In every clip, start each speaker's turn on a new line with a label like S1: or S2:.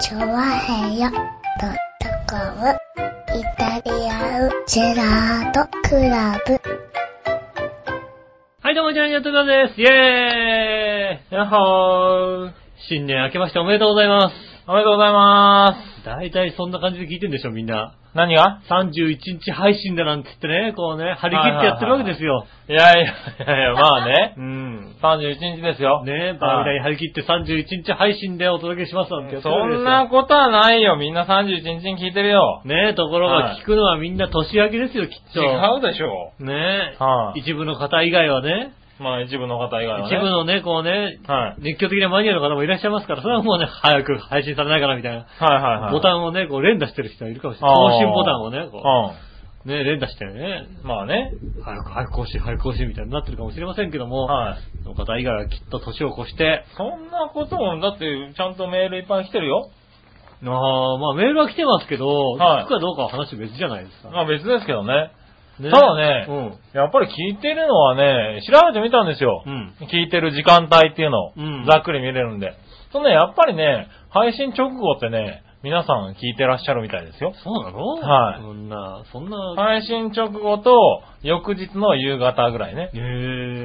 S1: チョワヘヨドットコムイタリアンジェラートクラブ。
S2: はい、どうも、ジャニーズトです。イェーイやっほー新年明けましておめでとうございます。
S3: おめでとうございま
S2: 大体そんな感じで聞いてんでしょ、みんな。
S3: す。何が
S2: 31日配信だなんつってね、こうね、張り切ってやってるわけですよ。
S3: いやいやいやいや、 まあね
S2: う。ん。
S3: 31日ですよ。
S2: ねえ、
S3: は
S2: 番
S3: い
S2: 組内に張り切って31日配信でお届けしますなんてやってるわ
S3: そ
S2: けですよ
S3: んなことはないよ。みんな31日に聞いてるよ。
S2: ねえ、ところが
S3: はい
S2: 聞くのはみんな年明けですよ、きっ
S3: 違
S2: と。
S3: うでしょ
S2: ねえ、
S3: はい
S2: 一部の方以外はね、
S3: まあ一部の方以外はね。
S2: 一部のね、こうね、
S3: はい。
S2: 熱狂的なマニアの方もいらっしゃいますから、それはもうね、早く配信されないからみたいな。
S3: はいはいはい。
S2: ボタンをね、こう連打してる人いるかもしれない。
S3: あー
S2: 更新ボタンをね、こ
S3: う
S2: う、ね、連打してね、
S3: ん。まあね。
S2: 早く早く更新、早く更新みたいになってるかもしれませんけども、
S3: はい。
S2: その方以外はきっと年を越して、
S3: そんなことも、だって、ちゃんとメールいっぱい来てるよ。
S2: あーまあメールは来てますけど、
S3: はい
S2: 聞くかどうかは話別じゃないですか。
S3: まあ別ですけどね。
S2: ね
S3: ただね
S2: うん。
S3: やっぱり聞いてるのはね、調べてみたんですよ。
S2: うん
S3: 聞いてる時間帯っていうのを
S2: うん、
S3: ざっくり見れるんで。そのね、やっぱりね、配信直後ってね、皆さん聞いてらっしゃるみたいですよ。
S2: そうなの
S3: はい
S2: そんな、そんな、
S3: 配信直後と、翌日の夕方ぐらいね。
S2: え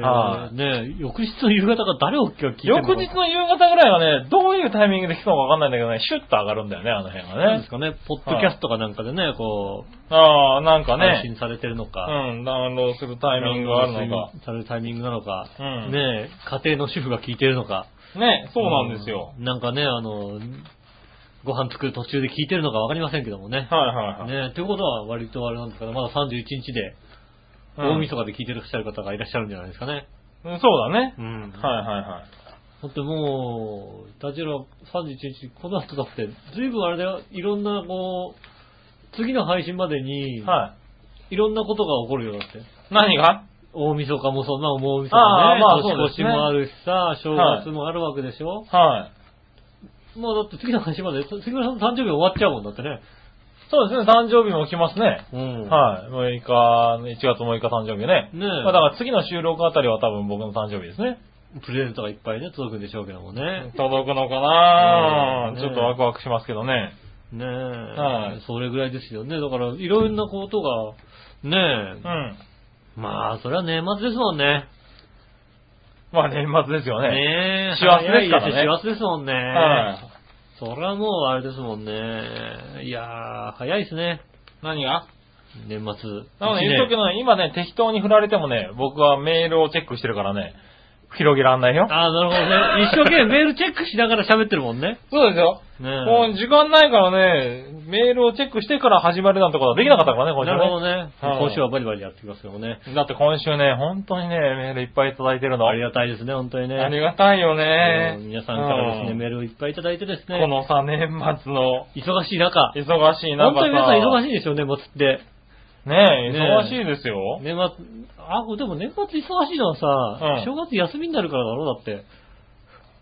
S2: ー、
S3: はい
S2: ね翌日の夕方が誰を今日聞いてるの
S3: 翌日の夕方ぐらいはね、どういうタイミングで聞くのかわかんないんだけどね、シュッと上がるんだよね、あの辺
S2: な
S3: が
S2: んで
S3: ね
S2: す。かね、ポッドキャストかなんかでね、こう、
S3: ああ、なんか
S2: 配
S3: ね
S2: 信、されてるの
S3: う
S2: か。
S3: ん、ダウンロードするタイミングがあるのか。。
S2: されるタイミングなのか。
S3: うん
S2: ねえ、家庭の主婦が聞いてるのか。
S3: ね、そうなんですよ。
S2: うん。なんかね、あの、ご飯作る途中で聞いてるのかわかりませんけどもね。
S3: はいはいはい。
S2: ねえ、ということは割とあれなんですかね、まだ31日で、
S3: うん
S2: 大晦日で聞いてらっしゃる方がいらっしゃるんじゃないですかね。
S3: うんそうだね。
S2: うん
S3: はいはいはい。
S2: だってもう、ダジロ31日、この後だって、ずいぶんあれだよ、いろんなこう、次の配信までに、。
S3: はい
S2: ろんなことが起こるよ、だって。
S3: い。何が
S2: 大晦日もそんな大晦日
S3: あ
S2: も
S3: あ
S2: ね、
S3: まあ
S2: 年越しもあるしさ、
S3: うです
S2: 正
S3: ね
S2: 月もあるわけでしょ、
S3: はい。
S2: もうだって次の話まで、杉村さんの誕生日終わっちゃうもんだってね。
S3: そうですね、誕生日も来ますね。
S2: うんい。
S3: はい。6日、1月6日誕生日ね。
S2: ねえ
S3: まあだから次の収録あたりは多分僕の誕生日ですね。
S2: プレゼントがいっぱいね、届くんでしょうけどもね。
S3: 届くのかな
S2: うん
S3: ちょっとワクワクしますけどね。
S2: ねえ。
S3: はい
S2: それぐらいですよね。だから、いろんなことが、ねえ
S3: う。ん。
S2: まあ、それは年末ですもんね。
S3: まあ年末ですよね。
S2: ねえ。
S3: 師走ですから
S2: 早
S3: ね
S2: いし師走ですもんね。
S3: はい。
S2: それはもうあれですもんね。いやー、早いですね。
S3: 何が
S2: 年末。
S3: なので
S2: 一
S3: 言うとく
S2: 年
S3: けどね、今ね、適当に振られてもね、僕はメールをチェックしてるからね、広げらんないよ。
S2: ああ、なるほどね。一生懸命メールチェックしながら喋ってるもんね。
S3: そうですよ。
S2: ねえ
S3: もう時間ないからね、メールをチェックしてから始まるなんてことはできなかったからね、今週
S2: な
S3: ね
S2: るほどね。
S3: はい
S2: 今週はバリバリやってきますけどもね。
S3: だって今週ね、本当にね、メールいっぱいいただいてるの。
S2: ありがたいですね、本当にね。
S3: ありがたいよね
S2: う。ん皆さんからですね、
S3: うん
S2: メールをいっぱいいただいてですね。
S3: このさ、年末の
S2: 忙しい中。
S3: 忙しい中
S2: 本当に皆さん忙
S3: い。
S2: しいですよ、年末って。
S3: ねえ、
S2: ね
S3: 忙しいですよ。
S2: 年末、あ、でも年末忙しいのはさ、
S3: うん
S2: 正月休みになるからだろ、だって。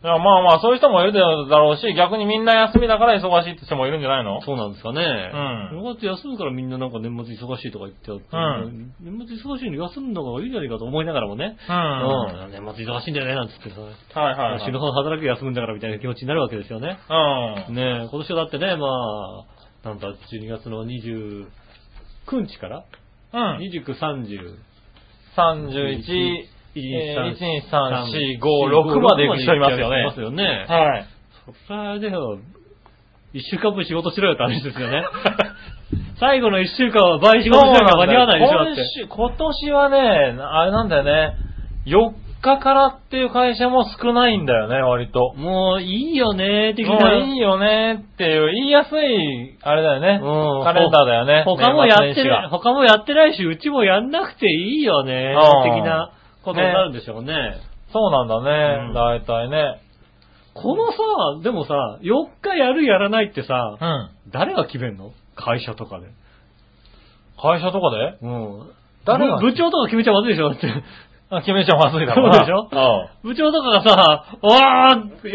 S3: いやまあまあ、そういう人もいるだろうし、逆にみんな休みだから忙しいって人もいるんじゃないの
S2: そうなんですかね。
S3: うん
S2: 正月休むからみんななんか年末忙しいとか言ってよって、
S3: うん
S2: 年末忙しいの休んだ方がいいんじゃないかと思いながらもね。
S3: うん。
S2: う
S3: は
S2: ん年末忙しいんだよね、なんつってさ。
S3: いはい、はい。
S2: 死ぬほど働く休むんだからみたいな気持ちになるわけですよね。
S3: うん。
S2: ねえ、今年はだってね、まあ、なんだ、12月の29日から、
S3: うん。
S2: 29、30、
S3: 31、えー1 2 3 4 5 6まで行く人いますよね
S2: いますよね。
S3: はい。
S2: それでも、一週間分仕事しろよって話ですよね。 最後の一週間は倍仕事しなきゃ間に合わないでしょ、だっ
S3: 今
S2: て。
S3: 週今年はね、あれなんだよね、4日からっていう会社も少ないんだよね、割と。
S2: もういいよね、的
S3: も
S2: な。
S3: ういいよねっていう、言いやすい、あれだよね。
S2: うん
S3: カレンダーだよね。
S2: 他もやって
S3: 年末年始
S2: ない、
S3: が
S2: 他もやってないし、うちもやんなくていいよね、
S3: うん
S2: 的なことになるんでしょうね。
S3: そうなんだ
S2: うん
S3: ね。だいたいね。
S2: このさ、でもさ、4日やるやらないってさ
S3: う、ん。
S2: 誰が決めんの会社とかで。
S3: 会社とかで
S2: うん。
S3: 誰が
S2: 部部長とか決めちゃまずいでしょ、だって。
S3: あ決めちゃまずいだろ
S2: そ
S3: な。
S2: うでしょ 部長とかがさ、わー、4日いい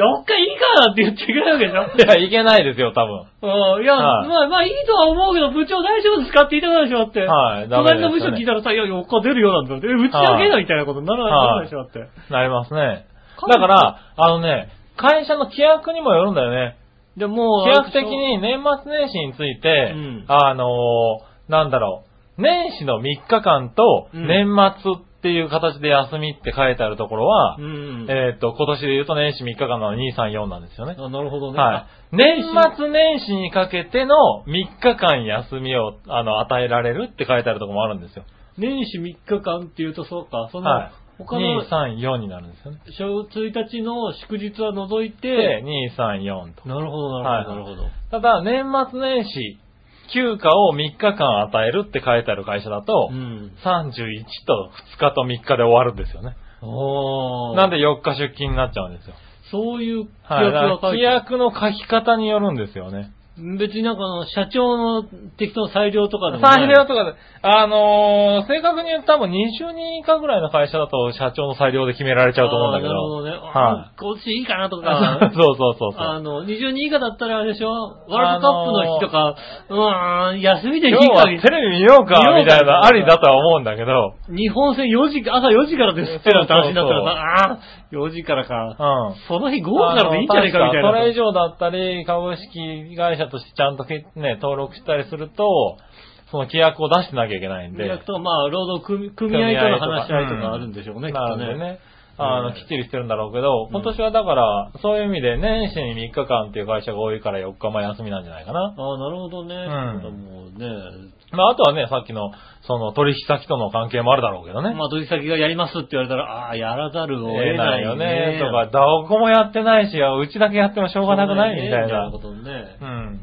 S2: かなって言ってくれるわけでしょ
S3: うん。いや、いけないですよ、多分。
S2: うんいや、
S3: はい
S2: まあまあいいとは思うけど、部長大丈夫ですかって言いたくなるでしょだって。
S3: はいダメで
S2: 隣
S3: すよ
S2: の
S3: ね
S2: 部署聞いたらさ、いや、4日出るよなんだって。え、うちだけだみたいなことにならないでしょだって。
S3: なりますね。だから、あのね、会社の規約にもよるんだよね。
S2: じゃあもう、
S3: 飛躍的に年末年始について、
S2: うん
S3: あのーなんだろう、年始の3日間と
S2: うん
S3: 年末っていう形で休みって書いてあるところは、
S2: うん。
S3: えーっと、今年で言うと年始3日間なの234なんですよね。
S2: あ、なるほどね。
S3: はい。年末年始にかけての3日間休みを、あの、与えられるって書いてあるところもあるんですよ。
S2: 年始3日間っていうとそうか、その、
S3: はい
S2: 他の
S3: 234になるんですよね。
S2: 正月1日の祝日は除い
S3: で、
S2: て、
S3: 234と。
S2: なるほど、なるほど、なるほど。
S3: ただ、年末年始、休暇を3日間与えるって書いてある会社だと、
S2: うん。
S3: 31と2日と3日で終わるんですよね。
S2: おー
S3: なんで4日出勤になっちゃうんですよ。
S2: そういう規
S3: は
S2: 約
S3: い。だから
S2: が書い
S3: 規
S2: てある
S3: 約の書き方によるんですよね。
S2: 別になんかあの、社長の適当な裁量とかで もない。
S3: 裁量とかで、あのー正確に言うと多分20人以下ぐらいの会社だと社長の裁量で決められちゃうと思うんだけ
S2: あーなるほ
S3: ど。
S2: どね。
S3: は
S2: あ今年いいかなと
S3: あ。
S2: か
S3: そうそうそうそう。
S2: あの、20人以下だったらあれでしょワールドカップの日とか、うーん、休みでいい
S3: 今日は
S2: か
S3: テレビ見ようか
S2: 見よう、か
S3: みたいな、ありだとは思うんだけど、
S2: 日本戦4時、朝4時からですってなって話になったらさ、あー、4時から
S3: うん。
S2: か。
S3: あ
S2: その日5時
S3: の
S2: からでいいんじゃないかみたい
S3: 確それ以
S2: な。
S3: 上だったり、株式会社としてちゃんとけね、登録したりすると、その規約を出してなきゃいけないんで。
S2: 契約と、まあ、労働組組合との話し合いと
S3: うん
S2: かあるんでしょうね、きっ
S3: な
S2: と
S3: るんで
S2: ね。
S3: ね。あ
S2: うん
S3: の、きっちりしてるんだろうけど、今年はだから、そういう意味で年始に3日間っていう会社が多いから4日前休みなんじゃないかな。
S2: ああ、なるほどね。
S3: ん
S2: そうだもうね。
S3: まあ、あとはね、さっきの、その、取引先との関係もあるだろうけどね。
S2: まあ、取引先がやりますって言われたら、ああ、やらざるを得
S3: え
S2: ない
S3: よね、とか、どこもやってないし、うちだけやってもしょうがなくないみたい
S2: な
S3: な
S2: こ。とにね
S3: う。ん。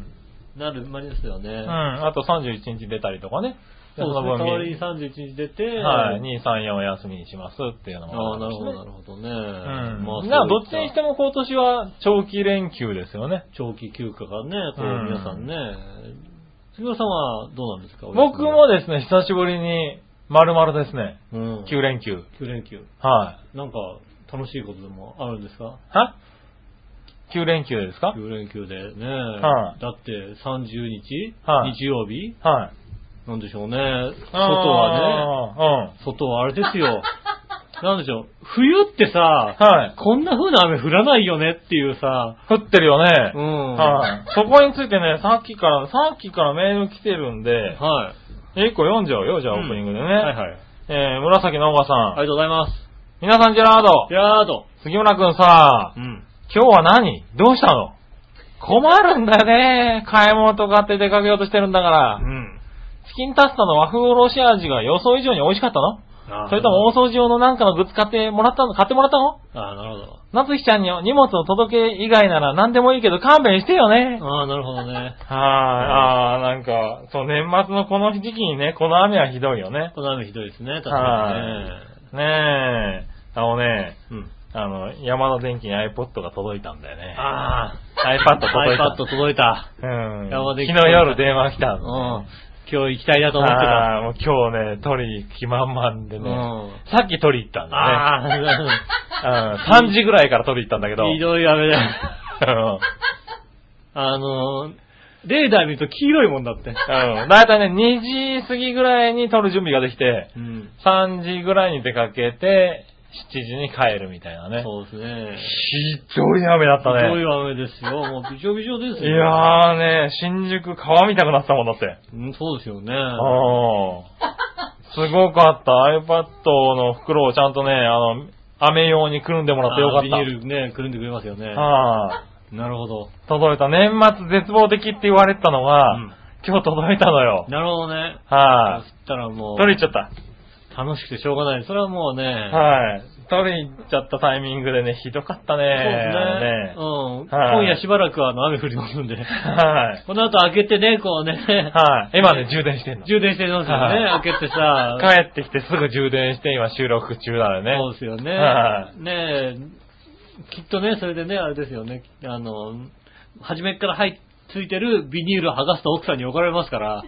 S2: なる、まりですよね。
S3: うん。あと31日出たりとかね。
S2: そう
S3: の
S2: ですね。
S3: 分
S2: 代わりに31日出て、
S3: はい、2、3、4休みにしますっていうのも
S2: あ
S3: あ
S2: あ、な
S3: る
S2: る
S3: し
S2: ほ
S3: ね
S2: ど、なるほどね。
S3: うん。
S2: まあ、
S3: などっちにして
S2: も。
S3: も今年は長期連休ですよね。
S2: 長期休暇がね、こ
S3: う
S2: うん皆さんね。杉村さんはどうなんですか
S3: 僕、もですね、久しぶりに、丸々ですね、
S2: お休みうん、
S3: 9連休。
S2: 9連休。
S3: は
S2: なんか、楽しいことでもあるんですか
S3: い。は ?9 連休ですか
S2: ?9 連休でね。
S3: はい
S2: だって、30日、
S3: はい
S2: 日曜日
S3: はい。
S2: なんでしょうね。外はね、
S3: ね。
S2: 外はあれです よ。なんでしょう。冬ってさ、
S3: うん。はい。
S2: こんな風な雨降らないよねっていうさ、
S3: 降ってるよね。
S2: うん。
S3: はい。そこについてね、さっきから、さっきからメール来てるんで、
S2: はい。
S3: 一個読んじゃおうよ、じゃあオープニングでね。
S2: はいはい。
S3: えー、紫のおばさ
S2: あ
S3: ん。
S2: りがとうございます。
S3: 皆さん、ジェラード。
S2: ジェラード。
S3: 杉村くんさ、
S2: うん。
S3: 今日は何どうしたの困るんだよね。買い物とかって出かけようとしてるんだから。
S2: うん。
S3: チキンタツタの和風おろし味が予想以上に美味しかったのそれとも
S2: あ
S3: 大掃除用のなんかのグッズ買ってもらったの買ってもらったの
S2: ー、あーなるほど。
S3: 夏日ちゃんに荷物を届け以外なら何でもいいけど勘弁してよね。はい、
S2: ああ、なるほどね。
S3: あー、なんか、そう、年末のこの時期にね、この雨はひどいよね。
S2: この雨ひどいですね、確か
S3: はい。ねえ、あのね、
S2: にね。うん。
S3: あの、山田電機に iPod が届いたんだよね。
S2: ああ、
S3: iPad 届いた。
S2: iPad 届いた。
S3: うん。
S2: 山田電機
S3: 昨日夜電話来た
S2: うん
S3: の。。
S2: 今日行きたいなと思ってた。
S3: ああー、もう今日ね、取り行く気満々で
S2: う
S3: ね、
S2: ん。
S3: さっき取り行ったんだね。
S2: あ
S3: うん3時ぐらいから取り行ったんだけど。
S2: あ、ひどい雨だ。
S3: う
S2: あのー、レーダー見ると黄色いもんだって。
S3: ん。だいたいね、2時過ぎぐらいに取る準備ができて、
S2: うん。
S3: 3時ぐらいに出かけて、7時に帰るみたいなね。
S2: そうですね。
S3: ひどい雨だっ
S2: ひど
S3: た
S2: い
S3: ね。
S2: 雨ですよ。もうびちょびちょです
S3: い
S2: よ。
S3: やーね、新宿川見たくなったもんだって。
S2: うん、そうですよね。
S3: うん。すごかった。iPad の袋をちゃんとね、あの、雨用にくるんでもらってよか
S2: あービ
S3: った。
S2: ニールね、くるんでくれますよね。
S3: は
S2: なるほど。
S3: い届いた。年末絶望的って言われてたのが、
S2: うん
S3: 今日届いたのよ。
S2: なるほどね。
S3: は
S2: そ
S3: い、
S2: したらもう、
S3: 取り行っちゃっ
S2: 楽しくてしょうがない。それはもうね、
S3: た。はい。取り行っちゃったタイミングでね、ひどかった
S2: そう
S3: ね。
S2: ですね。うん。
S3: はい
S2: 今夜しばらくはあの雨降りますんで、
S3: はい。
S2: この後開けてね、こうね、
S3: はい。今ね、充電してんの。帰
S2: 充電してますよね、
S3: はい
S2: 開けてさ、
S3: ってきてすぐ充電して、今収録中なのね。
S2: そうですよね。
S3: は
S2: ねえ、きっとね、それでね、あれですよね、あの、初めっから入っついてるビニールを剥がすと奥さんに怒られますから、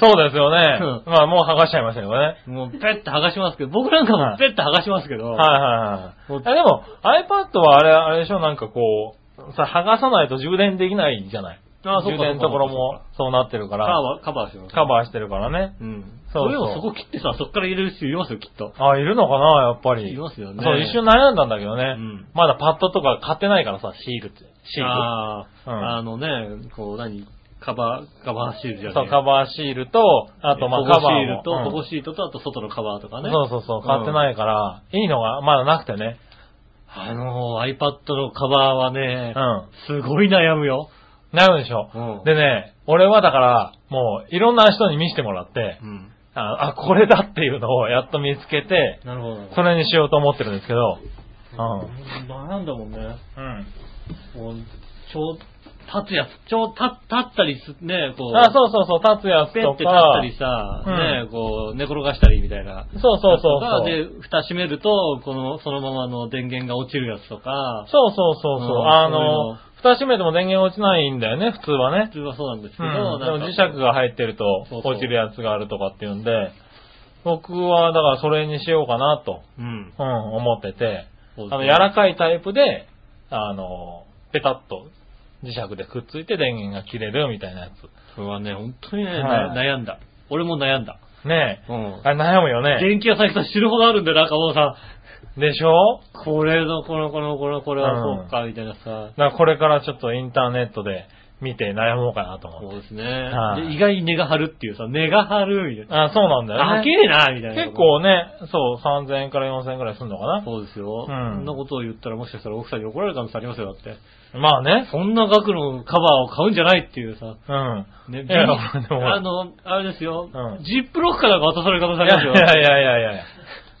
S3: そうですよね
S2: うん。
S3: まあ、もう剥がしちゃいましたよね。はい
S2: もうペッて剥がしますけど、僕なんかもペッて剥がしますけど、
S3: はいはい。えでも、iPad はあれ、あれでしょ、なんかこう、さ、剥がさないと充電できないじゃない。
S2: ああ、そう
S3: 充
S2: か。
S3: 電のところもそうなってるか
S2: カ
S3: ら、
S2: バー、カバーしてます。
S3: カバーしてるからね。うん。
S2: そうれをそこ切ってさ、そこから入れる人いますよ、きっと。
S3: あ、いるのかな、やっぱり。
S2: いますよね。
S3: そう、一瞬悩んだんだけどね。
S2: うん
S3: まだパッドとか買ってないからさ、シールって。シール。
S2: ああ、
S3: うん
S2: あのね、こう、何、カバー、カバーシールじゃね
S3: そう、カバーシールと、あと、まあ、カバー
S2: シ
S3: も
S2: ールと、
S3: うん
S2: 保護シートと、あと外のカバーとかね。
S3: そうそうそう、買ってないから、いいのがまだなくてね。
S2: あのー、iPad のカバーは
S3: う
S2: ね、
S3: ん。
S2: すごい悩むよ。
S3: なるでしょ。
S2: うん
S3: でね、俺はだから、もう、いろんな人に見せてもらって、
S2: うん。
S3: あ、あこれだっていうのをやっと見つけて、
S2: なるほど。
S3: それにしようと思ってるんですけど、うん。
S2: 悩んだもんね。
S3: うん。
S2: もう、超、立つやつ、超、立立ったりす、ね、こう、
S3: あ、そうそうそう、立つやつ
S2: ペッ
S3: と
S2: て立った
S3: か、
S2: りさ、
S3: うん
S2: ね、こう、寝転がしたりみたいな。
S3: そうそ
S2: や
S3: うそう
S2: つとか
S3: そう。
S2: で、蓋閉めると、この、そのままの電源が落ちるやつとか、
S3: そうそうそうそうう。
S2: ん
S3: あ
S2: そういうの
S3: の、蓋閉めても電源落ちないんだよね、普通はね
S2: 普。通はそうなんですけ
S3: う
S2: ど、
S3: ん、で
S2: な
S3: も
S2: んか
S3: 磁石が入ってると
S2: そうそう
S3: 落ちるやつがあるとかっていうんで、僕はだからそれにしようかなと、
S2: うん。
S3: うん、思ってて、
S2: そうです
S3: あの、
S2: ね
S3: 柔らかいタイプで、あの、ペタッと磁石でくっついて電源が切れるみたいなや
S2: それはね、本当にね、
S3: はい
S2: な悩んだ。俺も悩んだ。
S3: つ。ね
S2: う
S3: え
S2: ん。。
S3: あれ悩むよね。
S2: 電気屋さん行くと知るほどあるんだよ、なんかもうさ、
S3: でしょ
S2: これの、この、この、この、これは
S3: うん
S2: そうか、みたいなさ
S3: だ。からこれからちょっとインターネットで見て悩もうかなと思
S2: そう
S3: って。
S2: ですね。
S3: はい
S2: で意外に根が張るっていうさ、根が張る、みたいな。
S3: あ、そうなんだよ
S2: あ、
S3: ね
S2: け。えな、みたいな。
S3: 結。構ね、そう、3000円から4000円くらいすんのかな。
S2: そうですよ。
S3: うん
S2: そんなことを言ったらもしかしたら奥さんに怒られたんですありますよ、だって。
S3: まあね。
S2: そんな額のカバーを買うんじゃないっていうさ。
S3: うん。
S2: ね、
S3: いや
S2: ビニ
S3: でも
S2: あの、あれですよ、
S3: うん
S2: ジップロックかなんか渡される方さ
S3: い
S2: れま
S3: や
S2: す
S3: い
S2: よ。
S3: やいやいやいやいや。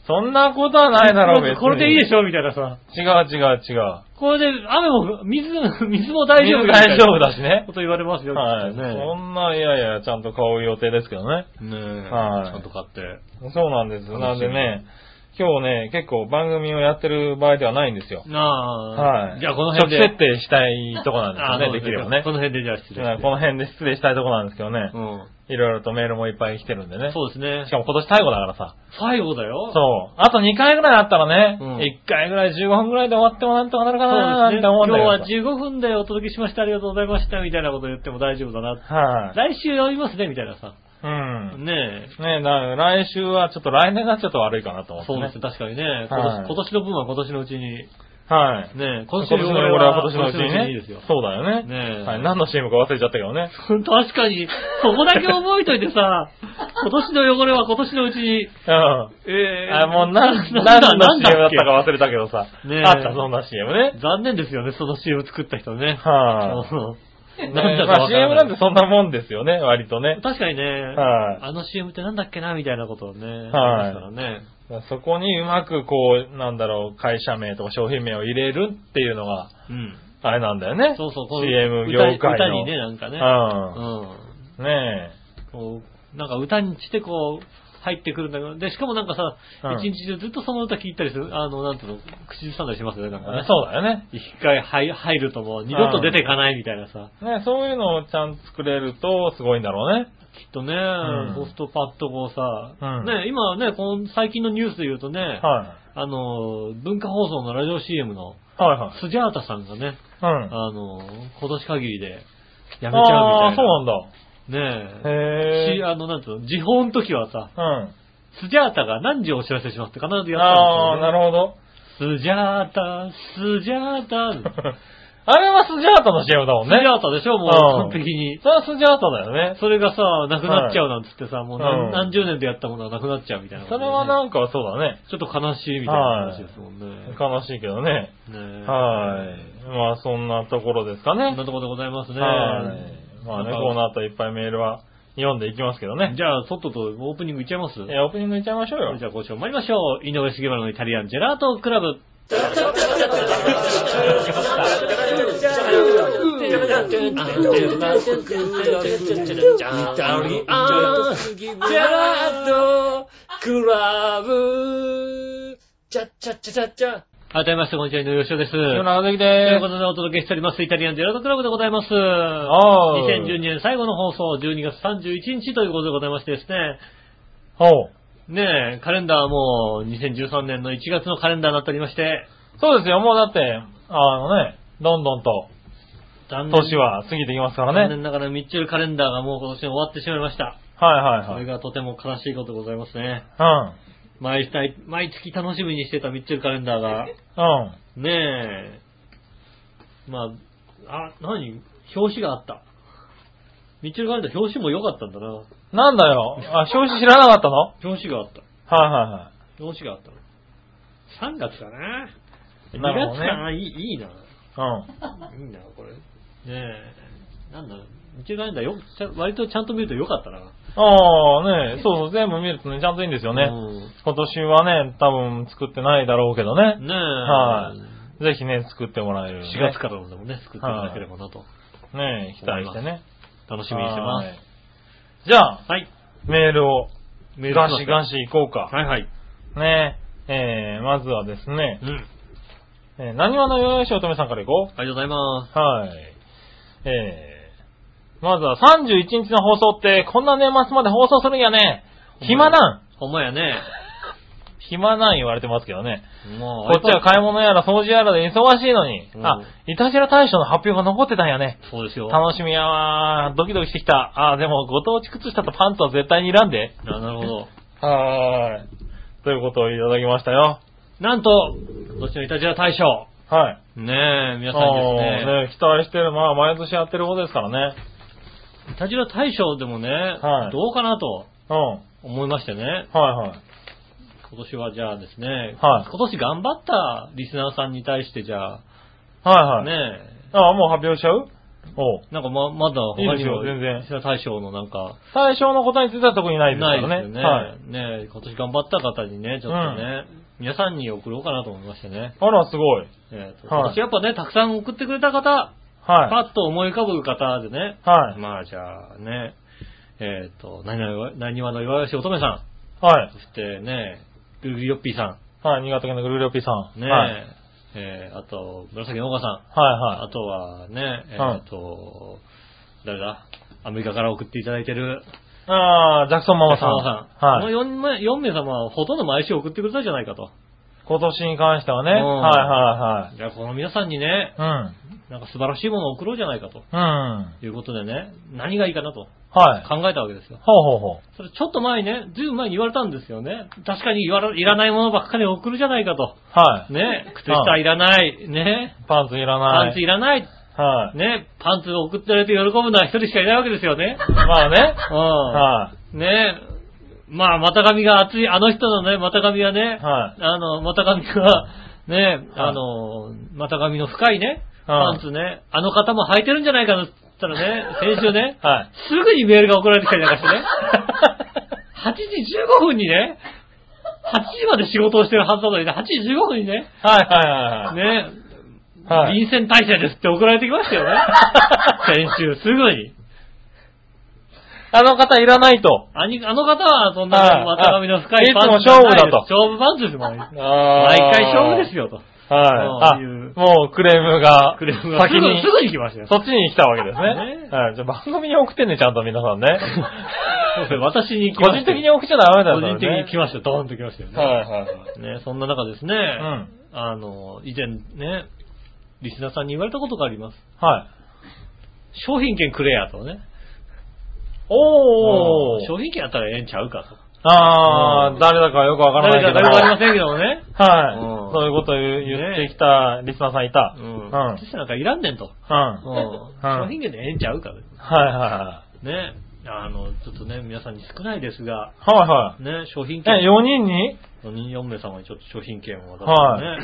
S3: そんなことはないだろう、
S2: ジップロック
S3: 別に。
S2: これでいいで
S3: し
S2: しょみたいなさ。
S3: ょ。違う違う違う。
S2: これで雨も、水、 水も大丈夫よみたいな
S3: 大丈夫だしね
S2: こ。と言われますよ、
S3: はい。
S2: きっとね
S3: そんな、いやいや、ちゃんと買う予定ですけどね。
S2: ねえ、
S3: はい
S2: ちゃんと買って。
S3: そうなんです。
S2: 楽しみ
S3: なんでね、今日ね、結構番組をやってる場合ではないんですよ。
S2: ああ、
S3: はい。
S2: じゃあこの辺で。
S3: 初期設定したいとこなんです
S2: あ
S3: よね、できればね
S2: こ。の辺でじゃあ失
S3: は
S2: 礼
S3: いこの辺で失礼したいとこなんですけどね。
S2: の
S3: いろいろとメールもいっぱい来てるんで
S2: う
S3: ね
S2: ん。。そうですね
S3: し。かも今年最後だからさ。
S2: 最後だよ。
S3: そう。あと2回ぐらいあったらね、
S2: うん
S3: 1回ぐらい15分ぐらいで終わってもなんとかなるか
S2: そう
S3: なー
S2: で
S3: っ
S2: すね。
S3: て思
S2: 今
S3: うん
S2: 日
S3: だけど
S2: は
S3: さ。
S2: 15分でお届けしました、ありがとうございました、みたいなこと言っても大丈夫だな。
S3: はい、
S2: 来週やりますね、みたいなさ。
S3: うん。
S2: ねえ。
S3: ねな来週はちょっと来年がちょっと悪いかなと思って
S2: そう
S3: ね。
S2: ですね、確かにね。今
S3: は
S2: 年
S3: い
S2: 今年の分は今年のうちに。
S3: はい。
S2: ねえ、
S3: 今
S2: 今
S3: 年
S2: 週
S3: の
S2: の
S3: 俺
S2: 俺は
S3: は
S2: 今
S3: 今
S2: 年
S3: 年
S2: の
S3: の
S2: う
S3: う
S2: ちにい
S3: ちに
S2: い
S3: ね
S2: ですよ。。
S3: そうだよね。
S2: ねえ
S3: はい。何の CM か忘れちゃったけどね。
S2: 確かに、そこだけ覚えといてさ、今年の汚れは今年のうちに、
S3: うん。
S2: え
S3: あ、もうな、何の CM
S2: なんだ、なんだ
S3: だ
S2: っ
S3: っ
S2: け
S3: たか忘れたけどさ。
S2: ねえ
S3: あった、そんな CM ね。
S2: 残念ですよね、その CM 作った人ね。
S3: はい、
S2: う
S3: ね
S2: んなんだか
S3: まあ
S2: わから
S3: CM
S2: な
S3: ないんてそんなもんですよね、割とね。
S2: 確かにね、
S3: はい
S2: あの CM ってなんだっけな、みたいなことをね、
S3: は
S2: あ
S3: い
S2: りますからね。
S3: そこにうまくこう、なんだろう、会社名とか商品名を入れるっていうのが、
S2: うん。
S3: あれなんだよね。
S2: そうそう、こう
S3: CM 業界の。
S2: 歌歌にね、なんかね。う
S3: うん。ね
S2: ん。こう、なんか歌にしてこう、入ってくるんだけど、で、しかもなんかさ、
S3: うん
S2: 一日中ずっとその歌聴いたりする、あの、なんていうの、口ずさんだりしますよね、なん
S3: え。
S2: かね。
S3: そうだよね。
S2: 一回入入るともう二度と出ていかないみたいなさ。
S3: ねそういうのをちゃんと作れるとすごいんだろうね。
S2: きっとね、
S3: ん
S2: そうするとパッとこうさ、
S3: うん
S2: ね、今はね、この最近のニュースで言うとね、
S3: は
S2: あの、文化放送のラジオ CM の
S3: い。はいはい。
S2: スジャータさんがね、
S3: うん。
S2: あの、今年限りで辞めちゃうみたいな。
S3: ああー、そうなんだ。
S2: ねえ。
S3: へ
S2: し
S3: え。
S2: あの、なんつうの、時報の時はさ、
S3: うん。
S2: スジャータが何時をお知らせしますって必ずやったんですよ、ね。
S3: ああ、なるほど。
S2: スジャータ、スジャータ、
S3: あれはスジャータの CM だもん
S2: ス
S3: ね
S2: ジ。ャータでしょ、もう
S3: う
S2: 完
S3: ん
S2: 璧に。
S3: それはスジャータだよね。
S2: それがさ、なくなっちゃうなんつってさ、もう何,、
S3: うん
S2: 十年でやったものはなくなっちゃうみたいな、
S3: それは、なんかそうだね。
S2: ちょっと悲しいみたいな話ですもんね。
S3: 悲しいけどね。
S2: ねえ
S3: はい。まあそんなところですか
S2: そ
S3: ね
S2: んな。ところでございますね。
S3: はい。まあね、
S2: なんか
S3: この後いっぱいメールは読んでいきますけどね。
S2: じゃあ、とっととオープニングいっちゃいます
S3: えーオープニングいっちゃいましょうよ。
S2: じゃあ、今週も参りましょう。井上杉原のイタリアンジェラートクラブ。改めまして、こんにちは、井上芳雄です。とい
S3: 木村和之
S2: う
S3: で
S2: ことでお届けしております、イタリアンジェラートクラブでございます。
S3: す。おー。
S2: 2012年最後の放送、12月31日ということでございましてですね、
S3: ほう。
S2: ねえ、カレンダーはもう2013年の1月のカレンダーになっておりまして、
S3: そうですよ、もうだって、あのね、どんどんと、
S2: 残念
S3: 年は過ぎていきますから
S2: 残
S3: ね。
S2: 念ながらミッチェルカレンダーがもう今年終わってしまいました。
S3: はい
S2: そ
S3: はいはい。う
S2: れ
S3: ん。
S2: がとても悲しいことでございますね。毎月、毎月楽しみにしてたミッチェルカレンダーが、
S3: うん。
S2: ねえ、まあ、あ、何表紙があった。ミッチェルカレンダー表紙も良かったんだな。
S3: なんだよ。あ、表紙知らなかったのはい
S2: 表紙があった。
S3: はいはい。
S2: 表紙があったの。3月かな
S3: なるほ
S2: ?2 月
S3: ど
S2: か
S3: ね
S2: な、いい、いいな。
S3: うん。
S2: いいな、これ。ねえ、なんだろう、ミッチェルカレンダーよ、ちゃ割とちゃんと見ると良かったな。
S3: ああ、ねそうそう、全部見るとね、ちゃんといいんですよね。
S2: う
S3: 今年はね、多分作ってないだろうけどね
S2: ん。。ねえ。
S3: はいぜひね、作ってもらえる、ね。
S2: 4月からのでもね、作っていただければなと。
S3: ね期待してね。
S2: 楽しみにしてま
S3: はい
S2: す。
S3: じゃあ、
S2: はい。
S3: メールを
S2: メール
S3: ガ
S2: し
S3: シ
S2: ま
S3: ガシ行こうか。
S2: すはいはい。
S3: ねえー、まずはですね
S2: う、ん。あり
S3: えー、何話のよよしおとめさんから行こ
S2: がとうございます。
S3: う。はい。えー、まずは31日の放送って、こんな年末まで放送するんやね。暇なん。
S2: ほんまやね。
S3: 暇なん言われてますけどね。
S2: もう、
S3: こっちは買い物やら掃除やらで忙しいのに。
S2: うん
S3: あ、いたしら大賞の発表が残ってたんやね。
S2: そうですよ。
S3: 楽しみやわー。ドキドキしてきた。あー、でもご当地靴下とパンツは絶対に選んで。
S2: あなるほど。
S3: はーい。ということをいただきましたよ。
S2: なんと、今年のいたじら大賞。
S3: はい。
S2: ねえ、皆さん
S3: お
S2: にで
S3: ーね期待してる。まあ、毎年やってることですからね。
S2: すね、いたじら大賞でもね、
S3: はい
S2: どうかなと
S3: うん。
S2: 思いましてね、
S3: はいはい。
S2: 今年はじゃあですね、
S3: はい
S2: 今年頑張ったリスナーさんに対してじゃ
S3: はい
S2: あ、
S3: はい。
S2: ねえ、
S3: あ、もう発表しちゃうおう
S2: なんかま、まだ他
S3: いいで
S2: に
S3: す
S2: も、
S3: よ全然
S2: リスナー大賞のなんか、
S3: 対象の答えについては特にないですか
S2: ないです
S3: ら
S2: よ
S3: ね。
S2: ね。
S3: はい。
S2: ねえ今年頑張った方にね、ちょっとね、皆さんに送ろうかなと思いましてね。
S3: あら、すごい。
S2: えーと
S3: はい
S2: 今年やっぱね、たくさん送ってくれた方、
S3: は
S2: パッと思い浮かぶ方でね、
S3: い。はい。
S2: まあじゃあね、えっ、と、何々何わの岩吉乙女さ
S3: はい
S2: ん、。そしてね、ルビヨッピーさ
S3: はい。新潟県のグルーピーさ
S2: ん、
S3: ん。
S2: ね、
S3: はい。
S2: えーあと、紫の岡さん、あ
S3: は
S2: とはね、えっ、
S3: はい
S2: と、誰だ、アメリカから送っていただいてる、
S3: い。はい。ああ、ジャクソンママさん。
S2: さん。
S3: はい。
S2: この 4, 名様はほとんど毎週送ってくれたじゃないかと。
S3: 今年に関してはね。
S2: う
S3: は
S2: ん
S3: いは
S2: じゃあこの皆さんにね、
S3: いはい。
S2: なんか素晴らしいものを送ろうじゃないかと。
S3: うん。うん。
S2: いうことでね、何がいいかなと
S3: はい。
S2: 考えたわけですよ。
S3: ほうほうほう。
S2: それちょっと前にね、ずいぶん前に言われたんですよね。確かに言われいらないものばっかり送るじゃないかと。
S3: はい。
S2: ね、靴下いらない、ね、
S3: パンツいらな
S2: パ
S3: い。
S2: ンツいらない、
S3: はい。
S2: ね、パンツ送ってれて喜ぶのは一人しかいないわけですよね。
S3: まあね。は
S2: うん。ね、まあ、股上が熱い、あの人のね、股上はね
S3: い。、はい。
S2: あの、股上が、ね、
S3: はい
S2: あの、股上の深いね、
S3: は
S2: パ
S3: い
S2: ンツね、あの方も履いてるんじゃないかなって言った らね、先週ね、
S3: はい。
S2: すぐにメールが送られてきたりなんかして ね。8時15分にね、8時まで仕事をしてるはずなのにね、8時15分にね、
S3: はいはいはいはい。
S2: ね、
S3: はい
S2: 臨戦態勢ですって送られてきました よね。先週、すぐに。
S3: あの方いらないと。
S2: あにあの方はそん
S3: は
S2: ない股上の深い
S3: あ
S2: パンツじゃ
S3: いつも勝
S2: な
S3: 負
S2: い
S3: だ
S2: です
S3: と
S2: 勝負パンツですもん。毎
S3: 毎
S2: 回勝負です
S3: よ。
S2: よと。
S3: はい。あ
S2: うん、
S3: もうクレームが、
S2: クレームがす
S3: 先
S2: ぐ
S3: に
S2: す、ぐに来ましたよ。
S3: そっちに来たわけですね。
S2: ね
S3: はい。じゃあ番組に送ってね、ちゃんと皆さんね。
S2: そうですね私に来 ま
S3: 個
S2: し
S3: 人
S2: た
S3: 的に
S2: よ。
S3: 送っちゃダメだよ、
S2: 個人的に来
S3: ま
S2: ましたよ。ドーンと来ましたよね。
S3: はいはいはい。
S2: ね、そんな中ですね、
S3: ん
S2: あの、以前ね、リスナーさんに言われたことがあります。
S3: はい。
S2: 商品券くれやとね。
S3: おー。
S2: 商品券あったらええんちゃうかと。
S3: あ
S2: う
S3: ー、
S2: ん
S3: 誰だかよくわからな
S2: 誰
S3: いけ
S2: か
S3: ど
S2: 誰も
S3: も。
S2: ありませんけどもね。
S3: はい
S2: うん。
S3: そういうことを言う
S2: ね
S3: 言ってきたリスナーさんいた。
S2: う
S3: うん。う
S2: ん。
S3: ん。はい
S2: そしたらなんかいらんねんと。うん商品券でええんちゃうかと。
S3: は
S2: ね。あの、ちょっとね、皆さんに少ないですが、
S3: いはい。はいは
S2: ね、商品
S3: い。え、
S2: 券、
S3: 4人に
S2: 4人4名様にちょっと商品券を渡してね、
S3: は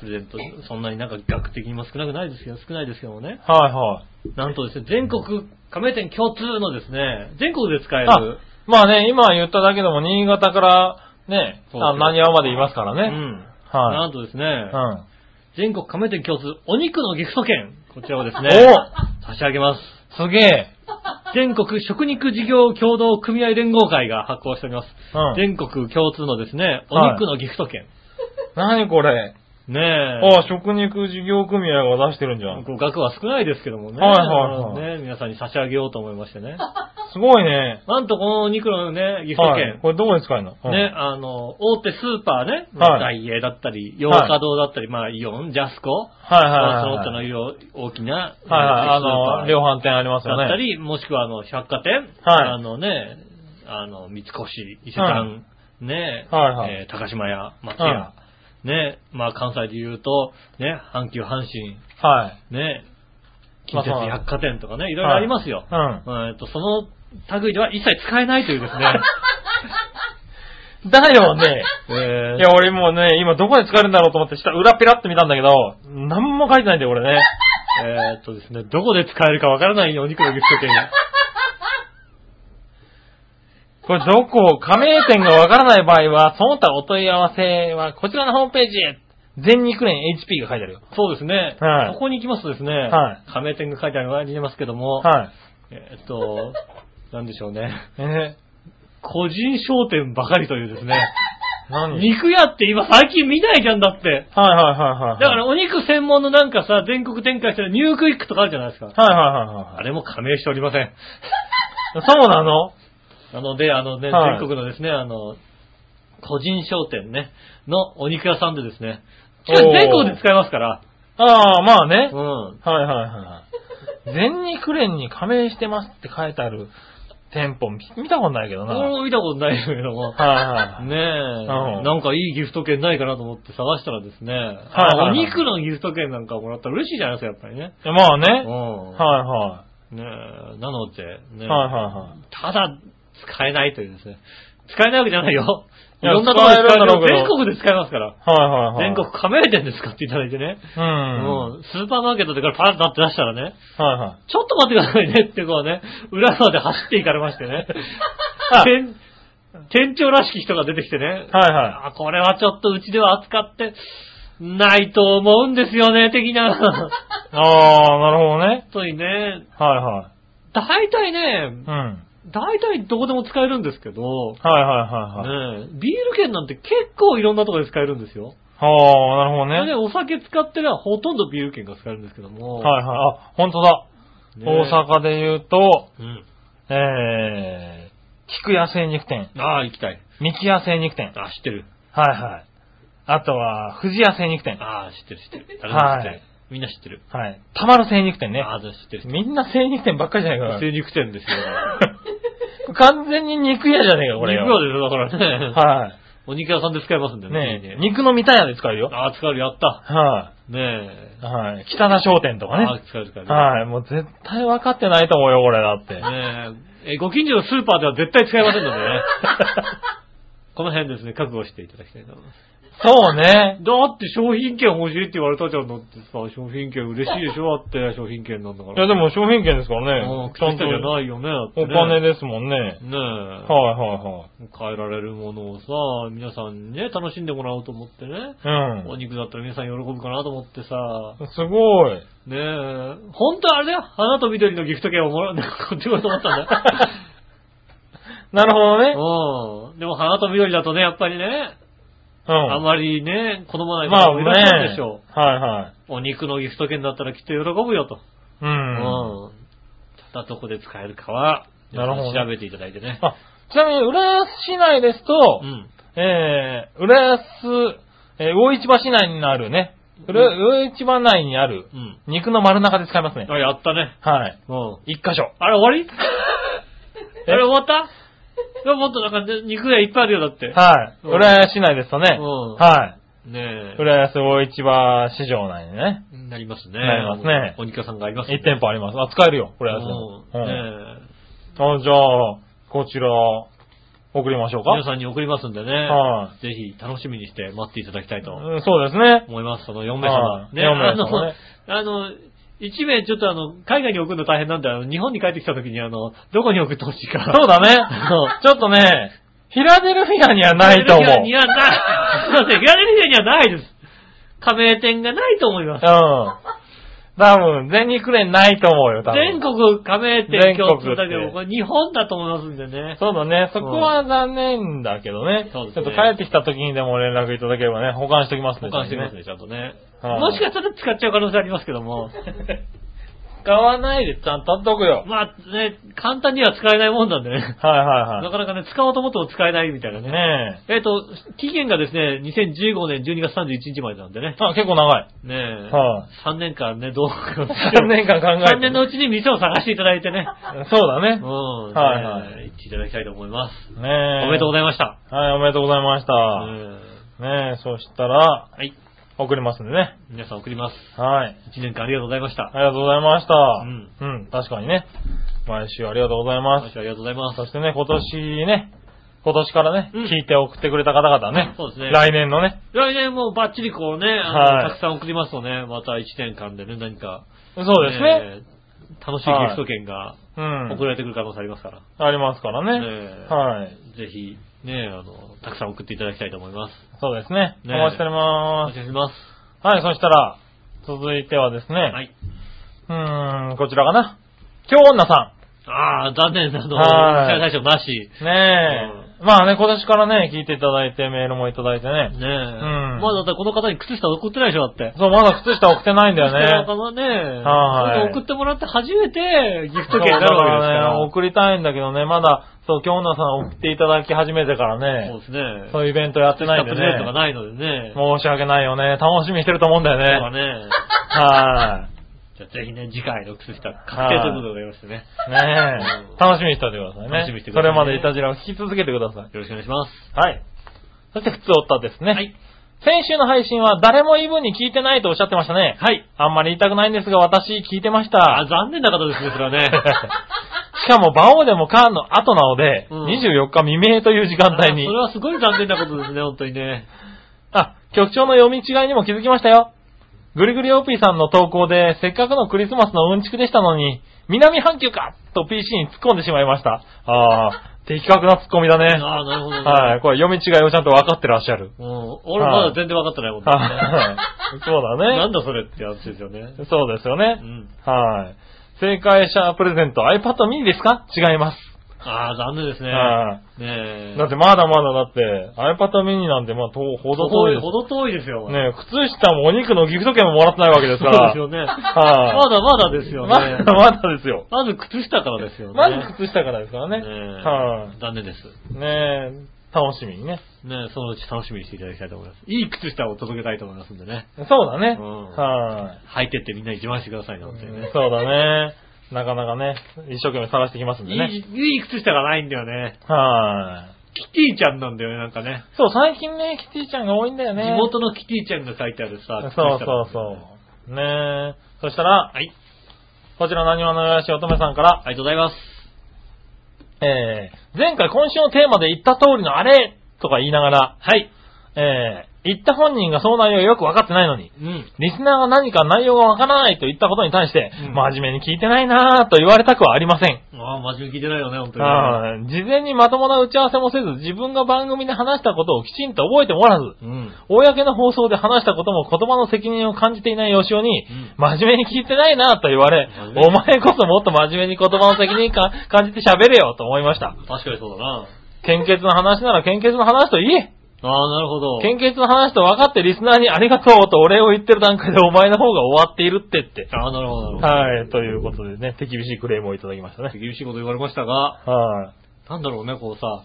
S2: プレゼント、そんなになんか額的にも少なくないですけど、少ないですけどもね。
S3: はいはい。
S2: なんとですね、全国加盟店共通のですね、全国で使え
S3: あ
S2: る、、
S3: まあね、今言っただけでも、新潟からね、
S2: そうそう
S3: あ何話まで言いますから
S2: う
S3: ね。
S2: ん、な
S3: は
S2: んとですね、
S3: い。うん。
S2: 全国加盟店共通、お肉のギフト券、こちらをですね、差し上げます。
S3: すげえ。
S2: 全国食肉事業協同組合連合会が発行しております。
S3: うん。
S2: 全国共通のですね、お肉のギフト券。
S3: 何これ。
S2: ねえ。
S3: ああ、食肉事業組合が出してるんじゃん。
S2: ご額は少ないですけどもね。
S3: はいはい
S2: ね皆さんに差し上げようと思いまして ね。
S3: すごいね。
S2: なんとこのお肉のね、岐阜
S3: はい。
S2: 県。
S3: これどこで使えるのうん
S2: ね、あの、大手スーパーね、
S3: は
S2: ダイエーだったり、洋華堂だったり、まあ、イオン、ジャスコ、
S3: はいはい
S2: まあそ
S3: は
S2: の
S3: いはい。
S2: 他の色大きな、
S3: はいはい。あの、量
S2: 販
S3: 販店ありますよ
S2: だった
S3: ね。
S2: り、もしくはあの、百貨店、
S3: はい
S2: あのね、あの、三越、伊勢丹、ね、
S3: はいはい
S2: えー高島屋、松
S3: は
S2: 屋、ね、まあ、関西で言うと、ね、阪急阪神、
S3: はい。
S2: ね、近鉄
S3: まあそう
S2: 百貨店とかね、いろいろありますよ。
S3: うん。
S2: えっと、その類では一切使えないというです ね。
S3: だよね。
S2: え
S3: いや、俺もうね、今どこで使えるんだろうと思って、下裏ピラって見たんだけど、なんも書いてないんだよ、俺ね。
S2: ーえーっとですね、どこで使えるかわからないお肉のギフト券。
S3: これどこ、加盟店がわからない場合は、その他お問い合わせは、こちらのホームページへ。全肉連 HP が書いてあるよ。
S2: そうですね。
S3: はい
S2: ここに行きますとですね、
S3: は
S2: 加盟店が書いてあるわりますけども、
S3: はい。
S2: えーっと、なんでしょうね。
S3: え
S2: 個人商店ばかりというです ね。
S3: ー、何はい
S2: 肉屋って今最近見ないじゃんだって。
S3: はいはいはいはい。
S2: だからお肉専門のなんかさ、全国展開してるニュークイックとかあるじゃないですか。
S3: はいはいはい
S2: あれも加盟しておりません。
S3: はい。そうなの
S2: なので、あのね、
S3: はい
S2: 全国のですね、あの、個人商店ね、のお肉屋さんでですね、
S3: おー
S2: 全国で使えますから、
S3: ああ、まあね
S2: う。ん。
S3: はいはいはい。全肉連に加盟してますって書いてある店舗見見たことないけどな。は
S2: 俺
S3: い
S2: も見たことないですけども、
S3: はい。
S2: ねえ、
S3: ん
S2: なんかいいギフト券ないかなと思って探したらですね、
S3: いはい
S2: あお肉のギフト券なんかもらったら嬉しいじゃないですか、やっぱりね。
S3: まあ
S2: う
S3: ね。
S2: ん。
S3: はいは
S2: ねえ、なので、
S3: い。
S2: ね、
S3: はいはいは
S2: た
S3: い。
S2: だ、使えないというですね。使えないわけじゃないよ。い
S3: いや
S2: ろんなところで
S3: 使えるんだろう
S2: 使
S3: け
S2: え
S3: ど
S2: る。全国で使えますから。
S3: はいはいはい。
S2: 全国。加盟店で使っていただいてね。
S3: うん。は
S2: うん、スーパーマーケットでからパラッとなって出したらね、
S3: いはい。
S2: ちょっと待ってくださいねってこうね、裏まで走って行かれまして ね
S3: あ。
S2: 店店長らしき人が出てきてね、
S3: はいは
S2: あこれはちょっとうちでは扱ってないと思うんですよね、的 な。
S3: い。ああ、なるほどね。
S2: 本当にね、
S3: はいはい。
S2: 大体ね
S3: う、ん。
S2: 大体どこでも使えるんですけど、
S3: はいはいはいはい。
S2: ねえ、ビール券なんて結構いろんなところで使えるんですよ。
S3: ああ、な
S2: それで
S3: る
S2: お
S3: ほどね。
S2: 酒使ってればほとんどビール券が使えるんですけども。
S3: はいはい。あ、本当だ。
S2: ねえ
S3: 大阪で言うと、
S2: うん。
S3: えー、菊屋精肉店、
S2: ああ、行きたい。
S3: 三木屋精肉店。
S2: ああ、知ってる。
S3: はいはい。あとは、富士屋精肉店。
S2: ああ、知ってる知ってる。誰も知ってる。
S3: はい
S2: みんな知ってる。
S3: はい。たまる精肉店ね。
S2: ああ、知ってる知ってる。
S3: みんな精肉店ばっかりじゃないか
S2: 精肉店ですよ。
S3: ら。 完全に肉屋じゃねえか、こ
S2: 肉
S3: れよ。
S2: 屋ですよ、だからね。
S3: は
S2: お肉屋さんで使えますんで
S3: い。
S2: ね。
S3: ねえ、肉の三田屋で使うよ。
S2: ああ、使える、やった。
S3: は
S2: ねえ。
S3: い。はい。北田商店とかね
S2: あ。あ、使える使える。
S3: はい。もう絶対分かってないと思うよ、これだって。
S2: ねええ、ご近所のスーパーでは絶対使えませんので ね。この辺ですね、覚悟していただきたいと思います。
S3: そうね。
S2: だって商品券欲しいって言われたじゃんだってさ、商品券嬉しいでしょだって商品券なんだか
S3: いや、
S2: ら。
S3: でも商品券ですから
S2: うん
S3: ね。
S2: 靴
S3: ちゃん
S2: 下
S3: と
S2: じゃないよね、だって
S3: お
S2: ね
S3: 金ですもんね。はい
S2: ねえ。
S3: は
S2: 変えられるものをさ、皆さんにね、楽しんでもらおうと思ってね。
S3: いはい。
S2: お肉だったら皆さん喜ぶかなと思ってさ、
S3: うん。すごい。
S2: ねえ、ほんとあれだよ、花と緑のギフト券をもらう、なんかこっちこうと思ったん
S3: なるほどね。
S2: だ。うん。でも花と緑だとね、やっぱりね、
S3: うん。
S2: あまりね、好まない
S3: ま
S2: 方
S3: あ
S2: も
S3: ね。
S2: いらっしゃるでしょ
S3: はいはい。
S2: う。お肉のギフト券だったらきっと喜ぶよと。
S3: うん。
S2: うん。ただどこで使えるかは、
S3: なるほどね
S2: 調べていただいてね。
S3: あ、ちなみに、浦安市内ですと
S2: う、ん。
S3: えー、浦安、えー、魚市場市内にあるね、うら魚市場内にある
S2: うん。
S3: 肉の丸中で使いますね。
S2: あ、やったね。
S3: はい。
S2: うん。
S3: 一箇所。
S2: あれ終わりあれ終わったいやもっとなんかね肉がいっぱいあるよだって。
S3: はい。
S2: うん
S3: 浦安市内ですとね、
S2: うん
S3: は
S2: ね
S3: い。
S2: え。
S3: 浦安魚市場市場内にね、
S2: なりますね。
S3: なりますね
S2: お肉屋さんがあります
S3: 一店舗あります。あ、使えるよ、
S2: こ
S3: 浦安でも。うん
S2: ねえ。
S3: あ、じゃあ、こちら、送りましょうか。
S2: 皆さんに送りますんでね。
S3: は
S2: ぜひ楽しみにして待っていただきたいと
S3: うんそうですね。
S2: 思います。その4名様
S3: は。い四名様ね
S2: あの、あの、1名ちょっとあの、海外に送るの大変なんで、あの日本に帰ってきた時にあの、どこに送ってほしいか。
S3: そう だね
S2: そう。
S3: ちょっとね、フィラデルフィアにはないと思う。
S2: フィラデルフィアにはない。すいません、フィラデルフィアにはないです。加盟店がないと思います。
S3: う多分、全日連ないと思うよ、多
S2: 全
S3: 分。
S2: 国加盟店
S3: 全国
S2: 共通だけど、これ日本だと思いますんでね。
S3: そうだね。そこは残念だけどね。
S2: そうで
S3: ち
S2: す
S3: ょ
S2: ね
S3: っと帰ってきた時にでも連絡いただければね、保管しておきますね。
S2: 保管してますね、ちゃんとね。
S3: はい
S2: もしかしたら使っちゃう可能性ありますけども。
S3: 使わないでちゃんと取っとくよ。
S2: まあね、簡単には使えないもんなんでね。
S3: はいはい
S2: な
S3: は。
S2: かなかね、使おうと思っても使えないみたいないね。
S3: ね
S2: えっ、と、期限がですね、2015年12月31日までなんでね
S3: え。。あ、結構長い。
S2: ねえ。
S3: はい
S2: 3年間ね、どうか。
S3: 3年間考えて。
S2: 3年のうちに店を探していただいてね。
S3: そうだね
S2: う。ん。。
S3: はいはい
S2: 行っていただきたいと思います。
S3: ね
S2: お
S3: え。
S2: めでとうご
S3: ざい
S2: ざいました。
S3: ます。はい、おめでとうございました。
S2: うん
S3: ねえ、そしたら、
S2: はい。
S3: 送りますんでね。
S2: 皆さん送ります。
S3: はい。
S2: 1年間ありがとうございました。
S3: ありがとうございました。
S2: ん
S3: うん、確かにね。毎週ありがとうございます
S2: 毎。週ありがとうございま
S3: そ
S2: す。
S3: してね、今年ね、今年からね、
S2: うん
S3: 聞いて送ってくれた方々ね、
S2: そうですね
S3: 来年のね、
S2: 来年もバッチリこうね、あ
S3: は
S2: のた
S3: い
S2: くさん送りますとね、また1年間でね、何か。
S3: そうですね、
S2: ねえ。楽しいギフト券が
S3: うん、
S2: 送られてくる可能性ありますから。
S3: ありますからね、
S2: ねえ
S3: はい、
S2: ぜひ、ね、あの、たくさん送っていただきたいと思います。
S3: そうですね、
S2: ね
S3: お待ちしており
S2: お
S3: ま
S2: 願いします。
S3: す。はい、そしたら、続いてはですね、
S2: はい。
S3: うーん、こちらかな、京女さ
S2: ああ、残念なの、
S3: はい
S2: 大賞なし。
S3: ん、ねえ、まあね、今年からね、聞いていただいて、メールもいただいて
S2: ねえ。
S3: ね、ん
S2: まあだってこの方に靴下送ってないでしょ、だって。
S3: そう、まだ靴下送ってないんだよ
S2: 靴下
S3: ね。
S2: のね、
S3: はい
S2: それで送ってもらって初めてギフト券に
S3: そう
S2: なるわけ
S3: だ
S2: ですか
S3: からね、
S2: ら。
S3: 送りたいんだけどね、まだ、そう、京女さん送っていただき始めてからね、
S2: そうですね。
S3: そういうイベントやってないんで
S2: プレゼントが
S3: ね。
S2: ないのでね。
S3: 申し訳ないよね。楽しみにしてると思うんだよ
S2: そうだ
S3: ね。
S2: ね。
S3: は
S2: じゃあぜひね、次回の靴下確定ということでございましてね。
S3: い。ね
S2: うん
S3: え。楽しみにしておいてくださいね。
S2: 楽しみにしてくださいね
S3: それまでいたじらを聞き続けてくださ
S2: よろしくお願いします。
S3: い。はい。そして、普通おったですね。
S2: はい。
S3: 先週の配信は誰も言い分に聞いてないとおっしゃってましたね。
S2: はい。
S3: あんまり言いたくないんですが、私聞いてまし
S2: あ、
S3: た。
S2: 残念な方ですね、それは ね。
S3: しかも、馬王でもカーンの後なので、
S2: うん
S3: 24日未明という時間帯に
S2: それ、はすごい残念なことですね、本当にね。
S3: あ、局長の読み違いにも気づきましたよ。ぐりぐり OP さんの投稿で、せっかくのクリスマスのうんちくでしたのに、南半球かと PC に突っ込んでしまいました。ああ、的確な突っ込みだね。
S2: ああ、なるほどね。
S3: はい、これ読み違いをちゃんと分かってらっしゃる。
S2: うん。俺まだ全然分かってないもんね。
S3: はい そうだね。
S2: なんだそれってやつですよね。
S3: そうですよ
S2: う
S3: ね。
S2: ん。
S3: はい。正解者プレゼント iPad mini ですか違います。
S2: ああ、残念ですね。
S3: は
S2: ねえ。
S3: だってまだまだだって、iPad mini なんてまあ、とほど遠いです
S2: ほ。ど遠いですよ。
S3: ね靴下もお肉のギフト券ももらってないわけです
S2: そ
S3: か
S2: う
S3: ら。
S2: ですよね。
S3: はい
S2: まだまだですよ
S3: まだ
S2: ね。
S3: まだですよ。
S2: まず靴下からですよね。
S3: まず靴下からですからね。
S2: ねえ
S3: は
S2: 残念です。
S3: い、ねえ、楽しみにね。
S2: ねえそのうち楽しみにしていただきたいと思います。いい靴下を届けたいと思いますんでね。
S3: そうだね。
S2: うん
S3: は
S2: 履
S3: い、
S2: いてってみんなに自慢してくださいね、本当にね。
S3: そうだね。なかなかね、一生懸命探してきますんでね。
S2: いい、いい靴下がないんだよね。
S3: はい、
S2: キティちゃんなんだよね、なんかね。
S3: そう、最近ね、キティちゃんが多いんだよね。
S2: 地元のキティちゃんが書いてあるさ、靴下
S3: そ
S2: な
S3: う
S2: ん
S3: そう
S2: だよね
S3: そう。ねえ。そしたら、
S2: はい。
S3: こちら何話のよやし乙女さんから、
S2: ありがとうございます。
S3: えー、前回今週のテーマで言った通りのあれとか言いながら、
S2: はい。
S3: えー、言った本人がその内容をよくわかってないのに、
S2: うん。
S3: リスナーが何か内容がわからないと言ったことに対して、
S2: うん
S3: 真面目に聞いてないなぁと言われたくはありません。
S2: ああ、真面目に聞いてないよね、本当にね。
S3: あー事前にまともな打ち合わせもせず、自分が番組で話したことをきちんと覚えてもらわず、
S2: うん。
S3: 公の放送で話したことも言葉の責任を感じていない吉尾に、
S2: うん
S3: 真面目に聞いてないなぁと言われ
S2: 真面、目
S3: お前こそもっと真面目に言葉の責任か感じて喋れよと思いました。
S2: 確かにそうだな。
S3: 献血の話なら献血の話と言え
S2: ああ、なるほど。
S3: 献血の話と分かってリスナーにありがとうとお礼を言ってる段階でお前の方が終わっているってって。
S2: ああ、なるほど、なるほど。
S3: はい、ということでね、手厳しいクレームをいただきましたね。
S2: 厳しいこと言われましたが、
S3: は
S2: なんだろうね、こうさ、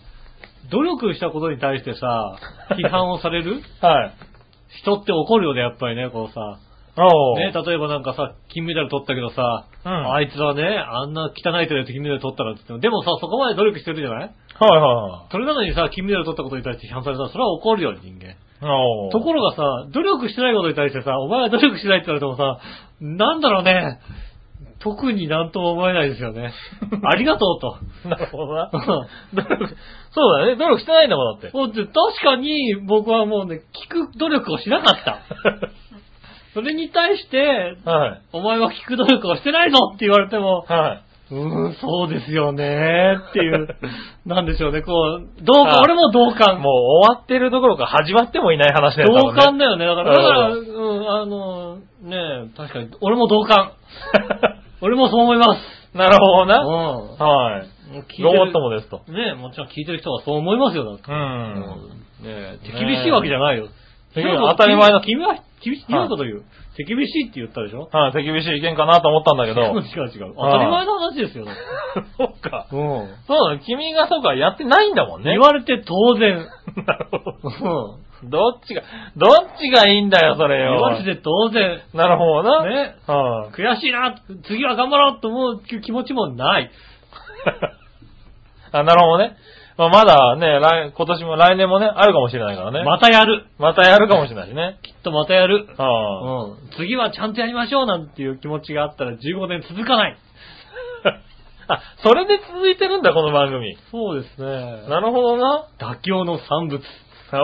S2: 努力したことに対してさ、批判をされ る
S3: い。はい。
S2: 人って怒るよね、やっぱりね、こうさ。
S3: おー。
S2: ね、例えばなんかさ、金メダル取ったけどさ、
S3: うん
S2: あいつはね、あんな汚い手で金メダル取ったらって言っても、でもさ、そこまで努力してるじゃない
S3: はいは
S2: それなのにさ、金メダル取ったことに対して批判されたら、それは怒るよ、人間。
S3: いはい。おー。
S2: ところがさ、努力してないことに対してさ、お前は努力しないって言われてもさ、なんだろうね、特になんとも思えないですよ ね。ありがとうと。
S3: なるほどな。
S2: うん
S3: 努力そうだね、努力してないんだもんだって。
S2: もう確かに僕はもうね、聞く努力をしなか った。それに対して、
S3: はい。
S2: お前は聞く努力をしてないぞって言われても、
S3: はい。
S2: うーん、そうですよねーっていう、なんでしょうね、こう、同感、俺も同感。
S3: もう終わってるどころか始まってもいない話だよ
S2: 同感
S3: ね。
S2: だよね。だから、だから、うん、あの、ねえ、確かに、俺も同 感。俺もそう思います。
S3: なるほど
S2: う
S3: な。はい。
S2: ん。聞いてる
S3: ロボットもですと。
S2: ねえ、もちろん聞いてる人はそう思いますよ、だって。
S3: うん。
S2: ねえ、手厳しいわけじゃないよ。
S3: 手厳しい当たり前だ
S2: 君は、君は、君
S3: は
S2: はいこと言う。手厳しいって言ったでしょ
S3: はい、手厳しい意見かなと思ったんだけ
S2: 違う
S3: ど。
S2: 違う違う。当たり前の話ですよ。
S3: そうか。
S2: うん。
S3: そうだね。君がそうか、やってないんだもんね。
S2: 言われて当然。
S3: なるほ
S2: う
S3: ど。
S2: ん。
S3: どっちが、どっちがいいんだよ、それ
S2: 言
S3: よ。
S2: われて当然。
S3: なるほどな。
S2: ね。
S3: はい、
S2: 悔しいな、次は頑張ろうと思う気持ちもない。
S3: あ、なるほどね。まあ、まだね、来、今年も来年もね、あるかもしれないからね。
S2: またやる。
S3: またやるかもしれないしね。
S2: きっとまたやる。
S3: はあ、
S2: うん。次はちゃんとやりましょうなんていう気持ちがあったら15年続かない。
S3: あ、それで続いてるんだ、この番組。
S2: そうですね。
S3: なるほどな。
S2: 妥協の産物。
S3: おー。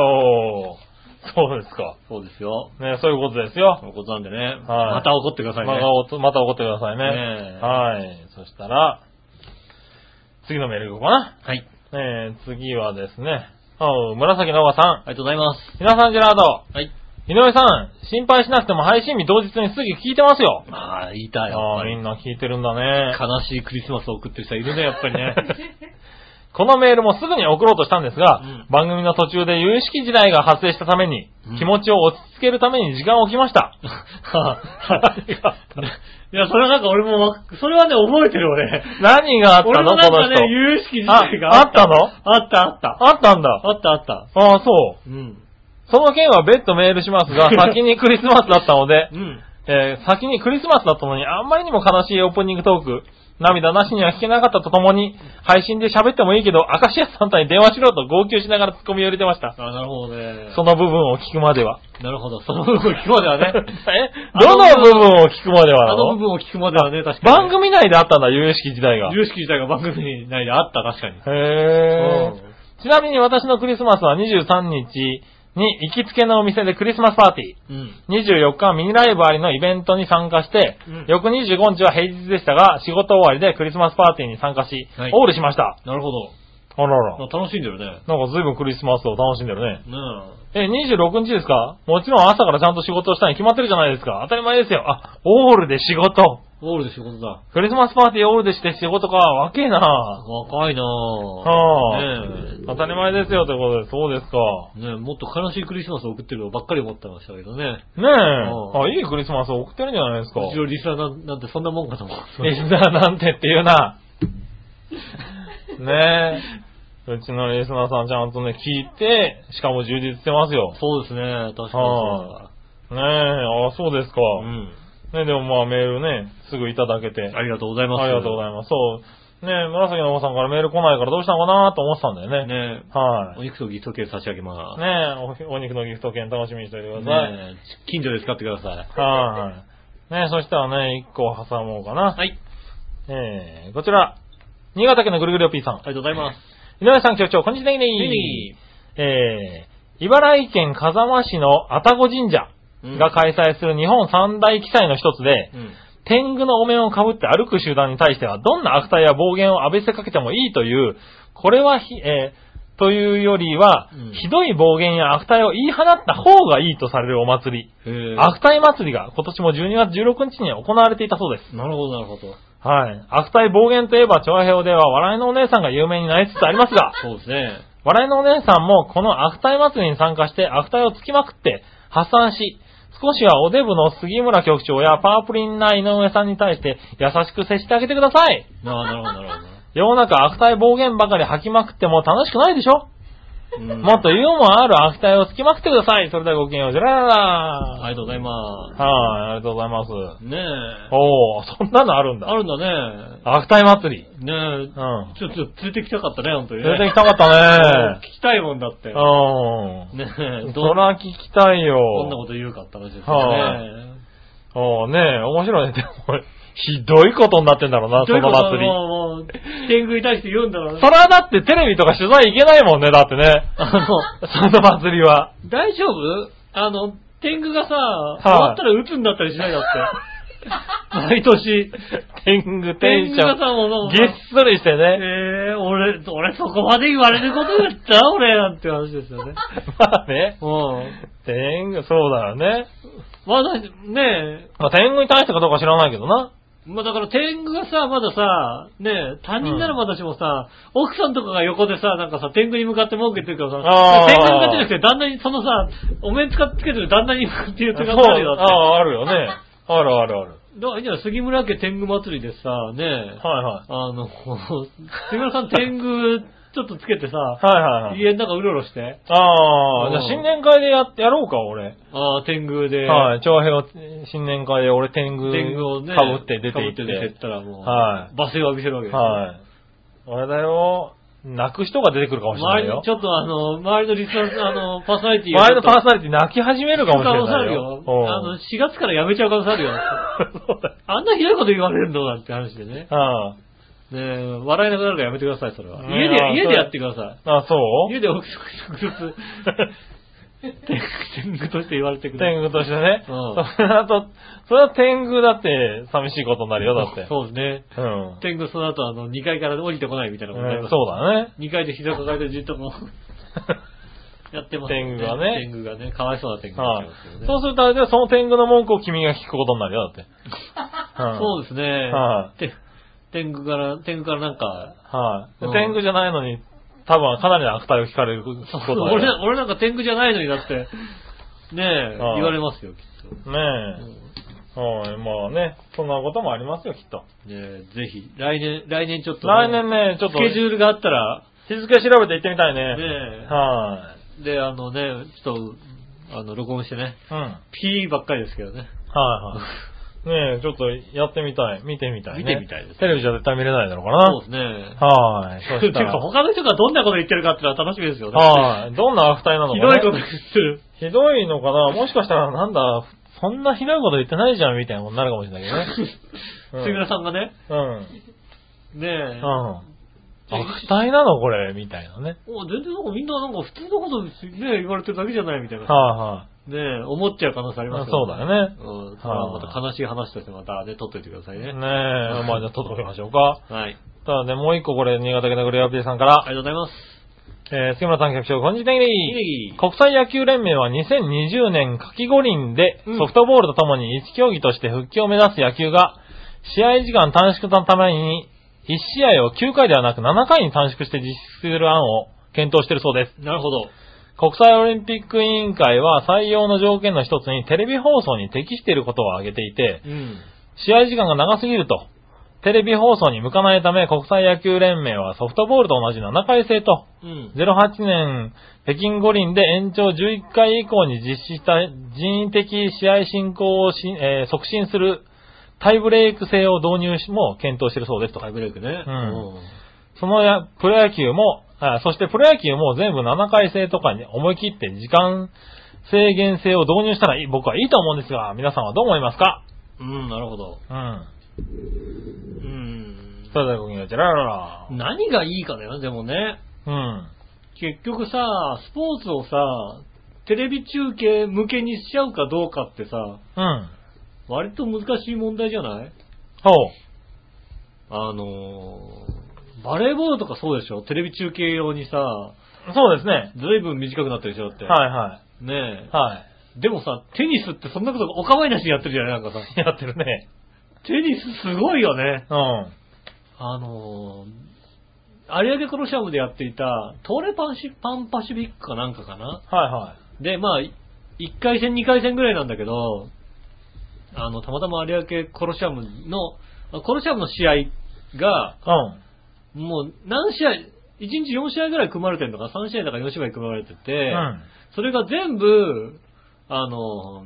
S3: そうですか。
S2: そうですよ。
S3: ね、そういうことです
S2: そ
S3: よ。
S2: のことなんでね。
S3: はい
S2: また怒ってくださいね。
S3: またおとまた怒ってくださいね。
S2: ねえ
S3: はい。そしたら、次のメール行こうかな。
S2: はい。
S3: えー、次はですね、あ紫のおばさん。
S2: ありがとうございます。
S3: 皆さん、ジェラード。
S2: はい。
S3: 井上さん、心配しなくても配信日同日にすぐ聞いてますよ。
S2: まあ、言いたい。
S3: ああ、みんな聞いてるんだね。
S2: 悲しいクリスマスを送ってる人いるね、やっぱ りね。
S3: このメールもすぐに送ろうとしたんですが、
S2: うん
S3: 番組の途中で有意識時代が発生したために、
S2: うん
S3: 気持ちを落ち着けるために時間を置きました。
S2: いや、それはなんか俺もわ、それはね、覚えてる俺。
S3: 何があった
S2: 俺
S3: の
S2: もなん
S3: この
S2: か
S3: 人
S2: ね、。有識時代が
S3: ああったの
S2: あったあった。
S3: あったんだ。
S2: あったあった。
S3: ああ、そう。
S2: うん。
S3: その件は別途メールしま すが、先にクリスマスだったので
S2: う、ん。
S3: えー先にクリスマスだったのに、あんまりにも悲しいオープニングトーク、涙なしには聞けなかったとともに、配信で喋ってもいいけど、アカシアさんに電話しろと号泣しながらツッコミを入れてました。
S2: あ、なるほどね。
S3: その部分を聞くまでは。。
S2: なるほど。その部分を聞くまではね
S3: えどの部分を聞くまでは
S2: あ
S3: な
S2: の部
S3: の
S2: 分を聞くまではね、確かに。
S3: 番組内であったんだ、有意識時代が。へ
S2: 有識時代が番組内であった、確かに。
S3: ー。ちなみに私のクリスマスは23日に行きつけのお店でクリスマスパーティー。
S2: うん。
S3: 24日はミニライブありのイベントに参加して、
S2: うん
S3: 翌25日は平日でしたが、仕事終わりでクリスマスパーティーに参加し、
S2: はい
S3: オールしました。
S2: なるほど。
S3: あらら。
S2: まあ楽しんでるね。
S3: なんか随分クリスマスを楽しんでるね。
S2: ね
S3: え、26日ですかもちろん朝からちゃんと仕事したに決まってるじゃないですか。当たり前ですよ。あ、オールで仕事。
S2: え。オールで仕事だ。
S3: クリスマスパーティーオールでして仕事か。わけえな
S2: 若いなぁ。
S3: はあ、
S2: ね
S3: 当たり前ですよってことで、そうですか。
S2: え。ねえ、もっと悲しいクリスマスを送ってるのばっかり思ってましたけどね。
S3: ねえ。
S2: ん
S3: あ、いいクリスマスを送ってるんじゃないですか。
S2: うちのリスナーなんなんてそんなもんかと思って
S3: リスナーなんてってい うな。ねえ。うちのリスナーさんちゃんとね、聞いて、しかも充実してますよ。
S2: そうですね。確かに
S3: は
S2: そ
S3: ねえ、あそうですか。
S2: うだ。うん。
S3: ねでもまあメールね、すぐいただけて。
S2: ありがとうございます。
S3: ありがとうございます。そう。ねえ、紫のおばさんからメール来ないからどうしたのかなと思ってたんだよね。
S2: ねえ。
S3: はい。
S2: お
S3: ね
S2: 肉とギフト券差し上げます。
S3: えお、お肉のギフト券楽しみにしておいてください。
S2: ねえ近所で使ってください。
S3: はい。ねえ、そしたらね、一個挟もうかな。
S2: はい。
S3: えー、こちら。新潟県のぐるぐるおっぴーさん
S2: あ。りがとうございます。
S3: 井上さん局長、こんにちはねぎねぎ
S2: ね
S3: えー、茨城県風間市の愛宕神社が開催する日本三大記載の一つで、
S2: うん。
S3: 天狗のお面をかぶって歩く集団に対しては、どんな悪態や暴言を浴びせかけてもいいという、これはひ、えーというよりは、
S2: うん
S3: ひどい暴言や悪態を言い放った方がいいとされるお祭り、
S2: へえ。
S3: 悪態祭りが今年も12月16日に行われていたそうです。
S2: なるほど、なるほど。
S3: はい。悪態暴言といえば、調和表では笑いのお姉さんが有名になりつつありますが、
S2: そうですね。
S3: 笑いのお姉さんもこの悪態祭りに参加して悪態をつきまくって発散し、少しはおデブの杉村局長やパープリンな井上さんに対して優しく接してあげてください。
S2: なあ、なるほど、なる
S3: 世の中悪態暴言ばかり吐きまくっても楽しくないでしょ、
S2: ほど。うん
S3: もっとユーモアある悪態をつきまくってください。それではごきげんよう。じゃららら
S2: ありがとうございま
S3: はい、ありがとうございます。
S2: す。ねえ。
S3: おー、そんなのあるんだ。
S2: あるんだ
S3: 悪態祭り。
S2: ね。ねえ
S3: う。ん。
S2: ちょっと連れてきたかったね、本当にね。
S3: 連れてきたかった
S2: 聞
S3: ね。
S2: きたいもんだって。
S3: う
S2: ねえ、
S3: ん。
S2: ど
S3: そ
S2: んな
S3: ら聞きたいよ。
S2: どんなこと言うかって話です
S3: は
S2: よね。
S3: おーねえ、面白いね。でも、ひどいことになってんだろうな、そ
S2: どういう
S3: の
S2: こと
S3: 祭り。
S2: もう、もう、天狗に対して言うんだろうね。
S3: それはだってテレビとか取材行けないもんね、だっ てね。
S2: あ
S3: その祭りは。
S2: の、大丈夫あの、天狗がさ、終わったら撃つんだったりしないだって。毎年。
S3: 天狗テンシ
S2: 天狗
S3: ョ
S2: さんも
S3: ン、
S2: の
S3: ぎっそりしてね。
S2: ええ俺、俺そこまで言われること言っち ゃう俺なんて話ですよね。
S3: まあね。
S2: うん。
S3: 天狗、そうだよね。
S2: まだ、ねえ、
S3: まあ天狗に対してかどうか知らないけどな。
S2: まあだから天狗がさ、まださ、ねえ、他人ならまだしもさ、奥さんとかが横でさ、なんかさ、天狗に向かって文句言ってるから
S3: あ
S2: さ
S3: ー、
S2: 天狗に向かってなくて、旦那に、そのさ、お面つかつけてる旦那に向かって言って
S3: そう、
S2: るからあるよだっ
S3: ああ、あるよね。あるあるある。
S2: て。だからいいじゃん杉村家天狗祭りでさ、ねえ、
S3: はいはい。
S2: あの、 杉村さん天狗ちょっとつけてさ、
S3: はいはいはい。
S2: 家の中うろうろして、
S3: ああ、じゃ
S2: う
S3: あ
S2: ん
S3: 新年会でやってやろうか、俺。
S2: ああ、天狗で、
S3: はい、長平を新年会で俺天狗
S2: 天狗をね、
S3: かぶって出て行っ
S2: 被出て
S3: て。
S2: ったらもう、
S3: はい
S2: 罵声を浴びせるわけですよ
S3: はい。あれだよ、泣く人が出てくるかもしれな
S2: 周
S3: い
S2: り
S3: よ
S2: に、ち。ょっとあの、周りのリスナー、あの、パーソナリ ティ
S3: 前のパー
S2: ソ
S3: ソナリティ泣き始めるかもしれ
S2: あ
S3: ない
S2: る
S3: よ
S2: よ。。あの、4月から辞めちゃう可能性あるよ。
S3: そうだよ
S2: あんなひどいこと言われるのなんて話でね。
S3: あ
S2: ねえ、笑えなくなるからやめてください、それは。
S3: ねえ
S2: 家
S3: あ
S2: で、家
S3: そ
S2: で
S3: れ
S2: やってください。
S3: あ、あそう
S2: 家で奥さんに直接、天狗として言われてください。
S3: 天狗としてね。
S2: う
S3: そ
S2: ん
S3: れだと、それは天狗だって寂しいことになるよ、だって。
S2: そうですね。
S3: うん。
S2: 天狗その後あの、2階から降りてこないみたいなことになり
S3: うん
S2: ます。
S3: そうだね。
S2: 2階で膝抱えてじっとも うやってますもん
S3: 天狗がね
S2: 天狗がね、かわいそうな天狗になっ
S3: は
S2: ちゃ
S3: い
S2: いますよね。
S3: そうするとあれだよ、その天狗の文句を君が聞くことになるよ、だ って。
S2: そうですね。
S3: は
S2: て天狗から、天狗からなんか、
S3: はい。で
S2: うん
S3: 天狗じゃないのに、多分かなりの悪態を聞かれることだよ
S2: 俺な俺なんか天狗じゃないのにだって、ねえ、
S3: ああ
S2: 言われますよ、きっ
S3: ねえ。はい、まあね、そんなこともありますよ、きっと。
S2: と。ねえ、ぜひ、来年、来年ちょっとね、
S3: 来年ね、ちょっ
S2: ス
S3: と、
S2: ケジュールがあったら、
S3: 日付調べて行ってみたい
S2: ね
S3: ね。
S2: え、
S3: は
S2: で、あのね、ちょっと、あの、録音してね、
S3: い。うん。は
S2: P ばっかりですけどね。
S3: いはい。ねえ、ちょっとやってみたい。見てみたいね。
S2: 見てみたいですね
S3: テレビじゃ絶対見れないだろうか
S2: そう
S3: な。
S2: ですね。
S3: はい。そ
S2: て
S3: した
S2: か、
S3: ら。
S2: 他の人がどんなこと言ってるかってのは楽しみですよね。
S3: はい。どんな悪態なのか
S2: ひ
S3: ね
S2: どいこと言ってる。
S3: ひどいのかなもしかしたら、なんだ、そんなひどいこと言ってないじゃん、みたいなことになるかもしれないけどね。 うん
S2: 杉村さんがね、
S3: うん。
S2: ねえ、
S3: うん。悪態なのこれ、みたいなね。
S2: お全然なんかみんななんか普通のことね、言われてるだけじゃないみたいな。
S3: は
S2: ねえ、思っちゃう可能性あ
S3: い
S2: り
S3: は
S2: ま
S3: い。
S2: す
S3: そう
S2: よ
S3: だよね。
S2: うん、それはまた悲しい話としてまたね、撮っといてください
S3: ねえ、
S2: ね。
S3: まあじゃあ届けましょうか。
S2: はい。
S3: ただね、もう一個これ、新潟県のグレアピーさんから
S2: あ、りがとうございます。
S3: えー、杉村さん局長、こんにちは。
S2: いいねぎ
S3: 国際野球連盟は2020年夏季五輪で
S2: うん
S3: ソフトボールとともに一競技として復帰を目指す野球が、試合時間短縮のために、1試合を9回ではなく7回に短縮して実施する案を検討しているそうです。
S2: なるほど。
S3: 国際オリンピック委員会は採用の条件の一つにテレビ放送に適していることを挙げていて、
S2: うん。
S3: 試合時間が長すぎると、テレビ放送に向かないため国際野球連盟はソフトボールと同じ7回制と、
S2: うん。
S3: 08年北京五輪で延長11回以降に実施した人為的試合進行をし、えー促進するタイブレイク制を導入しも検討しているそうですと
S2: タ。イブレイクね。
S3: んそのや、プロ野球も、あそしてプロ野球も全部7回制とかに思い切って時間制限制を導入したらいい僕はいいと思うんですが、皆さんはどう思いますか
S2: うん。うん、なるほど。
S3: うん。
S2: うん。
S3: それではごきげんよう、ジェラララ。
S2: 何がいいかだよね、でもね。
S3: うん。
S2: 結局さ、スポーツをさ、テレビ中継向けにしちゃうかどうかってさ、
S3: うん。
S2: 割と難しい問題じゃない
S3: ほ
S2: あのー、バレーボールとかそうでしょテレビ中継用にさ、
S3: う。そうですね。
S2: ずいぶん短くなってるでしょだって。
S3: はいは
S2: ね
S3: い。は
S2: え。でもさ、テニスってそんなことお構いなしにやってるじゃないなんかさ。
S3: い。やってるね。
S2: テニスすごいよね。
S3: うん。
S2: あのー、有明コロシアムでやっていた、トーレパンシパンパシフィックかなんかかな
S3: はいは
S2: で、まあ、1回戦、2回戦ぐらいなんだけど、あの、たまたま有明コロシアムの、あコロシアムの試合が、
S3: い。
S2: もう何試合、1日4試合ぐらい組まれてるのか、3試合だから4試合組まれてて、
S3: うん。うん。
S2: それが全部、あの、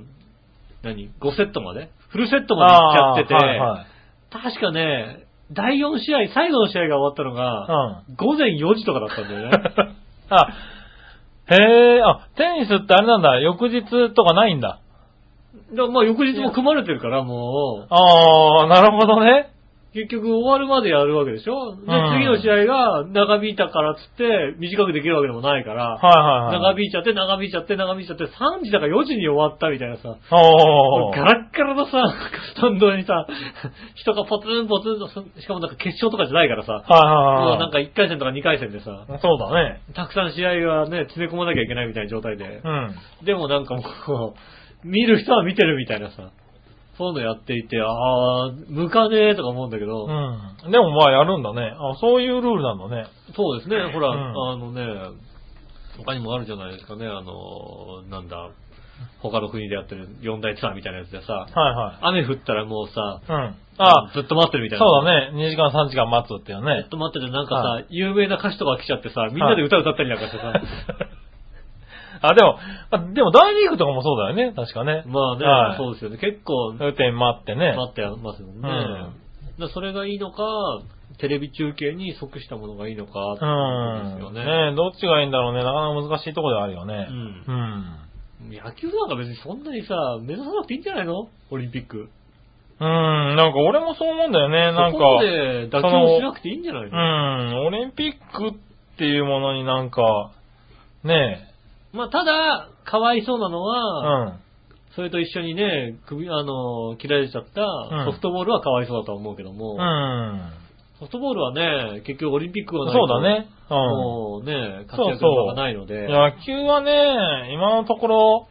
S2: 何 ?5 セットまでフルセットまでいっちゃってて、
S3: あーはいはい。
S2: 確かね、第4試合、最後の試合が終わったのが、午前4時とかだったんだよね。
S3: うん。あ、へえ、あ、テニスってあれなんだ、翌日とかないんだ。
S2: でまあ翌日も組まれてるから、も
S3: ああ、なるほどね。
S2: う、結局終わるまでやるわけでしょで、
S3: ん
S2: 次の試合が長引いたからっつって短くできるわけでもないから、
S3: はいはいはい。
S2: 長引いちゃって、長引いちゃって、長引いちゃって、3時だから4時に終わったみたいなさ、
S3: おー。
S2: ガラッガラのさ、スタンドにさ、 人がポツンポツンと、しかもなんか決勝とかじゃないからさ、
S3: はい
S2: も
S3: は
S2: う
S3: い
S2: なんか1回戦とか2回戦でさ、
S3: はい。そうだね。
S2: たくさん試合がね、詰め込まなきゃいけないみたいな状態で
S3: う、ん。
S2: でもなんかもう、見る人は見てるみたいなさ、そういうのやっていて、あー、向かねえとか思うんだけど、
S3: うん。でもまあやるんだね。あそういうルールなんだね。
S2: そうですね、ほら、
S3: うん
S2: あのね、他にもあるじゃないですかね、あの、なんだ、他の国でやってる四大ツアーみたいなやつでさ、
S3: はいはい。
S2: 雨降ったらもうさ、
S3: うん。あ、
S2: ずっと待ってるみた
S3: そ
S2: いな。
S3: うだね。2時間3時間待つっていう
S2: ず
S3: ね
S2: っ。と待ってて、なんか
S3: は
S2: さ、有名な歌手とか来ちゃってさ、みんなで歌歌ったりなんかして さ、
S3: あ、でも、あでも大リーグとかもそうだよね。確かね。
S2: まあね、
S3: はい
S2: そうですよね、結構待
S3: 雨天待ってね。
S2: ってますもんね。
S3: うん
S2: だからそれがいいのか、テレビ中継に即したものがいいのか、って
S3: う
S2: こと
S3: ん。
S2: ですよね。
S3: ねどっちがいいんだろうね。なかなか難しいところではあるよね。
S2: うん
S3: うん。
S2: 野球なんか別にそんなにさ、目指さなくていいんじゃないのオリンピック。
S3: うん、なんか俺もそう思うんだよね。なん
S2: そこま
S3: か、
S2: で妥協しなくていいんじゃないの
S3: うん、オリンピックっていうものになんか、ね
S2: まあ、ただ、かわいそうなの
S3: え、う
S2: は、
S3: ん。
S2: それと一緒にね、首、あの、切られちゃった
S3: ん
S2: ソフトボールはかわいそうだとは思うけども、
S3: うん。
S2: ソフトボールはね、結局オリンピックがない
S3: そ
S2: と
S3: うだね。う
S2: もうね、活
S3: そう
S2: 躍の場がないので、
S3: ん。野球はね、今のところ、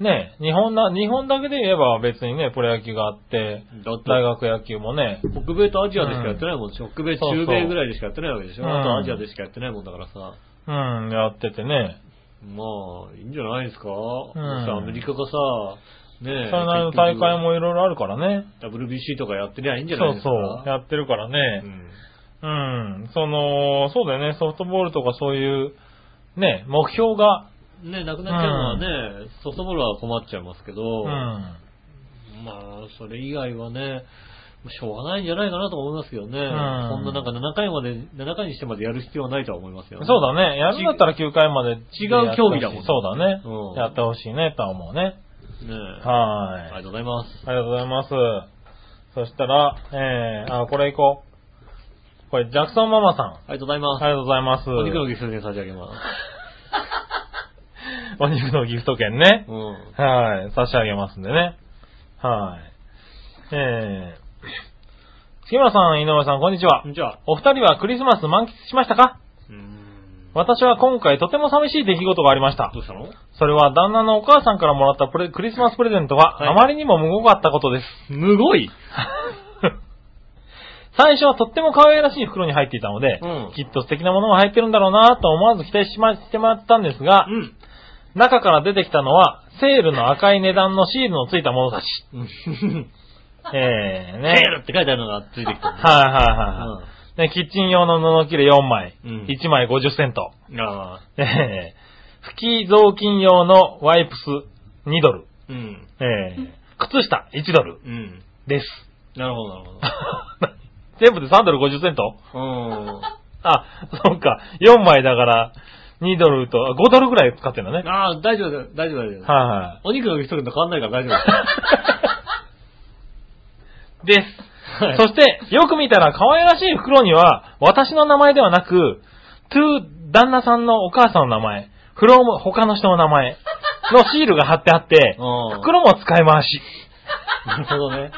S3: ねえ、日本な、日本だけで言えば別にね、プロ野球があって、大
S2: だっ
S3: 学野球もね、
S2: て、北米とアジアでしかやってないもんでしょ、北米、
S3: そうそ
S2: 中
S3: う
S2: 米ぐらいでしかやってないわけでしょ、
S3: うん
S2: あとアジアでしかやってないもんだからさ、
S3: うん、やっててね、
S2: まあ、いいんじゃないですか、
S3: ん
S2: さアメリカがさ、ねえ、
S3: それなりの大会もいろいろあるからね。
S2: 結局 WBC とかやってりゃいいんじ
S3: そ
S2: ゃないで
S3: う
S2: すか。
S3: そう、やってるからね。
S2: うん
S3: うん、その、そうだよね、ソフトボールとかそういう、ね、目標が、
S2: ね、なくなっちゃうのはね、ソフトボールは困っちゃいますけど、
S3: うん、
S2: ま
S3: うん、
S2: あ、それ以外はね、しょうがないんじゃないかなと思いますけどね、そんななんか7回まで、7回にしてまでやる必要はないとは思いますよね。
S3: そうだね、やるんだったら9回まで。
S2: 違う競技だもん
S3: そうだね、
S2: うん
S3: やってほしいね、とは思うね。
S2: ねえ
S3: は
S2: あり
S3: ーい。
S2: がとうございます。
S3: ありがとうございます。そしたら、えー、あ、これいこう。これ、ジャクソンママさん。
S2: ありがとうございます。
S3: ありがとうございます。
S2: お肉のギフト券差し上げます。
S3: お肉のギフト券ね
S2: う。ん。
S3: はい、差し上げますんでね。はい。えー、杉村さん、井上さん、こんにちは。
S2: じゃあ、
S3: お二人はクリスマス満喫しましたか
S2: うーん
S3: 私は今回とても寂しい出来事がありました
S2: ど。うしたの
S3: それは旦那のお母さんからもらったプレクリスマスプレゼントが
S2: はい
S3: あまりにも無謀かったことです。
S2: むごい
S3: 最初はとっても可愛らしい袋に入っていたので、
S2: うん
S3: きっと素敵なものが入ってるんだろうなと思わず期待しましてもらったんですが
S2: う、ん。
S3: 中から出てきたのはセールの赤い値段のシールのついたものた ち。えー、
S2: セ
S3: ね。
S2: ールって書いてあるのがついてきた。
S3: はいはいはいはい。ね、キッチン用の布切れ4枚、
S2: うん
S3: 1枚50セント。
S2: うん。ああ。
S3: えー、拭き雑巾用のワイプス2ドル。
S2: うん。
S3: えー、靴下1ドル
S2: うん。
S3: です。
S2: なるほど、なるほ
S3: 全部で3ドル50セント
S2: ど。うん。
S3: あ、そうか。4枚だから、2ドルと、あ5ドルぐらい使ってんだね。はい、
S2: ああ、大丈夫だよ、大丈夫だよ。
S3: は
S2: お肉の一人と変わんないから大丈夫
S3: い。 です。
S2: はい
S3: そして、よく見たら可愛らしい袋には、私の名前ではなく、to 旦那さんのお母さんの名前、from 他の人の名前のシールが貼ってあ って、
S2: うん
S3: 袋も使い回し。
S2: なるほどね。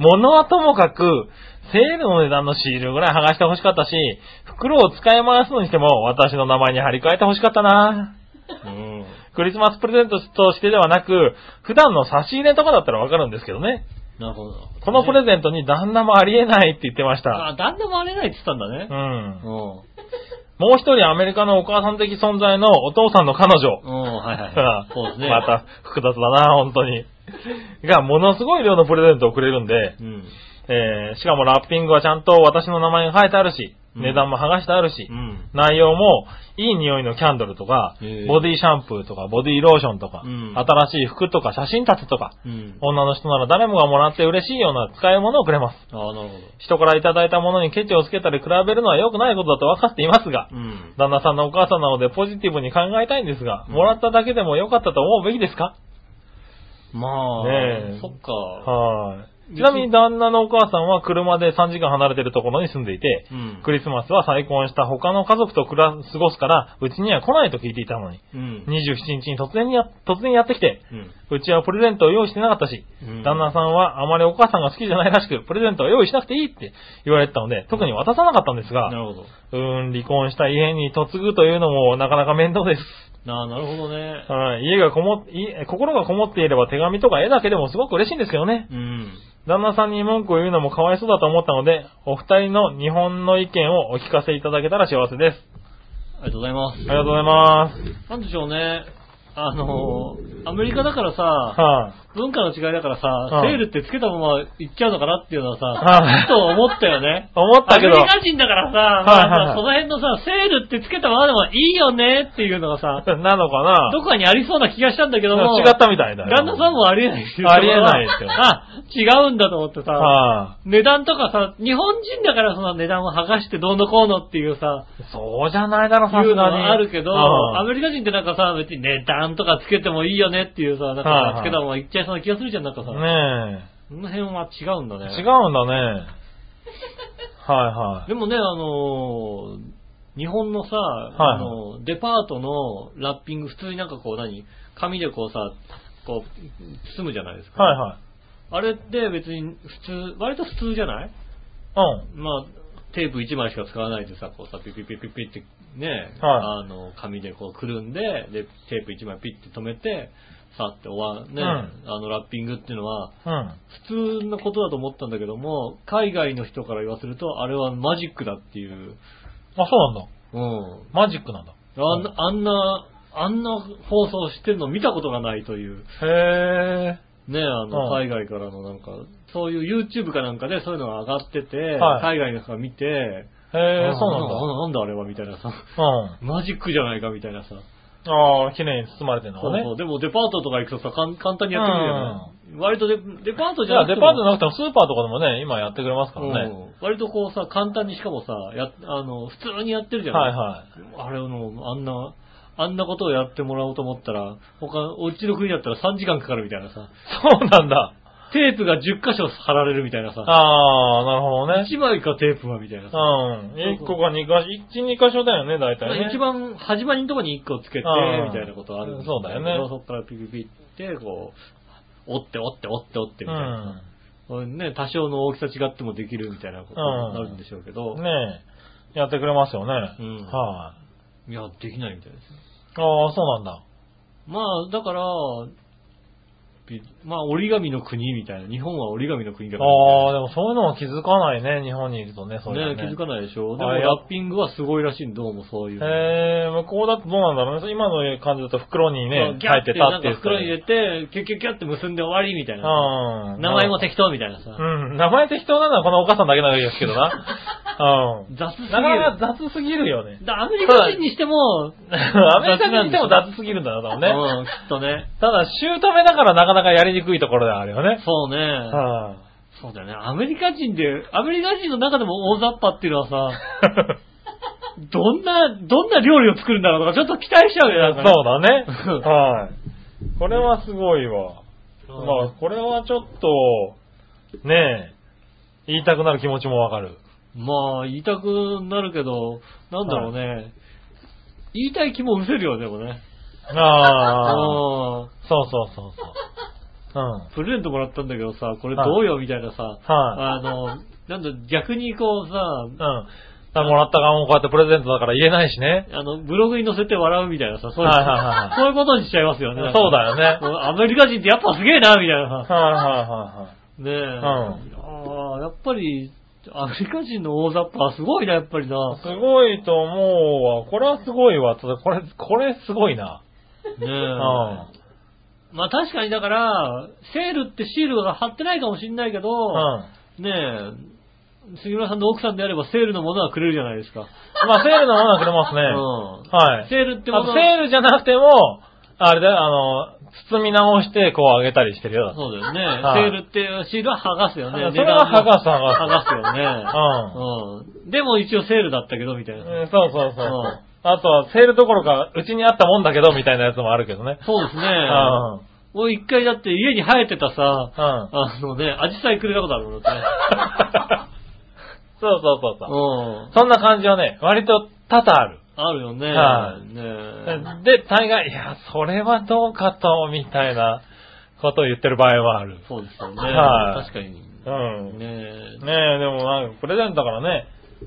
S3: 物はともかく、セールの値段のシールぐらい剥がして欲しかったし、袋を使い回すのにしても、私の名前に貼り替えて欲しかったな
S2: うん。
S3: クリスマスプレゼントとしてではなく、普段の差し入れとかだったらわかるんですけどね。
S2: なるほど。
S3: このプレ
S2: ン
S3: ゼントに旦那もありえないって言ってまし
S2: あ
S3: た。
S2: あ、旦那もあれないって言ってたんだね
S3: う。
S2: う。
S3: ん
S2: ん。
S3: もう一人アメリカのお母さん的存在のお父さんの彼女。
S2: うん、はいはい は
S3: が
S2: い。そうですね。
S3: ま。た複雑だな、本当に。が、ものすごい量のプレゼントをくれるんで、
S2: うん。
S3: えー、しかもラッピングはちゃんと私の名前が書いてあるし、
S2: うん
S3: 値段も剥がしてあるし、
S2: うん。
S3: 内容も、いい匂いのキャンドルとか
S2: へー、
S3: ボディシャンプーとか、ボディローションとか、
S2: うん
S3: 新しい服とか、写真立てとか、
S2: うん。
S3: 女の人なら誰もがもらって嬉しいような使い物をくれます。
S2: ああ、なるほ
S3: 人からいただいたものにケチをつけたり比べるのは良くないことだと分かっていますが
S2: ど。、うん。
S3: 旦那さんのお母さんなのでポジティブに考えたいんですが、
S2: うん
S3: もらっただけでも良かったと思うべきですか
S2: まあ、
S3: ねえ
S2: そっか。
S3: はーい。ちなみに旦那のお母さんは車で3時間離れてるところに住んでいて、
S2: うん。
S3: クリスマスは再婚した他の家族と暮ら過ごすから、うちには来ないと聞いていたのに、
S2: うん。
S3: 27日に突然にや、突然やってきて、
S2: うん。
S3: うちはプレゼントを用意してなかったし、
S2: うん
S3: 旦那さんはあまりお母さんが好きじゃないらしく、プレゼントを用意しなくていいって言われてたので、特に渡さなかったんです
S2: な
S3: が、
S2: るほど。
S3: うーん、離婚した家に嫁ぐというのもなかなか面倒です。
S2: なあ、なるほどね。
S3: はい家がこも、い心がこもっていれば手紙とか絵だけでもすごく嬉しいんですけどね。
S2: うん。
S3: 旦那さんに文句を言うのもかわいそうだと思ったので、お二人の日本の意見をお聞かせいただけたら幸せです。
S2: ありがとうございます。
S3: ありがとうございます。
S2: なんでしょうね。あのー、アメリカだからさ、
S3: はい、
S2: 文化の違いだからさ、
S3: は
S2: セ
S3: い
S2: ールってつけたまま行っちゃうのかなっていうのは
S3: はい
S2: さ、ちょっと思ったよね。
S3: 思っ
S2: ア
S3: たけ
S2: メ
S3: ど、
S2: リカ人だからさ、
S3: はいはい
S2: まあ
S3: はい
S2: その辺のさ、セールってつけたままでもいいよねっていうのがさ、
S3: なのかな
S2: どこかにありそうな気がしたんだけども、
S3: 違ったみたいだよ。
S2: 旦那さんもありえないし
S3: ありえないですよ
S2: あ、違うんだと思ってさ、
S3: は
S2: 値段とかさ、日本人だからその値段を剥がしてどうのこうのっていうさ、
S3: いそうじゃないだろ、さ
S2: い
S3: す
S2: うの
S3: がに。
S2: はあるけど、
S3: うん
S2: アメリカ人ってなんかさ、別に値段とかつけてもいいよねっていうさ、なん
S3: はいは
S2: か
S3: い
S2: つけたまま言っちゃいそうな気がするじゃん、なんかさ。
S3: ね
S2: その辺は違うんだ
S3: え。
S2: ね。
S3: 違うんだね。はいは
S2: でもね、あのー日本のさ、
S3: い
S2: あのーデパートのラッピング、普通になんかこう何紙でこうさ、こう、包むじゃないです
S3: い。
S2: か。
S3: はいはい。
S2: あれって別に普通、割と普通じゃない
S3: うん。
S2: まあ、テープ1枚しか使わないでさ、こうさ、ピッピッピッピッピッってね、
S3: は
S2: あの、紙でこうくるんで、で、テープ1枚ピッて止めて、さって終わね、
S3: うん
S2: あの、ラッピングっていうのは、
S3: うん。
S2: 普通のことだと思ったんだけども、海外の人から言わせると、あれはマジックだっていう、
S3: あ、そうなんだ。
S2: うん。
S3: マジックなんだ。
S2: あんあんな、あんな放送してるの見たことがないという、
S3: へ
S2: ね、あの、
S3: うん
S2: 海外からのなんか、そういう YouTube かなんかでそういうのが上がってて、
S3: はい
S2: 海外の人が見て、
S3: え。へえ
S2: あ、
S3: そう
S2: な
S3: なん
S2: だ、なんだあれはみたいなさ、
S3: んだ。
S2: マジックじゃないかみたいなさ。
S3: うん。ああ、綺麗に包まれてるの
S2: そう
S3: がね
S2: そう。。でもデパートとか行くとさ、かん簡単にやってくれるよね。割とデデパートじ
S3: じ
S2: ゃな
S3: ゃあ、
S2: くて
S3: デ
S2: も
S3: パートじゃなくてもスーパーとかでもね、今やってくれますからね。
S2: うん割とこうさ、簡単にしかもさ、や、あの、普通にやってるじゃん。
S3: はいはい。
S2: あれの、あんな、あんなことをやってもらおうと思ったら、他、お家の国だったら3時間かかるみたいなさ、
S3: そうなんだ。
S2: テープが10箇所貼られるみたいなさ、
S3: ああ、なるほどね。
S2: 1枚かテープはみたいなさ、
S3: うん。1個か2か、1、2箇所だよね、大体ね。
S2: 一番始まりのとこに1個つけて、み
S3: うん
S2: たいなことあるん
S3: そうだよね
S2: そこからピピピって、こう、折って折って折って折ってみたいなさ。これね、多少の大きさ違ってもできるみたいなことになるんでしょうけど、
S3: うん。ねえ。やってくれますよね。
S2: うん
S3: はい
S2: や、できないみたいですよ。
S3: い。ああ、そうなんだ。
S2: まあ、だから、びまあ、折り紙の国みたいな、日本は折り紙の国だから
S3: ああ、でもそういうのは気づかないね、日本にいるとね、そういうの
S2: ね、気づかないでしょ。でも
S3: あいや
S2: ラッピングはすごいらしいんどうもそういうの。
S3: へえ、向こうだとどうなんだろうね。今の感じだと袋に
S2: そ
S3: ね
S2: う、ギャ
S3: 入
S2: ッ
S3: ってて
S2: な
S3: た
S2: ん
S3: っ
S2: か
S3: て。
S2: 袋に入れて、キュッキュッキュッって結んで終わりみたいな。
S3: うん。
S2: 名前も適当みたいなさ。
S3: うん、名前適当なのはこのお母さんだけなんですけ どな。うん。
S2: 雑すぎる。
S3: なかなか雑すぎるよね。
S2: だアメリカ人にしても、
S3: アメリカ人にしても
S2: なんで
S3: 雑すぎるんだろう
S2: すよ
S3: ね。
S2: うん、きっとね。
S3: ただ、姑だからなかなかやりにくいところではあるよね。
S2: そうね。
S3: は
S2: そうだよね。アメリカ人で、アメリカ人の中でも大雑把っていうのはさ、どんな、どんな料理を作るんだろうとか、ちょっと期待しちゃうよね、
S3: そ
S2: な
S3: うん
S2: かね
S3: だね。
S2: うん
S3: はい。これはすごいわ。
S2: うん
S3: まあ、これはちょっと、ねえ、言いたくなる気持ちもわかる。
S2: まあ、言いたくなるけど、なんだろうね。言いたい気も失せるよね、でもね。
S3: ああ。
S2: あ
S3: そうそうそうそう。うん。
S2: プレゼントもらったんだけどさ、これどうよ、みたいなさ。
S3: はい。
S2: あの、なんだ、逆にこう
S3: うん。
S2: さ、
S3: だからもらった側もこうやってプレゼントだから言えないしね。
S2: あの、ブログに載せて笑うみたいなさ、そういう
S3: はいはいはいはい
S2: そういうことにしちゃいますよ
S3: そう
S2: ね。な
S3: だ
S2: んか
S3: よね。はい
S2: もうアメリカ人ってやっぱすげえな、みたいなさ。
S3: は
S2: ねえ。
S3: ん
S2: ああ、やっぱり、アメリカ人の大雑把はすごいな、やっぱりな。
S3: いはい。すごいと思うわ。これはすごいわ。ただこれ、これすごいな。
S2: ねえ。
S3: うん。
S2: まあ確かにだから、セールってシールが貼ってないかもしれないけど、
S3: うん。
S2: ねえ、杉村さんの奥さんであればセールのものはくれるじゃないですか。
S3: まあ、セールのものはくれますね。
S2: うん
S3: はい。
S2: セールって
S3: あ
S2: もの
S3: と
S2: は
S3: セールじゃなくても、あれだよ、あの、包み直して、こうあげたりしてるよ。
S2: そうだよね、
S3: はい
S2: セールっていうシールは剥がすよね。
S3: それは剥がす剥がす
S2: 剥がすよね。うん。でも一応セールだったけど、みたいな。
S3: うん。そうそうそう
S2: うん。
S3: あとは、セールどころか、うちにあったもんだけど、みたいなやつもあるけどね。
S2: そうですね。
S3: うん。
S2: もう一回だって家に生えてたさ、
S3: うん。
S2: あのね、アジサイくれたことあるもん だって。
S3: そうそうそうそう。
S2: うん。
S3: そんな感じはね、割と多々ある。
S2: あるよね。
S3: はい
S2: ね
S3: で、大概、いや、それはどうかと、みたいなことを言ってる場合はある。
S2: そうですよね。
S3: はい
S2: 確かに。
S3: うん。ね
S2: ね
S3: え、でもなんかプレゼントだからね、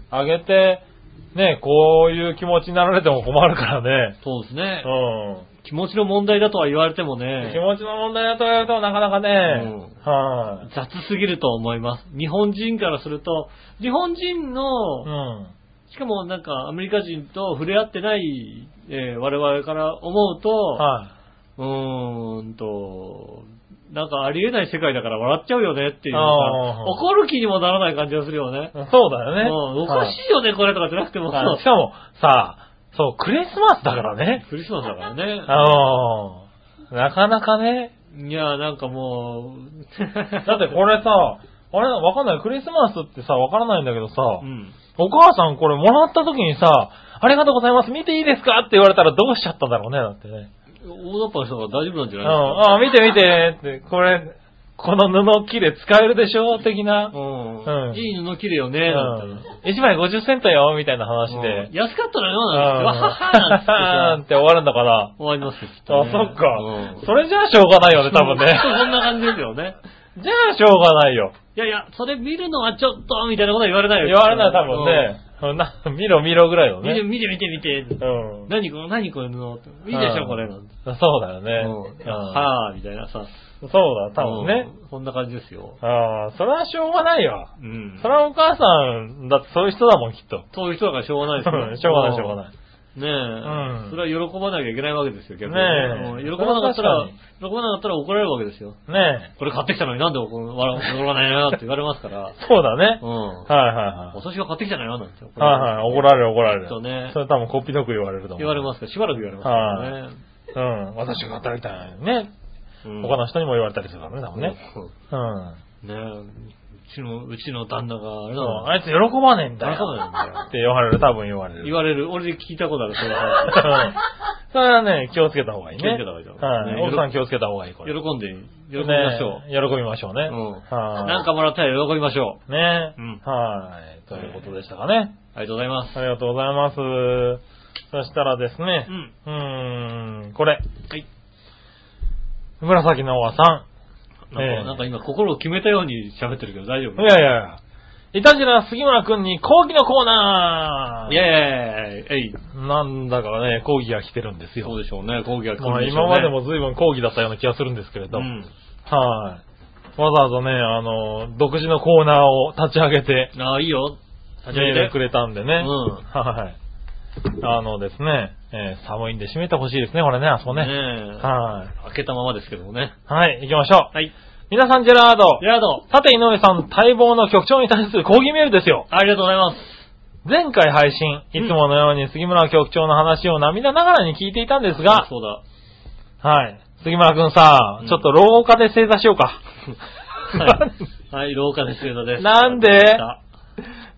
S3: あげて、ねえ、こういう気持ちになられても困るからね。
S2: そうですね。
S3: うん。
S2: 気持ちの問題だとは言われても
S3: 気
S2: ね、
S3: 持ちの問題だと言われてもなかなかね、
S2: う
S3: はい、
S2: 雑すぎると思います。日本人からすると、日本人の、
S3: うん。
S2: しかもなんかアメリカ人と触れ合ってない、えー我々から思うと、
S3: は
S2: うーんと、なんかありえない世界だから笑っちゃうよねっていうさ
S3: あー
S2: 怒る気にもならない感じがするよね
S3: い。。そうだよね。
S2: うんおか
S3: はい
S2: しいよね、これとかじゃなくても、
S3: はいしかも、さ、そう、クリスマスだからね。
S2: クリスマスだからね。
S3: あのなかなかね。
S2: いや、なんか も
S3: だ
S2: う、
S3: ってこれさ、あれ、わかんない。クリスマスってさ、わからないんだけどさ、
S2: うん。
S3: お母さんこれもらった時にさ、ありがとうございます、見ていいですかって言われたらどうしちゃったんだろうね、だってね。
S2: 大雑把な人が大丈夫なんじゃ
S3: うん、
S2: ない
S3: あ見て見てって、これ、この布切れ使えるでしょ的
S2: で
S3: な。
S2: すか。
S3: う
S2: うんん。いい布切れよ
S3: う
S2: ね、なん
S3: ん
S2: て。。
S3: 1枚50セントよ、みたいな話で。
S2: 安かったのよ、
S3: うん。
S2: なんて。わははなんて
S3: は
S2: さ
S3: って終わるんだから。
S2: 終わりますよ、きっ
S3: あ
S2: と、ね。、
S3: そっか、
S2: うん
S3: それじゃあしょうがないよね、多 分ね。
S2: そうそんな感じですよね。
S3: じゃあしょうがないよ。
S2: いやいや、それ見るのはちょっと、みたいなことは言われないよ。
S3: 言われない、多分ね。そんな、見ろ見ろぐらいの
S2: うん。見て
S3: ね。
S2: 見て見て見て。
S3: うん。
S2: 何この、何これの、いいでしょ、これなんて。
S3: そうだよね。
S2: うん。
S3: うん
S2: はぁ、みたいなさ。
S3: そうだ、多分ね。
S2: うん。そんな感じですよ。
S3: ああ、それはしょうがないよ。
S2: うん
S3: それはお母さん、だってそういう人だもん、きっと。
S2: そういう人だからしょうがないです
S3: うんしょうがない、しょうが
S2: い。
S3: ない。
S2: ねえ、
S3: うん
S2: それは喜ばなきゃいけないわけですよ、逆に。
S3: ねえ
S2: うん喜ばなかったら
S3: それは確、
S2: 喜ばなかったら怒られるわけですよ。
S3: ね
S2: これ買ってきたのになんで怒る笑う怒らないなって言われます から。
S3: え。そうだね
S2: う。ん。
S3: はいはいはい。
S2: 私が買ってきたのよなんて。
S3: はいはい、怒られる怒られる。
S2: きっとね
S3: それ多分こっぴどく言われると思う。
S2: 言われますから、しばらく言われますからね。
S3: す。うん、私が働いたのにね。
S2: うん
S3: 他の人にも言われたりするからね、多分ね。
S2: そう
S3: うん。
S2: ねえ、うちの、うちの旦那が、あれ
S3: そ
S2: な
S3: う
S2: の、
S3: あいつ喜ばねえんだ
S2: 誰
S3: よ。
S2: かなんだよ。
S3: って言われる、多分言われる。
S2: 言われる。俺で聞いたことある、それ
S3: うん
S2: は。
S3: それはね、気をつけた方がいいね。
S2: 気をつけた方がいいと思う
S3: はい。
S2: ね
S3: 奥さん気をつけた方がいい、こ
S2: 喜
S3: れ。
S2: んで、喜びましょう。
S3: ね喜びましょうね。
S2: うん。
S3: はい。
S2: なんかもらったら喜びましょう。
S3: ね。
S2: うん
S3: はい。ということでしたかね。
S2: ありがとうございます。
S3: ありがとうございます。そしたらですね
S2: う、ん。
S3: うーん、これ。
S2: はい。
S3: 紫のおばさ
S2: なんか、
S3: ええ
S2: なんか今心を決めたように喋ってるけど大丈
S3: ん。
S2: 夫
S3: いやいやいや。いたじら杉村くんに講義のコーナー
S2: イェーイえい。
S3: なんだかね、講義が来てるんですよ。
S2: そうでしょうね、講義が来
S3: まあ
S2: るんしょ
S3: 今
S2: うね
S3: までも随分講義だったような気がするんですけれど。
S2: うん。
S3: はい。わざわざね、あの、独自のコーナーを立ち上げて、
S2: ああ、いいよ。立ち
S3: メ
S2: 上
S3: ー
S2: げ
S3: ル
S2: て
S3: く。れたんでね。
S2: うん
S3: はい。あのですね、えー寒いんで閉めてほしいですね、これね、あそこね。
S2: ねえ。
S3: はい。
S2: 開けたままですけどもね。
S3: はい、行きましょう。
S2: はい。
S3: 皆さん、ジェラード。
S2: ヤード、
S3: さて、井上さん、待望の局長に対する抗議メールですよ。
S2: ありがとうございます。
S3: 前回配信、いつものように杉村局長の話を涙ながらに聞いていたんですが、
S2: そうだ。
S3: はい。杉村くんさ
S2: う、ん
S3: ちょっと廊下で正座しよう か。
S2: はい。はい、廊下です、枝です。
S3: なんで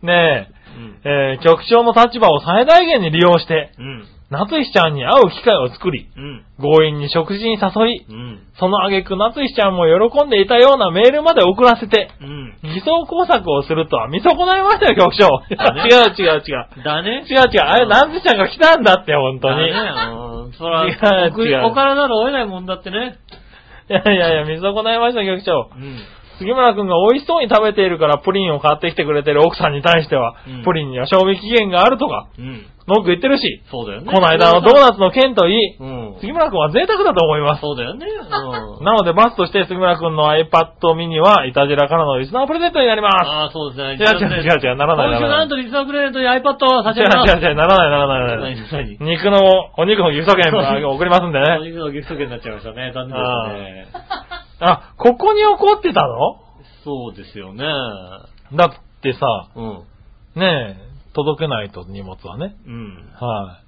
S3: ね
S2: うん。
S3: え、えー局長の立場を最大限に利用して、
S2: うん。
S3: 夏日ちゃんに会う機会を作り、
S2: うん。
S3: 強引に食事に誘い、
S2: うん。
S3: その挙句夏日ちゃんも喜んでいたようなメールまで送らせて、
S2: うん。
S3: 偽装工作をするとは見損ないましたよ、局長。いや
S2: ね
S3: 違う違う違う。
S2: だね。
S3: 違う違う。あれ、夏日ちゃんが来たんだって、本当に。い
S2: だね。うん。そら、
S3: 違う
S2: 送
S3: 違
S2: り
S3: う
S2: お金なら得ないもんだってね。
S3: やいやいや、見損ないました、局長
S2: う。ん。
S3: 杉村くんが美味しそうに食べているからプリンを買ってきてくれてる奥さんに対しては、
S2: うん
S3: プリンには賞味期限があるとか、
S2: うん。
S3: 文句言ってるし、
S2: そうだよね。
S3: この間のドーナツの件といい、
S2: うん。
S3: 杉村くんは贅沢だと思います。
S2: そうだよね。うん。
S3: なので、バスとして杉村くんの iPad mini は、イタジラからのリスナープレゼントになります。
S2: ああ、そうですね。
S3: 違う違う違う違うならない
S2: 今週
S3: ならない
S2: なんとリスナープレゼントに iPad を差し
S3: 違う
S2: 上げます。
S3: 違う違う、ならないならないならない。
S2: 何何
S3: 肉の、お肉のギフト券も送りますんで
S2: お
S3: ね。
S2: 肉のギフト券になっちゃいましたね。残念でしたね。
S3: あ、ここに怒ってたの
S2: そうですよね。
S3: だってさ、
S2: うん。
S3: ねえ、届けないと荷物はね。
S2: うん。
S3: は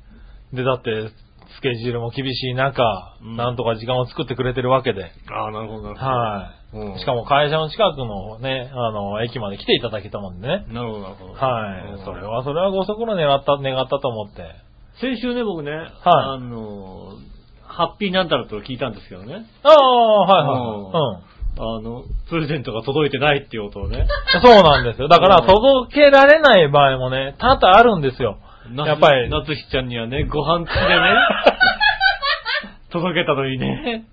S3: い。で、だって、スケジュールも厳しい中、
S2: うん
S3: なんとか時間を作ってくれてるわけで。
S2: ああ、なるほど、なるほど。
S3: は
S2: うん
S3: い。しかも会社の近くのね、あの、駅まで来ていただけたもんでね。
S2: なるほど、なるほど。
S3: は
S2: う
S3: い。
S2: ん
S3: それは、それはご足労願った、願ったと思って。
S2: 先週ね、僕ね、
S3: は
S2: あのー、ハッピーなんたらと聞いたんですけどね。
S3: ああ、はいはい。うん。
S2: あの、プレゼントが届いてないっていう音を ね。
S3: そうなんですよ。だから、
S2: うん
S3: 届けられない場合もね、多々あるんですよ。
S2: 夏
S3: やっぱり
S2: 夏日ちゃんにはね、ご飯付きでね、 届けたのにね。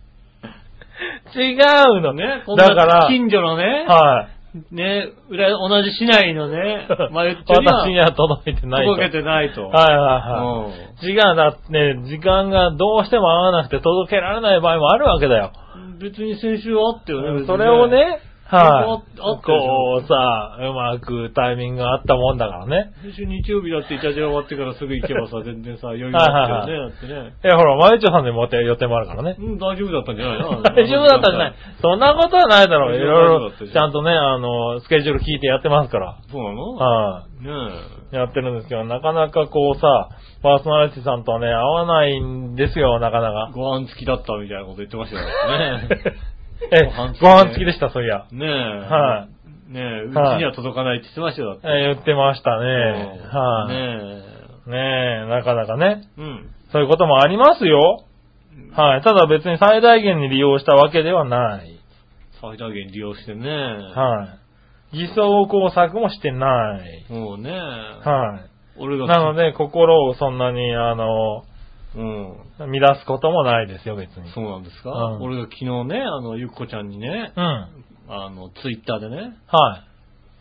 S3: 違うのね。
S2: こん
S3: だ
S2: な
S3: から、
S2: 近所のね、
S3: はい。
S2: ね、裏、同じ市内の ね、マユッチョ
S3: 私に
S2: には
S3: は届いてないと。
S2: 届けてないと。
S3: はいはいはい。違う、だってね、時間がどうしても合わなくて届けられない場合もあるわけだよ。
S2: うん別に先週あったよね、別にね
S3: それを、ね、は
S2: ああっ
S3: い。
S2: たでしょ
S3: こうさ、うまくタイミングがあったもんだからね。
S2: 先週日曜日だってイタジラ終わってからすぐ行けば さ、全然さ、余裕あったよね、だってね。
S3: いや、ほら、まゆちょさんでもって予定もあるからね。
S2: うん、 大丈夫だったんじゃないの
S3: 大丈夫だったんじゃないそんなことはないだろう。い
S2: 大丈夫
S3: ろい
S2: 大丈夫だったで
S3: ろ、
S2: しょ
S3: ちゃんとね、あの、スケジュール聞いてやってますから。
S2: そうなの
S3: は
S2: ね
S3: い。やってるんですけど、なかなかこうさ、パーソナリティさんとはね、合わないんですよ、なかな
S2: え。
S3: か。
S2: ご飯付きだったみたいなこと言ってましたよね。
S3: え
S2: ご飯付、き
S3: ご
S2: ね
S3: 飯付きでした、そういや。
S2: ねえ。。
S3: はい
S2: ねえ、うち
S3: はい
S2: には届かないって言ってましたよ、だって。
S3: え言ってましたね。はい、
S2: ね
S3: ねえ、なかなかね。
S2: え。うん。
S3: そういうこともありますよ。はい。ただ別に最大限に利用したわけではない。
S2: 最大限利用してね。
S3: はい。偽装を工作もしてない。
S2: もうね
S3: はい。
S2: 俺が。
S3: なので、心をそんなに、あの、
S2: うん。
S3: 乱すこともないですよ、別に。
S2: そうなんですか、
S3: うん
S2: 俺が昨日ね、あの、ゆっこちゃんにね、
S3: うん。はい。
S2: あの、ツイッターでね、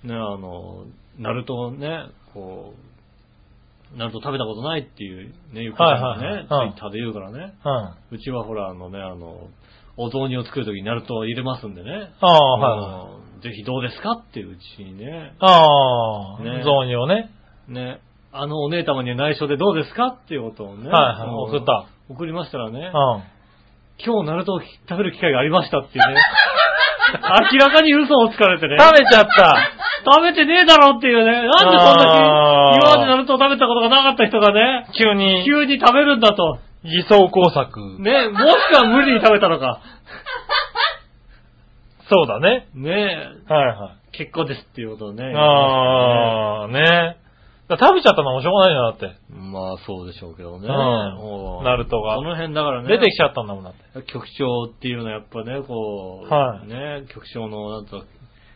S2: ね、あの、ナルトをね、こう、ナルト食べたことないっていうね、ゆっこちゃんがね、
S3: はいは
S2: ツ
S3: い
S2: イ
S3: はい
S2: ッターで言うからね、
S3: うん。あ
S2: うちはほら、あのね、あの、お雑煮を作るときにナルトを入れますんでね、
S3: あ、はい。
S2: うんぜひどうですかっていううちにね、
S3: ああ、
S2: ね
S3: 雑煮をね。
S2: ね、あのお姉様には内緒でどうですかっていうことをね、
S3: はいはい
S2: うん
S3: 送った。
S2: 送りましたらね
S3: う、ん。
S2: 今日ナルトを食べる機会がありましたっていうね、明らかに嘘をつかれてね、
S3: 食べちゃった
S2: 食べてねえだろっていうね、なんでそん
S3: あ
S2: な
S3: ー
S2: に今までナルトを食べたことがなかった人がね、
S3: 急に、
S2: 急に食べるんだと。
S3: 偽装工作。
S2: ね、もしくは無理に食べたのか。
S3: そうだね。
S2: ね
S3: はいはい。
S2: え、結構ですっていうことをね。
S3: ああ、ね。だから食べちゃったのもしょうがないよ、だって。
S2: まあそうでしょうけどね。
S3: うん
S2: もう
S3: ナルトが
S2: その辺だからね。
S3: 出てきちゃったんだもん、だって。
S2: 局長っていうのはやっぱね、こう、
S3: はい
S2: ね、局長の、なんと、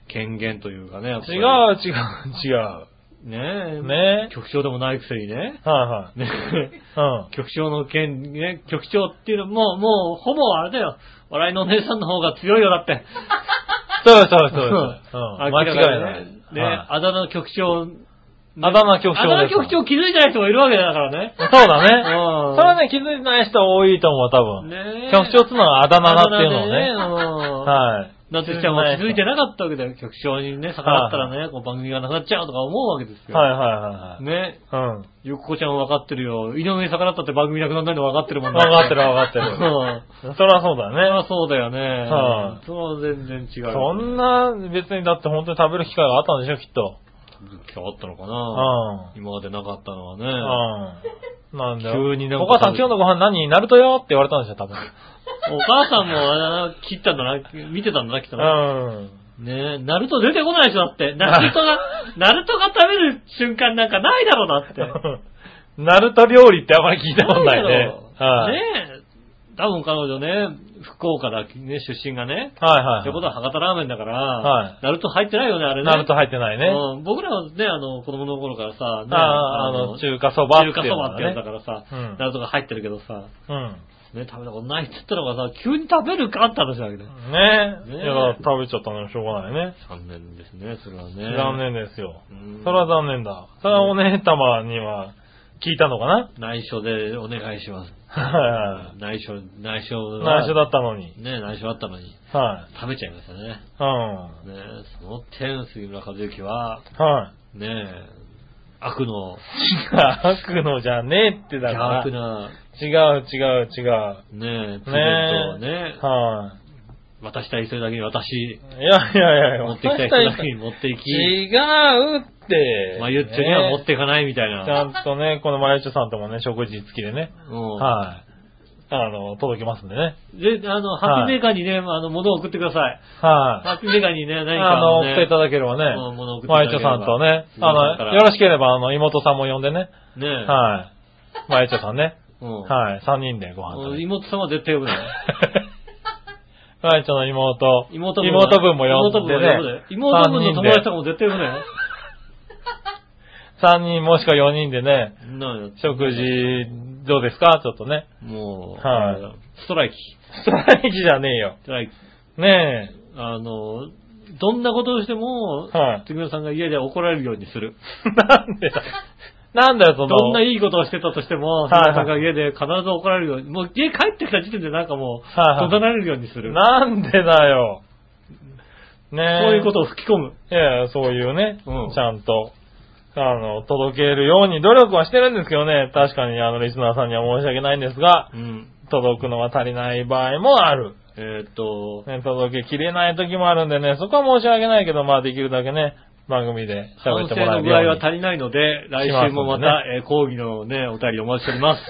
S2: 権限というかね、やっぱ
S3: 違
S2: り
S3: う、違う、違う。
S2: ね
S3: ね
S2: 局長でもないくせにね。
S3: はいはい。
S2: ね
S3: うん。
S2: 局長の権、ね、局長っていうのも、もう、ほぼあれだよ。笑いのお姉さんの方が強いよ、だって。
S3: そうですそうですそうです。う ん
S2: 明。
S3: 間
S2: ら
S3: 違
S2: か
S3: い
S2: に
S3: ない。
S2: ね、
S3: はい
S2: あだ名局長、ね
S3: あだ名局長
S2: あだ名
S3: です
S2: 局長気づいてない人もいるわけだからね。
S3: そうだね。
S2: うん
S3: それはね、気づいてない人多いと思う、多分。
S2: ね
S3: 局長っつうのはあだ名だっていうのをね。
S2: のね。
S3: はい。
S2: だってちゃんも気づいてなかったわけだよ。局長にね、逆らったらね、こう番組がなくなっちゃうとか思うわけですよ。
S3: はいはいはいはい。
S2: ね。
S3: うん。
S2: ゆっこちゃんは分かってるよ。井上逆らったって番組なくならないの分かってるもんね。
S3: 分かってる分かってる
S2: うん。
S3: そりゃそ
S2: そり
S3: うだよ
S2: ゃ
S3: ね。
S2: そうだよね。
S3: はい
S2: それは全然違う。
S3: そんな、別にだって本当に食べる機会があったんでしょ、きっと。
S2: 今日あったのか
S3: う
S2: な、
S3: ん。
S2: 今までなかったのはね。
S3: うん。なんだよ。
S2: 急になんか
S3: お母さん今日のご飯何ナルトよって言われたんですよ、多分。
S2: お母さんもあれだな切ったんだな。見てたんだな、きっとな。
S3: うん。
S2: ねえ、ナルト出てこないでしょ、だって。ナルト が、ナルトが食べる瞬間なんかないだろう、だって。
S3: ナルト料理ってあまり聞いたことないね。
S2: はい。
S3: はい。
S2: ねえ。多分彼女ね、福岡だ、ね、出身がね。
S3: はいはい。
S2: ってことは博多ラーメンだから、
S3: はい
S2: ナルト入ってないよね、あれね。
S3: ナルト入ってないね。
S2: うん僕らはね、あの、子供の頃からさ、ね、
S3: ああ、あの、中華そば
S2: 中華そばってやつだ
S3: か
S2: からさ、
S3: うん
S2: ナルトが入ってるけどさ、
S3: ら。
S2: ね、食べたことないって言ったのがさ、急に食べるかって話なわけだよ。
S3: うん。ねえ。
S2: ねえ
S3: いや、食べちゃったのよしょうがないね。
S2: 残念ですね、それはね。
S3: 残念ですよ。
S2: うん
S3: それは残念だ。それはお姉様には聞いたのかな
S2: 内緒でお願いします。
S3: はいはい。
S2: 内緒、内緒は
S3: 内緒だったのに。
S2: ね、内緒あったのに、
S3: は
S2: 食べちゃいましたね。
S3: い。うん。は
S2: ねその点、杉村和之は、
S3: い。
S2: ね悪の、
S3: 悪のじゃねえってだから。
S2: 邪悪な、
S3: 違う違う違う。
S2: ねプレゼントを
S3: ね
S2: ね、
S3: は
S2: 渡したい人だけに渡し、
S3: い。いやいやいや、
S2: 持ってきたい人だけに持ってい き、
S3: 違うって。
S2: まあ、ゆっちょには持ってていかないみたい
S3: ちゃ
S2: な。
S3: んとね、このまゆっちょさんともね、食事付きでね。
S2: うん
S3: はい。あの、届きますんでね。
S2: で、あの、
S3: はい
S2: ハッピーメーカーにね、あの、物を送ってください。
S3: は
S2: ハッピーメーカーにね、
S3: い。
S2: 何か
S3: あの、送っていた
S2: だ
S3: だければね
S2: うん物を送っ。ていた
S3: まゆ
S2: だ
S3: っ
S2: け
S3: ちょ
S2: れば
S3: さんとね、
S2: 杉
S3: あ
S2: 村さんか
S3: の、
S2: ら
S3: よろしければ、あの、妹さんも呼んでね。
S2: ね
S3: はい。まゆっちょさんね。
S2: うん。
S3: はい、3人でご飯食べ
S2: うん
S3: て。
S2: 妹さんは絶対呼ぶなよ。
S3: はい、ちょの妹。
S2: 妹分は
S3: 妹分も呼んでね
S2: ね。。妹分の友達とかも絶対呼ぶなよ。
S3: 3人もしくは4人でね、
S2: なんや
S3: 食事、どうですかちょっとね。
S2: もう、
S3: は
S2: あ
S3: い
S2: れだストライキ。
S3: ストライキじゃねえよ。
S2: ストライキ。
S3: ね
S2: あの、どんなことをしても
S3: え。、はい。
S2: 杉村さんが家で怒られるようにする。
S3: なんでだ。なんだよ、その。
S2: どんないいことをしてたとしても、
S3: はい
S2: 杉
S3: はい
S2: 村さんが家で必ず怒られるように、もう家帰ってきた時点でなんかもう、
S3: はいはい
S2: 怒鳴られるようにする。
S3: なんでだよ。ねえ。
S2: そういうことを吹き込む。
S3: いやいや、そういうね、
S2: うん
S3: ちゃんと、あの、届けるように努力はしてるんですけどね、確かにあの、リスナーさんには申し訳ないんですが、
S2: うん。
S3: 届くのが足りない場合もある。
S2: えーっと、
S3: ね、届けきれない時もあるんでね、そこは申し訳ないけど、まあできるだけね、番組で喋
S2: 反
S3: って
S2: 省
S3: もらえ
S2: の
S3: る
S2: 具合
S3: よう
S2: は
S3: に。
S2: 足りないので、来週もま
S3: しま
S2: た、えー講義のね、お便りお待ちしており ます。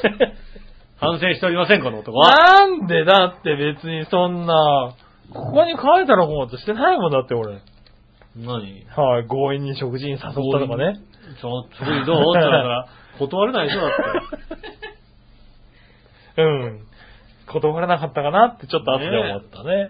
S2: 反省しておりません、この男は。
S3: なんでだって別にそんな、ここに書いたらこうとしてないもんだって俺。
S2: 何
S3: はい、強引に食事に誘ったとかね。
S2: その、そこにどうって言った ら、断れないでしょ、だって。
S3: うん。断れなかったかなってちょっと後で思ったね。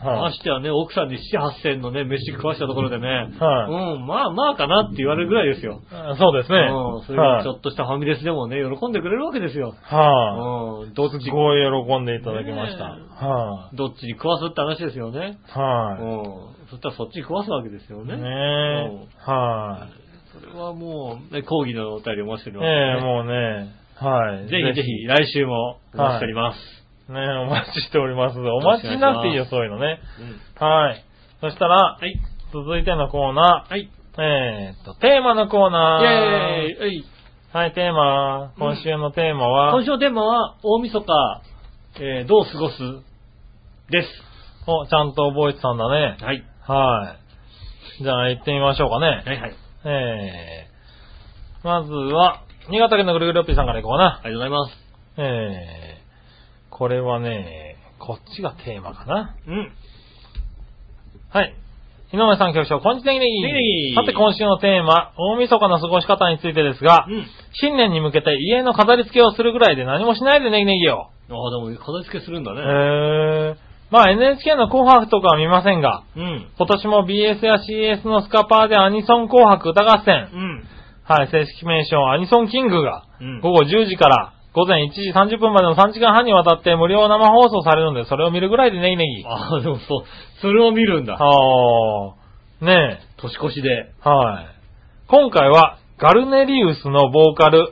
S3: は
S2: ま
S3: い
S2: してはね、奥さんに7、8千のね、飯食わしたところでね、
S3: は
S2: うん、まあまあかなって言われるぐらいですよ。
S3: あそうですね。
S2: うん、それが
S3: はい
S2: ちょっとしたファミレスでもね、喜んでくれるわけですよ。
S3: は
S2: うん、
S3: い
S2: どっち
S3: す、ごい喜んでいただきました。
S2: ね
S3: は
S2: どっちに食わすって話ですよね。
S3: い、
S2: う
S3: は
S2: ん、そしたらそっちに食わすわけですよ
S3: い、ね
S2: ね。
S3: え。はい、
S2: それはもう、ね、講義のお便りお待ちしており
S3: え
S2: ます、
S3: えもうね、はい。
S2: ぜひぜひ、来週もお待ちしております。
S3: ひ。ねえお待ちしております。お待ちしなくていいよ、そういうのね。
S2: うん
S3: はい。そしたら、
S2: はい。
S3: 続いてのコーナ
S2: はい。イ
S3: ー、えーっと、テーマのコーナー。
S2: ェーイはい
S3: はい、テーマ、今週のテーマは、
S2: 今週のテーマは、大晦日、えー、どう過ごすです。
S3: お、ちゃんと覚えてたんだね。
S2: はい。
S3: はい。じゃあ行ってみましょうかね。
S2: はいはい。
S3: えー、まずは、新潟県のぐるぐるおっぴーさんからいこうかな。
S2: ありがとうございます。
S3: えー、これはね、こっちがテーマかな。
S2: うん。
S3: はい。井上さん局長、こんにちは。ネギ
S2: ネギネギ
S3: さて今週のテーマ、大晦日の過ごし方についてですが
S2: う、ん。
S3: 新年に向けて家の飾り付けをするぐらいで何もしないでネギネギを。
S2: ああ、でも、片付けするんだ
S3: え
S2: ね。
S3: ー、まあ NHK の紅白とかは見ませんが、
S2: うん。
S3: 今年も BS や CS のスカパーでアニソン紅白歌合戦。
S2: うん。
S3: はい、正式名称アニソンキングが
S2: うん
S3: 午後10時から午前1時30分までの3時間半にわたって無料生放送されるので、それを見るぐらいでネギネギ。
S2: ああ、でもそう、それを見るんだ。
S3: あー、ね
S2: 年越しで。
S3: え、はい。今回はガルネリウスのボーカル、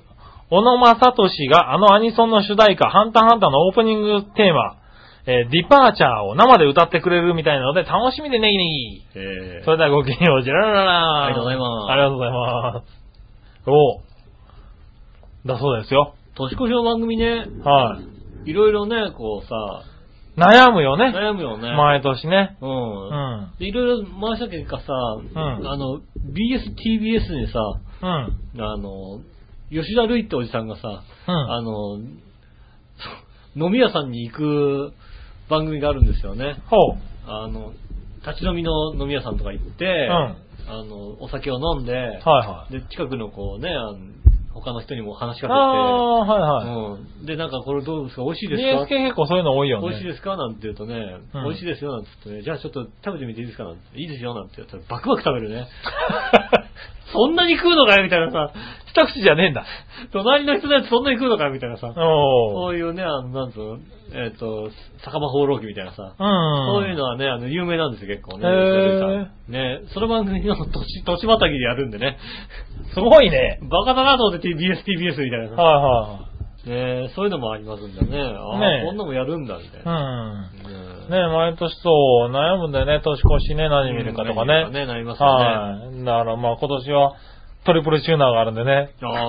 S3: 小野正俊があのアニソンの主題歌、ハンターハンターのオープニングテーマ、えーディパーチャーを生で歌ってくれるみたいなので、楽しみでネギネギ。
S2: え
S3: それではごきげんよう、じゃららら
S2: ありがとうございます
S3: ありがとうございます。おうだそうですよ。
S2: 年越しの番組ね、
S3: はい。
S2: いろいろね、こうさ、
S3: 悩むよね。
S2: 悩むよね。
S3: 毎年ね。
S2: う。
S3: うんん。
S2: でいろいろ回した結果さ、
S3: ん
S2: あの、BS、TBS にさ、
S3: うん。
S2: あの、吉田類っておじさんがさ、
S3: うん
S2: あの、飲み屋さんに行く番組があるんですよね。
S3: ほう。
S2: あの、立ち飲みの飲み屋さんとか行って、
S3: ん
S2: あの、お酒を飲んで、
S3: はいはい。
S2: で、近くのこうね、あの他の人にも話しか
S3: ああ、はい
S2: けて、
S3: はい。
S2: うん。で、なんかこれどうですか美味しいですか
S3: BSK 結構そういうの多いよね。
S2: 美味しいですかなんて言うとね、
S3: うん
S2: 美味しいですよなんて言ってね、じゃあちょっと食べてみていいですかなんて、いいですよなんて言ったら、バクバク食べる ね。そんなに食うのかよみたいなさ、
S3: 一口じゃねえんだ。
S2: 隣の人のやつそんなに食うのかよみたいなさ、
S3: お
S2: そ
S3: お。
S2: ういうね、あの、なんつうの、えっ、と、酒場放浪記みたいなさ、
S3: うん。
S2: そういうのはね、あの、有名なんですよ、結構ね。
S3: へー
S2: 吉田類さんね、その番組の年、年またぎでやるんでね、
S3: すごいね。
S2: バカだなと思って TBS、TBS みたいなさ、
S3: は
S2: ね、そういうのもありますんでね、あ
S3: ね
S2: あ、こんなもやるんだ、みたい
S3: いは
S2: な。
S3: い。うん。ね
S2: ね
S3: 毎年そう、悩むんだよね。年越しね、何見るかとか
S2: うん
S3: ね。
S2: ね、なりますよね。
S3: はい。だからまあ今年はトリプルチューナーがあるんでね。
S2: ああ。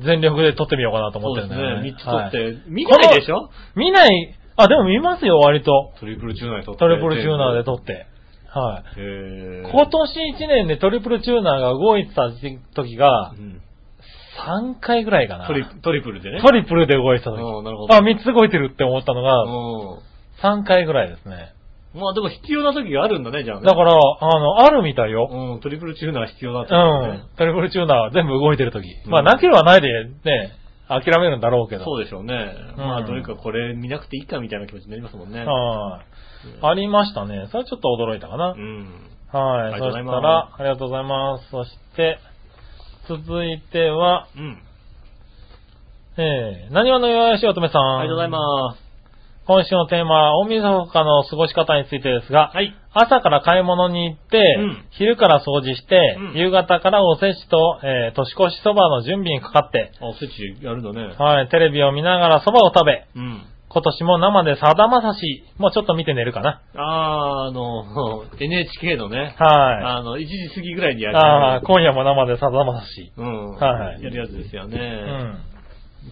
S3: 全力で撮ってみようかなと思
S2: そ
S3: っ
S2: う
S3: て
S2: で
S3: るん
S2: す
S3: だ
S2: ね
S3: よ。
S2: 3
S3: ね。
S2: つ取って、
S3: はい
S2: 見ないでしょ
S3: 見ない、あ、でも見ますよ、割と。
S2: トリプルチューナーで取って。
S3: トリプルチューナーで撮って。はい。
S2: へー
S3: 今年1年でトリプルチューナーが動いてた時が
S2: う、ん
S3: 3回ぐらいかな。
S2: トリトリプルでね。
S3: トリプルで動いてた時。
S2: うんなるほど。
S3: あ、3つ動いてるって思ったのが、
S2: う
S3: 3回ぐらいですね。
S2: ん。まあでも必要な時があるんだね、じゃあね。
S3: だから、あの、あるみたいよ。
S2: うん、トリプルチューナー必要だ
S3: う
S2: ったんだね
S3: ん。トリプルチューナー全部動いてる時。
S2: うん
S3: まあ、なければないで、ね、諦めるんだろうけど。
S2: そうでしょうね。
S3: ん
S2: まあ、というかこれ見なくていいかみたいな気持ちになりますもんね。
S3: はい。
S2: うん
S3: ありましたね。それはちょっと驚いたかな。
S2: うん。
S3: はい。
S2: ありがと
S3: そう
S2: ござ
S3: した
S2: い
S3: ら
S2: ま、
S3: ありがとうございます。そして、続いては、
S2: うん。
S3: えー、何話のよやしおとめさん。
S2: ありがとうございます。
S3: 今週のテーマは、大晦日の過ごし方についてですが、
S2: はい。
S3: 朝から買い物に行って、
S2: うん
S3: 昼から掃除して、
S2: うん
S3: 夕方からおせちと、えー年越しそばの準備にかかって、
S2: あ、おせちやるんだね。
S3: はい、テレビを見ながらそばを食べ、
S2: うん。
S3: 今年も生でさだまさしもうちょっと見て寝るかな。
S2: あー、あの、NHK のね、
S3: はい。
S2: あの、1時過ぎぐらいにやる。
S3: ああー、今夜も生でさだまさし。
S2: うん。
S3: はい
S2: やるやつですよね。
S3: うん。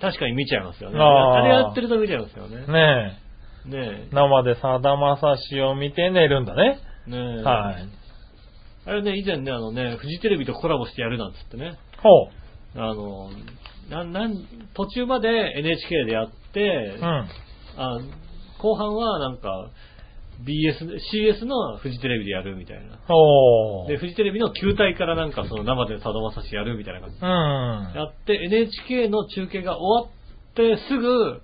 S2: 確かに見ちゃいますよね。
S3: あー
S2: あれやってると見ちゃいますよね。
S3: ね
S2: ね
S3: え、生でさだまさしを見て寝るんだね。
S2: え。ねえ。
S3: はい。
S2: あれね、以前ね、あのね、フジテレビとコラボしてやるなんつってね。
S3: ほう。
S2: あの、なん、なん、途中まで NHK でやって、
S3: うん。
S2: あ後半はなんか、BS、CS のフジテレビでやるみたいな。
S3: ほう。
S2: で、フジテレビの球体からなんかその生でさだまさしやるみたいな感じ。
S3: う
S2: や
S3: ん。
S2: って、NHK の中継が終わってすぐ、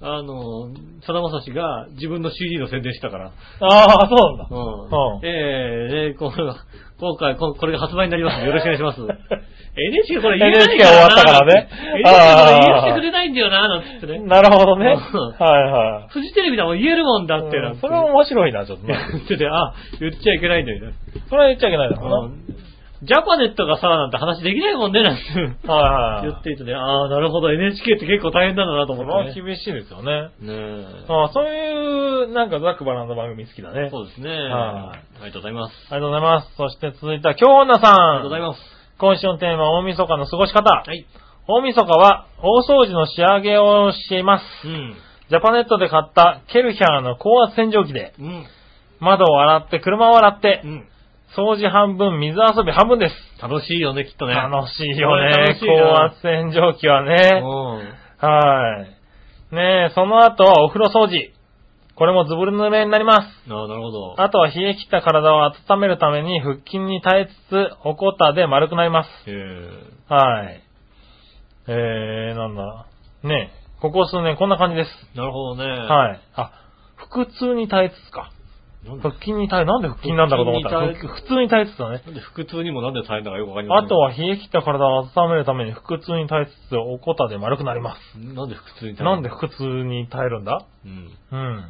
S2: あの、さだまさしが自分の CD の宣伝したから。
S3: ああ、そうなん
S2: う
S3: だ。うん
S2: ん。ええこう今回こ、これが発売になります。よろしくお願いし ます。NHK これ言えない
S3: NHK 終わったからね
S2: NHK これ言ってくれないんだよな、なんつってね。
S3: なるほどね。は
S2: うん
S3: いはい。
S2: フジテレビだもん言えるもんだって、
S3: う
S2: なんん
S3: それは面白いな、ちょっとね。
S2: てて、あ、言っちゃいけないんだよね。
S3: それは言っちゃいけないだろう
S2: うんジャパネットがさ、なんて話できないもんね、なんて。
S3: な。はいはい
S2: 言
S3: は
S2: っ
S3: い。
S2: ていてね、ああ、なるほど、NHK って結構大変なんだなと
S3: それ
S2: 思っ
S3: は
S2: てね。
S3: 厳しいですよね。
S2: ねえ
S3: ああそういう、なんかザックバランの番組好きだね。
S2: そうですね。
S3: は
S2: あり
S3: い
S2: がとうございます。
S3: ありがとうございます。そして続いた、京女さ
S2: あ
S3: ん。
S2: りがとうございます。
S3: 今週のテーマは大晦日の過ごし方。
S2: はい。
S3: 大晦日は、大掃除の仕上げをしています。
S2: うん。
S3: ジャパネットで買ったケルヒャーの高圧洗浄機で、
S2: うん。
S3: 窓を洗って、車を洗って
S2: う、ん。
S3: 掃除半分、水遊び半分です。
S2: 楽しいよね、きっとね。
S3: 楽しいよね
S2: 楽。しい
S3: 高
S2: な
S3: 圧洗浄機はね。
S2: うん。
S3: はい。ねえ、その後はお風呂掃除。これもずぶ濡れになります。
S2: ああ、なるほど。
S3: あとは冷え切った体を温めるために腹筋に耐えつつ、おこたで丸くなりま
S2: え
S3: す。はい。えー、なんだ。ねえ、ここ数年こんな感じです。
S2: ー、なるほどね。い。
S3: はい。あ、腹痛に耐えつつか。
S2: なんで
S3: 腹筋に耐え、なんで腹筋なんだろうと思ったら、
S2: 腹
S3: 腹
S2: 筋に耐え
S3: 腹痛に耐えつつだね。
S2: なんで腹痛にもなんで大変だかよくわかりません。
S3: あとは、冷え切った体を温めるために腹痛に耐えつつ、おこたで丸くなりま
S2: なんで腹痛に
S3: す。なんで腹痛に耐えるんだ
S2: うん。
S3: うん。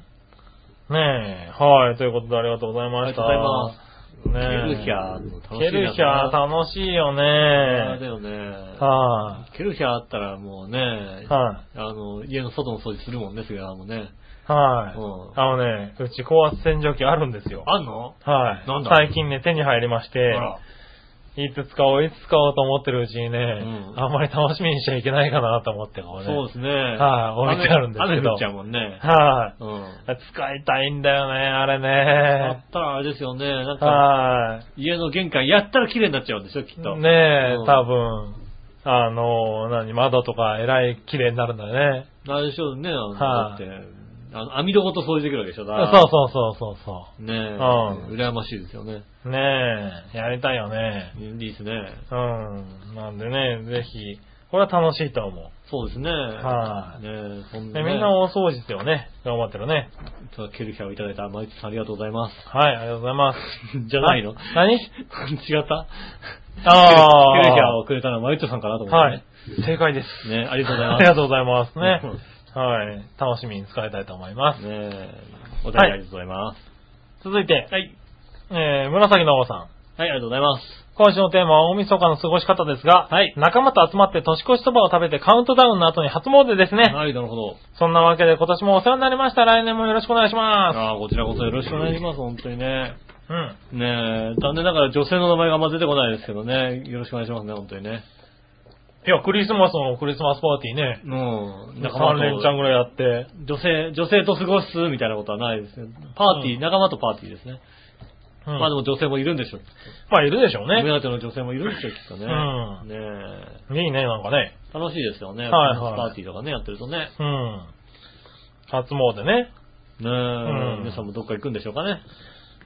S3: ねえ、はい、ということでありがとうござい
S2: あ
S3: ま
S2: りが
S3: し
S2: と
S3: た。
S2: うございます。
S3: ねえ
S2: ケルヒャーの楽しいな。
S3: ケルヒャー楽しいよ
S2: あれだ
S3: ね。
S2: よね。
S3: は
S2: ケルヒャーあったらもうね、
S3: い、は
S2: あの、家の外の掃除するもんですが、もうね。
S3: い、はい、
S2: うん
S3: あのね、うち高圧洗浄機あるんですよ。
S2: あんの
S3: はい。
S2: なんだ
S3: 最近ね、手に入りまし
S2: あ
S3: て、
S2: ら。
S3: いつ使おう、いつ使おうと思ってるうちにね、
S2: うん
S3: あんまり楽しみにしちゃいけないかなと思ってこうね。
S2: そうですね。
S3: はい置いてあるんですけど
S2: 雨雨降っちゃうもんね。
S3: はい、
S2: うん。
S3: 使いたいんだよね、あ
S2: あ
S3: れね
S2: っ。たらあれですよね、なんか、
S3: はい、
S2: 家の玄関やったら綺麗になっちゃうんでしょ、きっと。
S3: ねえ、
S2: うん
S3: 多分、あの、何、窓とか偉い綺麗になるんだよね。
S2: あれでしょうね、あの、だ
S3: は
S2: っ
S3: い
S2: て、あの、網戸ごと掃除できるわけでしょ、だ
S3: そ
S2: から
S3: うそうそうそうそ
S2: ねえ、
S3: ん
S2: 羨ましいですよね。
S3: う。ねえ、やりたいよね。
S2: いいですね。
S3: うん。なんでね、ぜひ、これは楽しいと思
S2: そうですね。
S3: はい
S2: ねえ、そんな、
S3: う。で、
S2: ね、
S3: みんな大掃除ですよね。頑張ってるね。
S2: ケルヒャーをいただいたマイチさんありがとうござい ます。
S3: はい、ありがとうございます。
S2: じゃないの 違
S3: あ何
S2: った
S3: あー
S2: ケルヒャーをくれたのはマイチさんかなと思って、ね。
S3: はい。正解です。
S2: ね、ありがとうござい
S3: あ
S2: ます。
S3: りがとうございますね。
S2: ね
S3: はい。楽しみに使いたいと思います。
S2: え、お便りありがとうございま
S3: 続いて
S2: す。、はい。
S3: えー、紫の王さん。
S2: はい、ありがとうございます。
S3: 今週のテーマは大晦日の過ごし方ですが、
S2: はい
S3: 仲間と集まって年越しそばを食べてカウントダウンの後に初詣ですね。
S2: はい、なるほど。
S3: そんなわけで今年もお世話になりました。来年もよろしくお願いしま
S2: ああ、こちらこそよろしくお願いします、本当にね。
S3: す。うん。
S2: ねえ、残念ながら女性の名前があんま出てこないですけどね、よろしくお願いしますね、本当にね。
S3: いや、クリスマスのクリスマスパーティーね。
S2: うん。仲間
S3: 3連ちゃん
S2: と、
S3: ぐらいやって。
S2: 女性、女性と過ごすみたいなことはないですね。パーティー、
S3: うん
S2: 仲間とパーティーですね。
S3: うん
S2: まあでも女性もいるんでしょう。
S3: まあ、いるでしょう
S2: お目
S3: ね。
S2: 当ての女性もいるんでしょう、きっとね。
S3: うん
S2: ねえ。
S3: いいね、なんかね。
S2: 楽しいですよね。
S3: はい
S2: ク
S3: はい
S2: リスマスパーティーとかね、やってるとね。
S3: うん。初詣ね。
S2: ねえ、
S3: ん
S2: 皆さんもどっか行くんでしょうかね。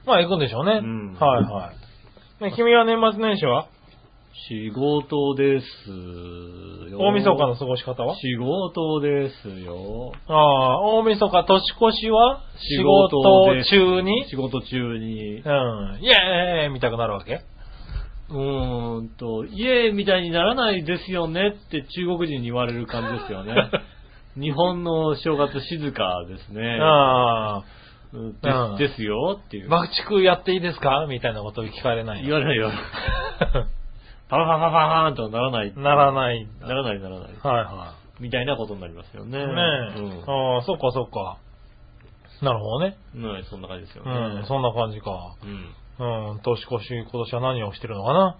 S3: まあ、行くんでしょうね。
S2: うん
S3: はいはい。ね、君は年末年始は
S2: 仕事ですよ。
S3: 大晦日の過ごし方は
S2: 仕事ですよ。
S3: ああ、大晦日、年越しは仕事
S2: です
S3: 中に
S2: 仕事中に
S3: う。ん、イエーイ見たくなるわけ
S2: うーんと、イエーイみたいにならないですよねって中国人に言われる感じです よね。日本の正月静かですね。
S3: ああ、
S2: うん
S3: うん
S2: ですですよっていう。
S3: 爆竹やっていいですかみたいなこと聞かれない
S2: 言
S3: の。
S2: わないよ。パラパラパラパラーンとはならない。
S3: ならない。
S2: ならないならない。
S3: はいは
S2: みたいなことになりますよね。
S3: い。ねえ。ああ、そっかそっか。なるほどね。
S2: うん。ねそんな感じですよ
S3: う
S2: ね。
S3: ん、そんな感じか。
S2: うん。
S3: うん、年越し、今年は何をしてるのかな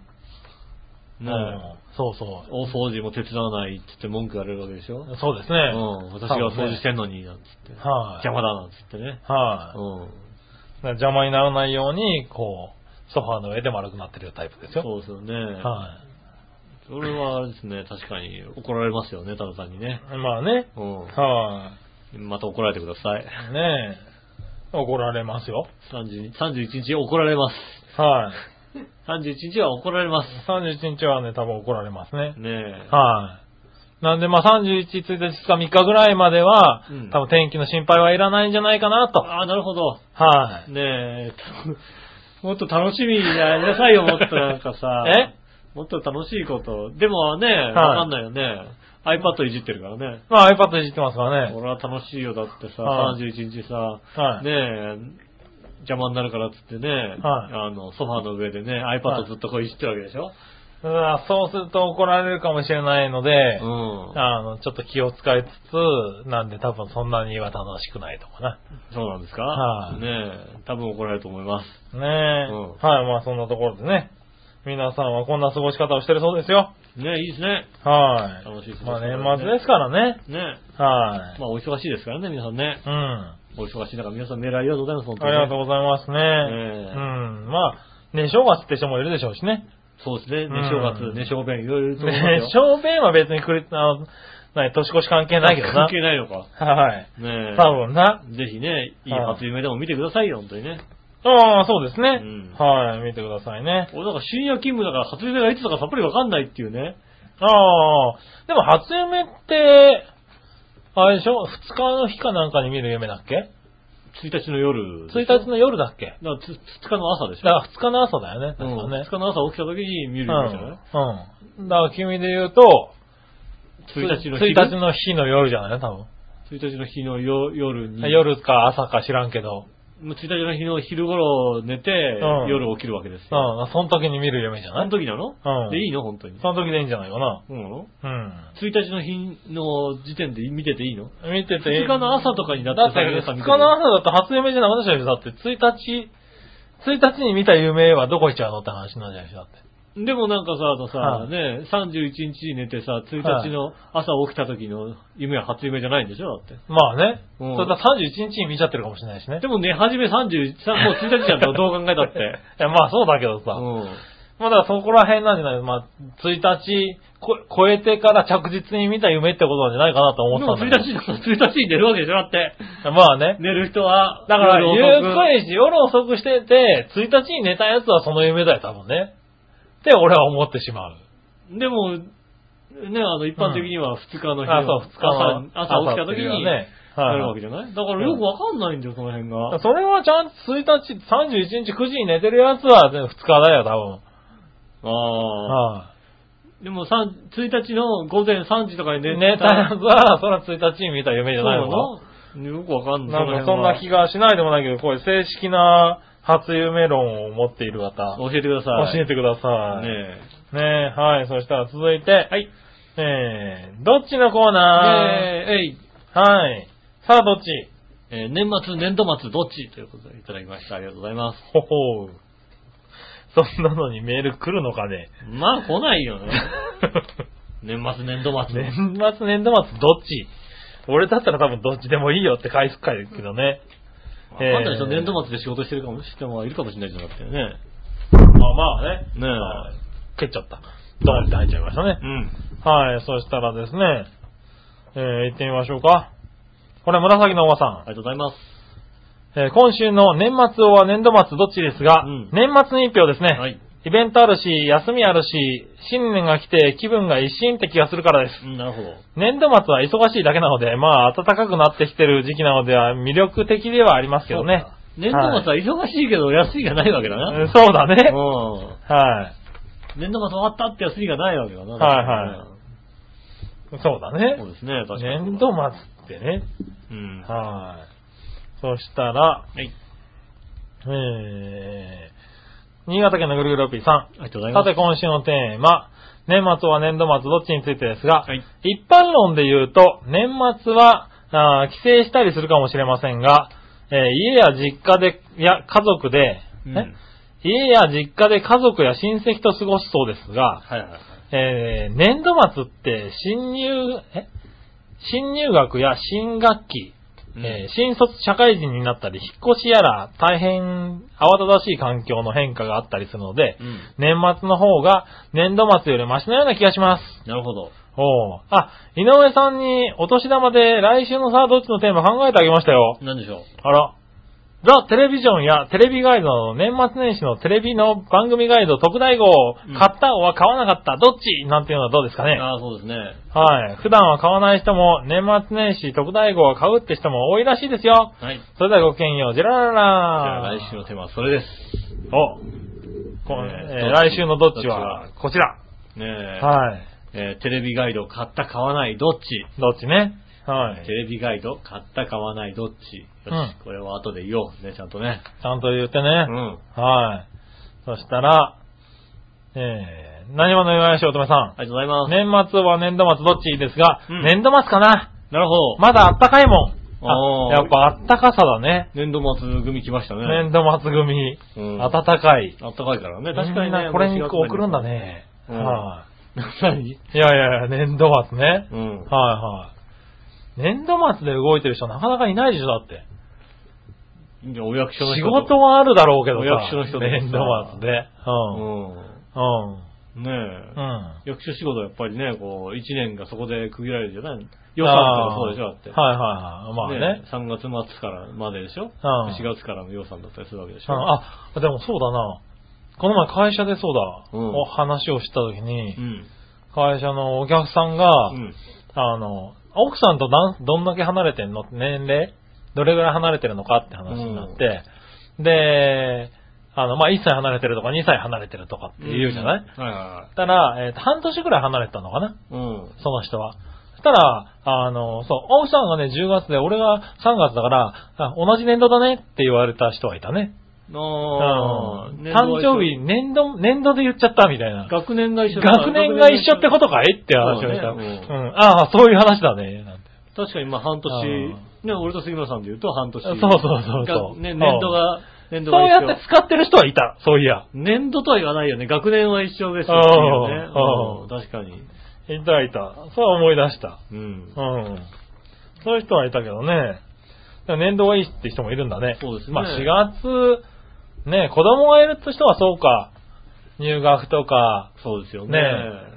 S3: う
S2: ね
S3: んそうそ
S2: お掃除も手伝わないってって文句言われるわけでしょ
S3: う。そうです
S2: う
S3: ね
S2: ん。。私が掃除してんのに、なんつって。
S3: はい。
S2: 邪魔だ、なんつってね。
S3: はい。
S2: うん。
S3: 邪魔にならないように、こう、ソファーの上で丸くなってるタイプですよ。
S2: そうですよね。
S3: は
S2: それはあれですね、確かに怒られますよね、ただ単にね。
S3: い。まあね。
S2: う
S3: は
S2: ん。また怒られてください。
S3: い。ねえ。怒られますよ。
S2: 30 31日怒られます。
S3: はい。
S2: 31日は怒られます。
S3: 31日はね、多分怒られますね。
S2: ねえ。
S3: はい。なんで、まあ31、1日か3日ぐらいまでは、
S2: うん
S3: 多分天気の心配はいらないんじゃないかなと。
S2: ああ、なるほど。
S3: はい。
S2: ねえ、 たもっと楽しみにやりなさいよ、もっとなんかさ。
S3: え
S2: もっと楽しいこと。でもね、わ、かんないよね。iPad いじってるからね。
S3: まあ iPad いじってますから ね。
S2: 俺は楽しいよ、だってさ、
S3: はい
S2: 31日さ、
S3: はい。
S2: ねえ、邪魔になるからっつってね、あの、ソファーの上でね、
S3: は
S2: iPad
S3: い
S2: ずっとこういじってるわけでしょ、
S3: うわそうすると怒られるかもしれないので、
S2: うん。
S3: あの、ちょっと気を使いつつ、なんで多分そんなには楽しくないとかな。
S2: そうなんですか、
S3: はい
S2: ねえ、多分怒られると思います。
S3: ねえ、
S2: うん
S3: はい、まあそんなところでね。皆さんはこんな過ごし方をしてるそうですよ。
S2: ねえ、いいですね。
S3: はい。
S2: 楽しい過ご
S3: まあ
S2: し方ね
S3: 年末ですからね。
S2: ね
S3: は
S2: え。
S3: い。
S2: まあ、お忙しいですからね、皆さんね。
S3: うん。あ
S2: お忙しい中、皆さんメールありがとうございます、本
S3: り
S2: 当にね、
S3: がとうございます
S2: え
S3: ね。うん。まあ、ね、正月って人もいるでしょうしね。
S2: そうですね。
S3: うん
S2: ね、正月、ね、小便、いろいろいると思い
S3: ね
S2: ま、すよ。
S3: 正面は別にくれ、あの、何、年越し関係ないけどな
S2: 関。係ないのか。
S3: はい。
S2: ねえ。
S3: 多分な。
S2: ぜひね、いい
S3: はい
S2: 初夢でも見てくださいよ、本当にね。
S3: ああ、そうですね、
S2: うん
S3: はい、見てくださいね。
S2: 俺なんか深夜勤務だから初夢がいつだかさっぱりわかんないっていうね。
S3: ああ、でも初夢って、あれでしょ二日の日かなんかに見る夢だっけ
S2: 1日の夜。
S3: 一日
S2: だか
S3: の夜だっけ
S2: らつ2日の朝でし
S3: だか
S2: ょ。
S3: ら二日の朝だよね、確か
S2: 2
S3: ね。
S2: 日の朝起きた時に見る夢じゃない
S3: うん。うん。だから君で言うと、
S2: ?1 日の
S3: 一
S2: 昼
S3: 日の日の夜じゃない多分。
S2: 1日の日の夜夜に。。
S3: 夜か朝か知らんけど。
S2: 1日の日の昼頃寝て、
S3: ん
S2: 夜起きるわけです
S3: う
S2: よ。
S3: ん。その時に見る夢じゃ
S2: あ
S3: ない
S2: の時なの
S3: うん
S2: で、いいの本当に。
S3: その時でいいんじゃないかな。
S2: そうなの
S3: うん。
S2: 1日の日の時点で見てていいの
S3: 見てて。
S2: 2日の朝とかに
S3: だ
S2: な
S3: っ
S2: ってて
S3: 2日の朝だと初夢じゃなくなっちゃうでしょだって1日、1日に見た夢はどこ行っちゃうのって話になっちゃうでしょだって。
S2: でもなんかさ、あのさ、
S3: はい
S2: ね、31日に寝てさ、1
S3: はい
S2: 日の朝起きた時の夢は初夢じゃないんでしょだっ
S3: まあね。
S2: うん
S3: それだ31日に見ちゃってるかもしれないしね
S2: て。。でも寝始め30、さもう1日じゃんとどう考えたって。
S3: いや、まあそうだけどさ。
S2: うん。
S3: まあだからそこら辺なんじゃないまあ、1日こ超えてから着実に見た夢ってことなんじゃないかなと思
S2: でも
S3: ってたんだ
S2: 1日の、1日に寝るわけでしょだって。
S3: けど。まあね。
S2: 寝る人は。
S3: だから、
S2: 夜
S3: ゆ
S2: 遅く
S3: っくりして夜遅くしてて、1日に寝たやつはその夢だよ、多分ね。って俺は思ってしまう。
S2: でも、ね、あの、一般的には2日の日の
S3: あ、そう、2日の
S2: 朝朝起きた時
S3: 朝っていう
S2: に、
S3: のはね。
S2: な
S3: はい
S2: るわけじゃないだからよくわかんないんだよ、その辺が。
S3: それはちゃんと1日、31日9時に寝てるやつは2日だよ、多分。
S2: ああ。
S3: は
S2: でも、さん1日の午前3時とかに
S3: い。で、
S2: 寝
S3: 寝たやつは、それは1日に見た夢じゃないのか
S2: そうなのよくわかんな。
S3: ないんかそんな気がしないでもないけど、こういう正式な初夢論を持っている方、
S2: 教えてください。
S3: 教えてください。
S2: ね
S3: ねえはい。そしたら続いて、
S2: はい。
S3: えー、どっちのコーナー
S2: えーえい
S3: はい。さあ、どっち
S2: えー年末、年度末、どっちということでいただきました。ありがとうございます。
S3: ほほう。そんなのにメール来るの かね
S2: まあ、来ないよね。 年末、年度末。
S3: 年末年度末どっち俺だったら多分どっちでもいいよって回復回ですけどね。
S2: わ
S3: えー
S2: かんないでしょ、年度末で仕事してるかもしれないるかもしれないじゃなくてね。
S3: あまあね。
S2: ねえ
S3: はい蹴っちゃった。ドンって入っちゃいましたね。
S2: うん。
S3: はい、そしたらですね、えー、行ってみましょうか。これ紫のおばさん。
S2: ありがとうございます。
S3: えー今週の年末は年度末どっちですが、
S2: うん
S3: 年末に一票ですね。
S2: はい。
S3: イベントあるし、休みあるし、新年が来て気分が一新って気がするからです。
S2: うんなるほど。
S3: 年度末は忙しいだけなので、まあ暖かくなってきてる時期なのでは魅力的ではありますけどね。
S2: 年度末は忙しいけど休みがないわけだな。
S3: うんそうだね。
S2: う
S3: は
S2: ん。
S3: い。
S2: 年度末終わったって休みがないわけだな。
S3: はいはそうだ
S2: い
S3: ね
S2: そ。うですね、確かに。
S3: 年度末ってね。
S2: うん。は
S3: はい。そしたら、
S2: い。
S3: えー、新潟県のぐるぐるおっぴー
S2: あ
S3: さ
S2: りがとうござ
S3: ん。
S2: いま
S3: さ
S2: す。
S3: て今週のテーマ、年末は年度末どっちについてですが、
S2: はい。
S3: 一般論で言うと、年末は、あー帰省したりするかもしれませんが、えー家や実家で、や、家族で、
S2: うん
S3: ね家や実家で家族や親戚と過ごすそうです
S2: は
S3: が、
S2: いはいはい。
S3: えー年度末って新入、え新入学や新学期、えー新卒社会人になったり、引っ越しやら大変慌ただしい環境の変化があったりするので
S2: う、ん。
S3: 年末の方が年度末よりマシなような気がします。
S2: なるほど。
S3: おうあ、井上さんにお年玉で来週のさ、どっちのテーマ考えてあげましたよ。
S2: なんでしょ
S3: あら。ザ・テレビジョンやテレビガイドの年末年始のテレビの番組ガイド特大号を
S2: うん
S3: 買ったは買わなかった、どっちなんていうのはどうですか
S2: う。
S3: ね。
S2: ああ、そうですね。
S3: はい。普段は買わない人も年末年始特大号を買うって人も多いらしいですよ。
S2: はい。じ
S3: それではごきげんよう、ジェララ
S2: ゃあ
S3: ラ
S2: 来週のテーマはそれです。
S3: お、こ
S2: えーどっ
S3: えー
S2: ち
S3: 来週のどっちは
S2: どっち
S3: こちら。
S2: ねえ。
S3: はい。
S2: えーテレビガイド買った買わないどっち
S3: どっちね。はい
S2: テ。レビガイド買った買わないどっちよし、
S3: うん
S2: これは後で言おうね、ちゃんとね。
S3: ちゃんと言ってね。
S2: うん。
S3: はい。そしたら、えー、何者の岩橋乙女さん。
S2: ありがとうございます。
S3: 年末は年度末どっちですが、
S2: うん
S3: 年度末かな
S2: なるほど。
S3: まだあったかいもん。
S2: お
S3: あ
S2: ー
S3: やっぱあったかさだね。
S2: 年度末組来ましたね。
S3: 年度末組、
S2: うん
S3: 暖かい。
S2: あったかいからね。確か
S3: み
S2: に
S3: ん
S2: ね。
S3: なこれに送るんだね。
S2: うん
S3: は
S2: 何
S3: い。いやいやいや、年度末ね。
S2: うん。
S3: はいはい。年度末で動いてる人なかなかいないでしょ、だって。
S2: じゃあお役所の人
S3: 仕
S2: と。
S3: 事はあるだろうけど
S2: お
S3: さ。
S2: 役所の人とかさ
S3: 年度末で。
S2: うん。ね
S3: う
S2: え。
S3: ん。うん。うん。
S2: 役所仕事はやっぱりね、こう、一年がそこで区切られるじゃない予算とかそうでしょ、だって。
S3: はいはいはい。まあね。
S2: 3月末からまででしょ
S3: うん
S2: ?4 月からの予算だったりするわけでし
S3: うん
S2: ょ
S3: あ、でもそうだな。この前会社でそうだ。
S2: うん
S3: お話をした時に
S2: う、ん。
S3: 会社のお客さんが、
S2: うん。
S3: あの、奥さんとなんどんだけ離れてんの年齢どれぐらい離れてるのかって話になって、で、あの、まあ、1歳離れてるとか2歳離れてるとかって言うじゃない、
S2: うんはいは
S3: たら、えーと半年ぐらい離れてたのかな
S2: は
S3: い
S2: い。
S3: その人は。そしたら、あの、そう、奥さんがね、10月で、俺が3月だから、あ同じ年度だねって言われた人がいたね。
S2: うん。ああ、
S3: うん誕生日、年度、年度で言っちゃったみたいな。
S2: 学年が一緒だ
S3: 学年が一緒ってことかいって話をした。
S2: そう
S3: う
S2: だねうん
S3: ん。ああ、そういう話だね。なんて
S2: 確かにまあ半年、ね、俺と杉村さんで言うと半年。
S3: そうそうそうそう
S2: がね、年度が、年度
S3: そう
S2: が
S3: や
S2: 一
S3: って
S2: 緒。
S3: 使ってる人はいた。そういや。
S2: 年度とは言わないよね。学年は一緒ですよっていうよね
S3: うん
S2: うん。確かに。
S3: いたいた。そう思い出した。
S2: うん
S3: う。ん。そういう人はいたけどね。でも年度がいいって人もいるんだね。
S2: そうですね
S3: まあ4月、ね、子供がいる人はそうか。入学とか、
S2: そうですよね
S3: ね。、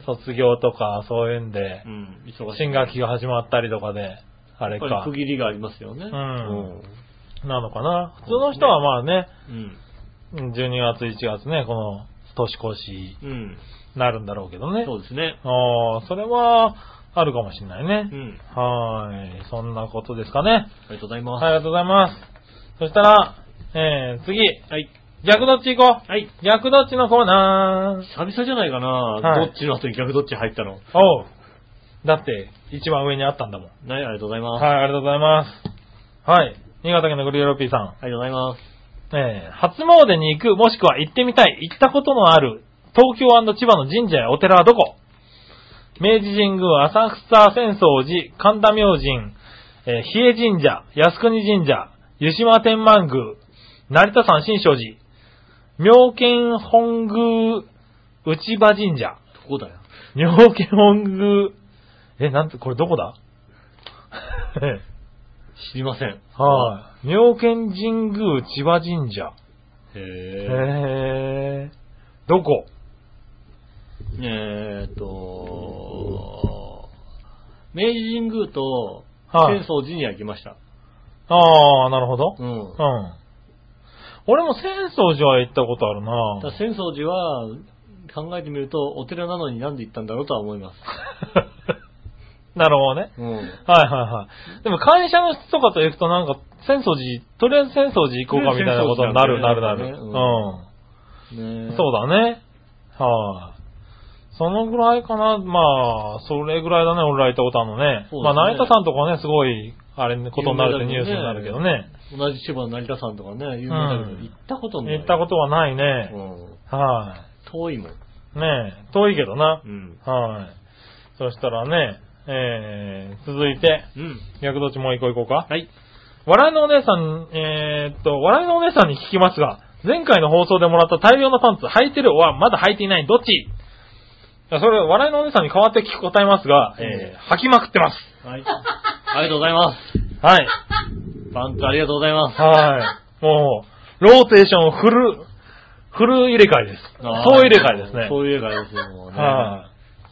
S3: 卒業とか、そういうんで
S2: う、ん。忙しい。
S3: 新学期が始まったりとかで、あ
S2: や
S3: れ
S2: っぱ
S3: か
S2: り区。切りがありますよね。
S3: んなのかな。普通の人はまあね、
S2: うん。
S3: 12月、1月ね、この年越し
S2: うん。うん。
S3: になるんだろうけどね。
S2: そうですね。
S3: ああ、それはあるかもしれないうね。
S2: ん。
S3: はーい。そんなことですかね。
S2: ありがとうございます。
S3: ありがとうございます。そしたら、えー、次。
S2: はい。
S3: 逆どっち行こ
S2: はい。
S3: う。逆どっちのコーナー。
S2: 久々じゃないかな、
S3: はい
S2: どっちの後に逆どっち入ったの。
S3: おう。だって、一番上にあったんだもん。
S2: はい、ありがとうございます。
S3: はい、ありがとうございます。はい。新潟県のグリエロピーさん。
S2: ありがとうございます。
S3: えー初詣に行く、もしくは行ってみたい、行ったことのある、東京千葉の神社やお寺はどこ明治神宮、浅草浅草寺、神田明神、えー比叡神社、靖国神社、湯島天満宮、成田山新勝寺、妙見本宮内場神社、
S2: どこだよ。
S3: 妙見本宮、え、なんて、これどこだ
S2: 知りません。
S3: はい。妙見神宮千葉神社。
S2: へ
S3: へえ。どこ
S2: え。えーっと、明治神宮と、
S3: はい
S2: 浅草寺には行きました。
S3: ああ、なるほど。
S2: うん
S3: うん。俺も浅草寺は行ったことある
S2: だから
S3: な
S2: 浅草寺は、考えてみると、お寺なのになんで行ったんだろうとは思い ます。
S3: なるほどね。
S2: うん。
S3: はいはいはい。でも会社の人とかと行くとなんか、浅草寺、とりあえず浅草寺行こうかみたいなことになる
S2: ね
S3: なるなる。
S2: 浅草寺なんて
S3: うん。
S2: ねえ
S3: そうだね。はい、そのぐらいかな。まあ、それぐらいだね、俺ら行ったことあるのね。
S2: そうですね
S3: まあ、成田さんとかはね、すごい、あれ、ことになるってニュースになるけどね。
S2: 同じ千葉の成田さんとかね、有名だけど、
S3: うん
S2: 行ったことない。
S3: 行ったことはないね。
S2: うん。
S3: は
S2: 遠いもん。
S3: い、ねえ遠いけどな
S2: う。ん。
S3: はい、そしたらね、えー、続いて、
S2: うん。
S3: 逆どっちもう一個行こうか。
S2: はい。
S3: 笑いのお姉さん、えーっと、笑いのお姉さんに聞きますが、前回の放送でもらった大量のパンツ、履いてるはまだ履いていない、どっちいやそれ、笑いのお姉さんに代わって聞く答えますが、えー、履きまくってます。
S2: はい。ありがとうございます。
S3: はい。
S2: パンツありがとうございます。
S3: はい。もう、ローテーションフル、フル入れ替えです。
S2: あー
S3: そう入れ替えですね。
S2: そういう入れ替えですよ、もうね。
S3: はい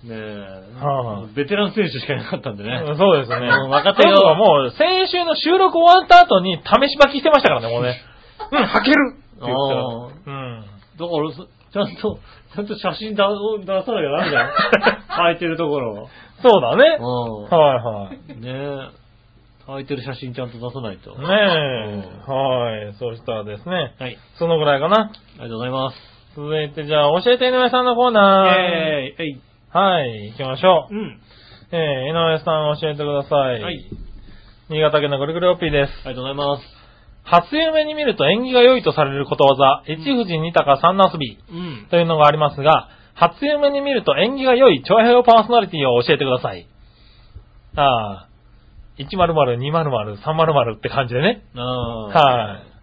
S2: ね
S3: は
S2: え。ベテラン選手しかいなかったんでね。
S3: うんそうです ね。
S2: もう若手が
S3: はもう、先週の収録終わった後に試し履きしてましたからね、もうね。 うん、履けるって言
S2: あ
S3: ってたら。うん。
S2: だからそ、ちゃんと、ちゃんと写真だ出さなきゃダメだよ。履 いてるところ。
S3: そうだね。
S2: う
S3: はいはい。
S2: ん。ねえ。履いてる写真ちゃんと出さないと。
S3: ねえ、
S2: う
S3: はい。そしたらですね、
S2: はい。
S3: そのぐらいかな。
S2: ありがとうございます。
S3: 続いて、じゃあ、教えて井上さんのコーナー。
S2: えーい。えい。
S3: はい、行きましょう。
S2: うん。
S3: えー、井上さん教えてください。
S2: はい。
S3: 新潟県のぐるぐるおっぴーです。
S2: ありがとうございます。
S3: 初夢に見ると縁起が良いとされることわざ、一富士二鷹三なすび
S2: うん。
S3: というのがありますが、初夢に見ると縁起が良い長平パーソナリティを教えてください。ああ、100、200、300って感じでね。
S2: ああ。。
S3: はい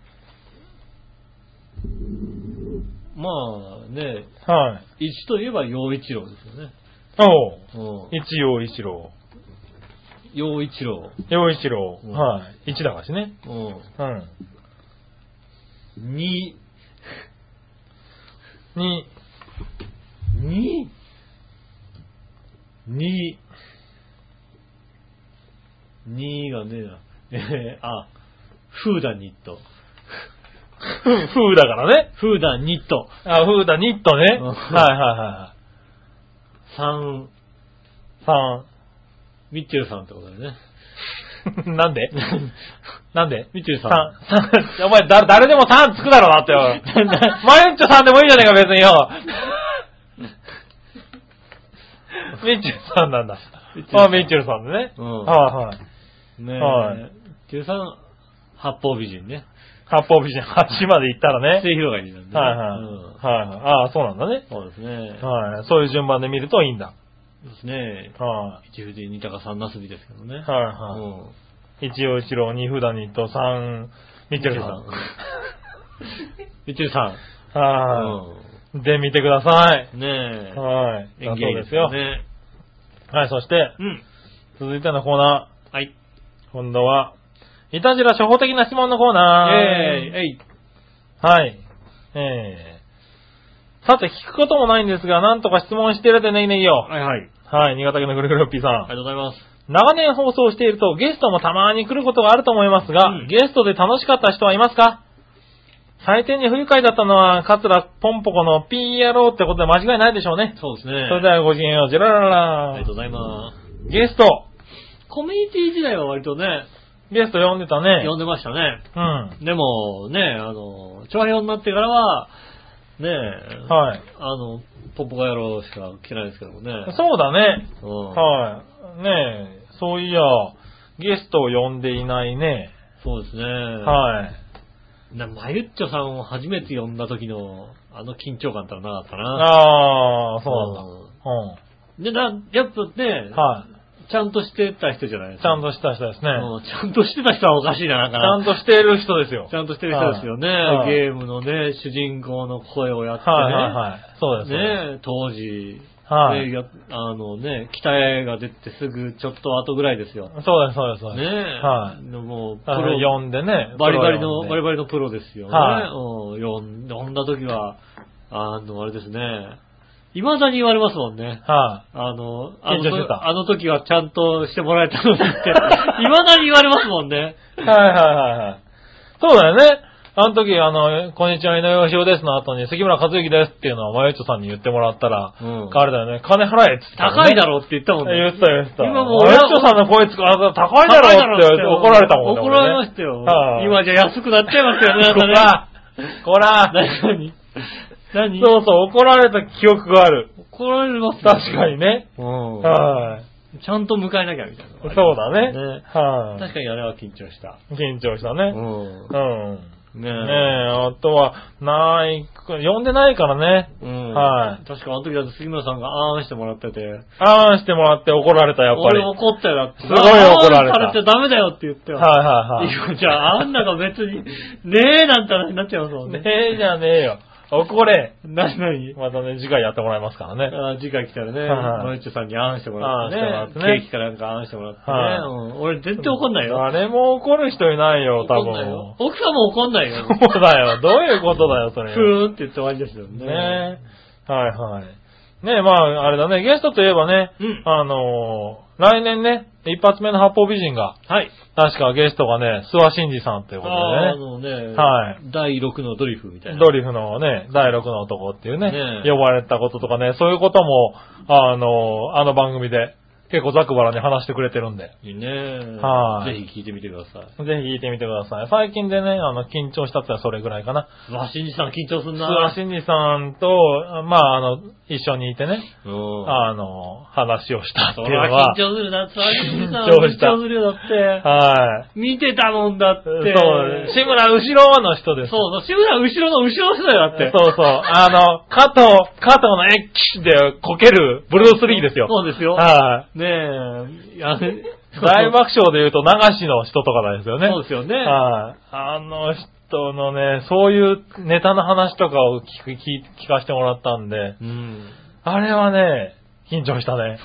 S2: まあね、
S3: い。はい。
S2: 一といえば陽一郎ですよね。
S3: おう。
S2: うん。
S3: 一陽一郎。
S2: 陽一郎。
S3: 陽一郎。
S2: うん
S3: はい。一だからしね。
S2: うん。
S3: うん。
S2: 二、
S3: に、
S2: 二、二、二がねえな。えー、あ、フーダニット。
S3: ふ、ふうだからね。
S2: フーダニット。
S3: あ、ふうだ、ニットね。はい
S2: うん
S3: はいは
S2: 三、
S3: いはい。
S2: ミッチェルさんってことだよね。
S3: 三。 な んでなんで
S2: ミッチェルさ
S3: 三
S2: ん。、
S3: 三、お前、だ、誰でも三つくだろう なってよ。マユッチョさんでもいいじゃねえか、別によ。ミッチェルさんなんだ。
S2: ミッチェルさん
S3: あ、ミッチェルさんでね。
S2: うん
S3: はいはい。
S2: ねえ。
S3: はい
S2: ミッチェルさん、八方美人ね。
S3: 八方美人8まで行ったらね。
S2: 末広がりなんで、ね。
S3: はいはい。
S2: うん
S3: はいはい。ああ、そうなんだね。
S2: そうですね。
S3: はい。そういう順番で見るといいんだ。
S2: そうですね。
S3: は
S2: 一富士二鷹三なすびですけどね。
S3: い。はいは
S2: うん。
S3: い。一応一郎、二札二と三、ミッチェルさん。
S2: ミッチェルさん。
S3: は
S2: う
S3: い。で、見てください。
S2: ん。ね
S3: はい。
S2: え。
S3: だ
S2: 演
S3: そ
S2: 芸で
S3: うですすよ
S2: よ。。ね。
S3: はい、そして、
S2: うん。
S3: 続いてのコーナ
S2: はい。
S3: ー。今度は、いたじら初歩的な質問のコーナー。
S2: えー、えい。
S3: はい。えー。さて、聞くこともないんですが、なんとか質問してるでねいねいよ。
S2: はいはい。
S3: はい、新潟県のぐるぐるおっぴーさん。
S2: ありがとうございます。
S3: 長年放送しているとゲストもたまに来ることがあると思いますが、
S2: うん
S3: ゲストで楽しかった人はいますか最低に不愉快だったのは、桂ポンポコの PRO ってことで間違いないでしょうね。
S2: そうですね。
S3: それではごきげんよう、ジェララ
S2: あり
S3: ラ
S2: がとうございます。
S3: ゲスト、
S2: コミュニティ時代は割とね、
S3: ゲスト呼んでたね。
S2: 呼んでましたね。
S3: うん。
S2: でも、ね、あの、長編になってからは、ねえ、
S3: はい。
S2: あの、ポッポコ野郎しか来てないですけどもね。
S3: そうだね。
S2: うん。
S3: はい。ねえ、そういや、ゲストを呼んでいないね。
S2: そうですね。
S3: はい。
S2: な、まゆっちょさんを初めて呼んだ時の、あの緊張感ってのはなかったな。
S3: ああ、そう
S2: で、な、やっぱね
S3: なんだ。うん。、はい。
S2: ちゃんとしてた人じゃないです
S3: ち
S2: か。
S3: ゃんとした人ですね。
S2: うんちゃんとしてた人はおかしいな、なん
S3: ち
S2: か
S3: ゃん
S2: な。
S3: としている人ですよ。
S2: ちゃんとしてる人ですよね。
S3: はい
S2: ゲームのね、主人公の声をやってね。
S3: はいはいはい。そうです。
S2: ね当時、
S3: はい
S2: ねやあのね、北へが出てすぐちょっと後ぐらいですよ。ね
S3: そうです、そうです。そう
S2: え、
S3: ですはい。
S2: のもう、プ
S3: あの、
S2: ロ、
S3: 呼んでね。
S2: バリバリの、
S3: プ
S2: バリ
S3: ロを呼んで
S2: バリのプロですよね。
S3: はい
S2: うん、呼ん呼んだ時は、あの、あれですね、未だに言われますもんね。
S3: は
S2: あの、あの
S3: 緊張してた
S2: あの時はちゃんとしてもらえ たのにって、未だに言われますもんね。
S3: い。はいはいはいはい。そうだよね。あの時、あの、こんにちは、井上芳雄ですの後に、関村和之ですっていうのをマヨッチョさんに言ってもらったら、
S2: うん
S3: あれだよね、金払えって言ってたもんね、
S2: 高いだろうって言ったもんね。
S3: 言ってた言ってた。
S2: 今もう
S3: マヨッチョさんの声つく、あなた高いだろうって怒られたもんね。
S2: 怒られましたよ。今じゃ安くなっちゃいますよね、あんたね
S3: 今、こら、
S2: 何何
S3: そうそう、怒られた記憶がある。
S2: 怒られますよ
S3: 確かに。ね。
S2: うん
S3: はい。
S2: ちゃんと迎えなきゃみたいな。
S3: そうだね。はい。
S2: 確かにあれは緊張した。
S3: 緊張した
S2: う
S3: ね。
S2: ん
S3: うん。
S2: ね
S3: ねえ、あとは、ない、呼んでないからね。
S2: うん
S3: はい
S2: 確かあの時だって杉村さんがあーんしてもらってて。
S3: あーんしてもらって怒られた、やっぱ
S2: 俺
S3: り。はい
S2: 怒ったよだって。
S3: すごい怒られた
S2: あーんされちゃダメだよって言ってよ。
S3: はいはい。
S2: いやじゃあ、あんなが別に、ねえなんて話になっちゃいますもんね。
S3: ねえじゃねえよ。怒れ。
S2: なになに
S3: またね、次回やってもらいますからね。
S2: あー次回来たらね、
S3: はい
S2: マリッチョさんにあんしてもらってね
S3: あんしてもらってね
S2: ケーキかなんかあんしてもらってね。
S3: はい
S2: うん俺全然怒んないよ。
S3: 誰も怒る人いないよ、多
S2: 怒んないよ
S3: 分。
S2: 奥さんも怒んない よ。
S3: そうだよ。どういうことだよ、そ
S2: ふ
S3: れ。
S2: ーんって言って終わりですよね。
S3: ねえ。はいはい。ねえ、まあ、あれだね、ゲストといえばね、
S2: うん
S3: あのー来年ね、一発目の八方美人が、
S2: はい。
S3: 確かゲストがね、諏訪真二さんっていうこと
S2: あーあ
S3: でね。
S2: のね、
S3: はい
S2: 第6のドリフみたいな。
S3: ドリフのね、第6の男っていうね、
S2: ねえ
S3: 呼ばれたこととかね、そういうことも、あの、あの番組で結構ザクバラに話してくれてるんで、ぜ
S2: いいね
S3: はい
S2: ぜひ聞いてみてください。
S3: ひ聞いてみてください。最近でね、あの、緊張したってのはそれぐらいかな。
S2: 諏訪真二さん緊張すん
S3: 諏
S2: な。
S3: 訪真二さんと、まあ、あの、一緒にいてね、
S2: うん。
S3: あの、話をしたって
S2: そ
S3: い
S2: り
S3: うの
S2: ゃ
S3: は
S2: 緊、張するな、諏訪真二さん
S3: 緊張
S2: 緊
S3: した
S2: 張するよだって。
S3: はい。
S2: 見てたもんだって。
S3: そう、志村後ろの人です。
S2: そうそう、志村後ろの後ろの人だよ、だって。
S3: そうそう。あの、加藤、加藤のエッキシでこけるブルースリーですよ。
S2: そうですよ。
S3: はい。
S2: ねえ、 あれ、
S3: 大爆笑で言うと流しの人とかですよね。
S2: そうですよね。
S3: はい。あの人のね、そういうネタの話とかを聞く、聞聞かせてもらったんで、
S2: うん。
S3: あれはね、緊張したね。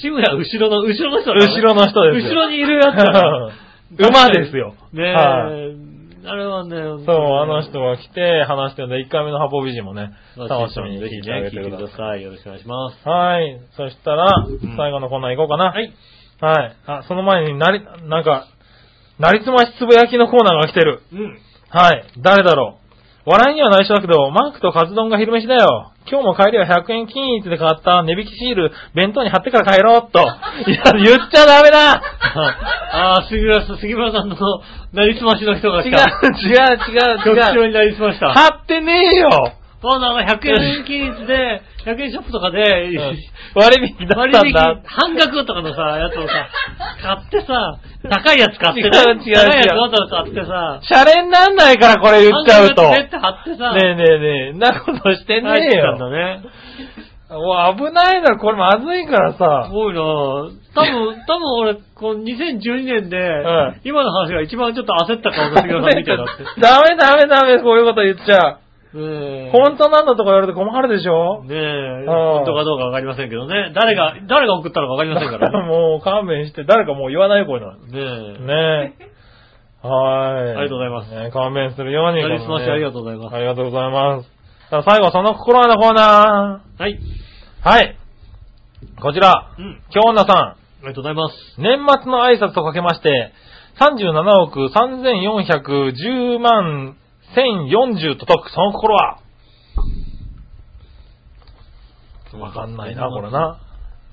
S2: 志村後ろの後ろの人だからね
S3: 後ろの人ですよ。
S2: 後ろにいるやつだから。
S3: うん 馬ですよ。
S2: ねえ、
S3: はい
S2: あれはね、
S3: そう、あの人が来て話してるんで、1回目のハポビジもね、
S2: 楽
S3: 楽
S2: し
S3: し
S2: み
S3: みに
S2: にぜ
S3: 聞
S2: ひ
S3: いてあ
S2: ね、
S3: げ
S2: 聞
S3: て
S2: いて
S3: くだ
S2: くだ。
S3: さい
S2: さい。よろしくお願いします。
S3: はい。そしたら、
S2: ん
S3: 最後のコーナー行こうかな。
S2: はい。
S3: はい。あ、その前になり、なんか、なりつましつぶやきのコーナーが来てる。
S2: うん。
S3: はい。誰だろう。笑いには内緒だけど、マークとカツ丼が昼飯だよ。今日も帰りは100円均一で買った値引きシール、弁当に貼ってから帰ろうっと。いや、言っちゃダメ
S2: あ
S3: だ
S2: あ、杉村さん、杉村さんのなりすましの人が
S3: 違う、
S2: 来
S3: 違
S2: た。
S3: う、
S2: 局
S3: 違う、
S2: 長
S3: 違う。
S2: になりすました。
S3: 貼ってねえよ
S2: そうなの、100円均一で、100円ショップとかで、
S3: 割引だ
S2: 割
S3: ったん
S2: 引
S3: だ。
S2: 半額とかのさ、やつをさ、買ってさ、高いやつ買ってね
S3: 違う違う
S2: 高い
S3: 違う
S2: やつわざわざ買ってさ、
S3: シャレになんないからこれ言っちゃうと。
S2: 半額でっ
S3: ね
S2: て貼ってさ、
S3: えねえねえ、んなことして
S2: 入
S3: ね
S2: っ
S3: え
S2: てたんだ
S3: よ。
S2: ね。
S3: もう危ないだろ、これまずいから
S2: す
S3: さ。
S2: ごいなぁ。多分、多分俺、この2012年で、
S3: ん
S2: 今の話が一番ちょっと焦った顔の杉村さんみたいだって。
S3: ダメダメダメ、こういうこと言っちゃう。
S2: ねえ
S3: 本当なんだとか言われて困るでしょ
S2: ねえ、
S3: ん
S2: 本当かどうかわかりませんけどね。誰が、誰が送ったのかわかりませんか
S3: だから
S2: ら
S3: もう勘弁して、誰かもう言わない声な
S2: ね。ね え。
S3: の。ねえ。はーい。
S2: ありがとうございます
S3: ね勘弁するように。
S2: なりすましありがとうござい
S3: ご
S2: ます。
S3: ありがとうございます。さあ、最後、その心のコーナ
S2: はい。
S3: ー。はい。こちら、
S2: うん。
S3: 京女さん。
S2: ありがとうございます。
S3: 年末の挨拶とかけまして、37億3410万1040と解く、その心はわかんないな、これな。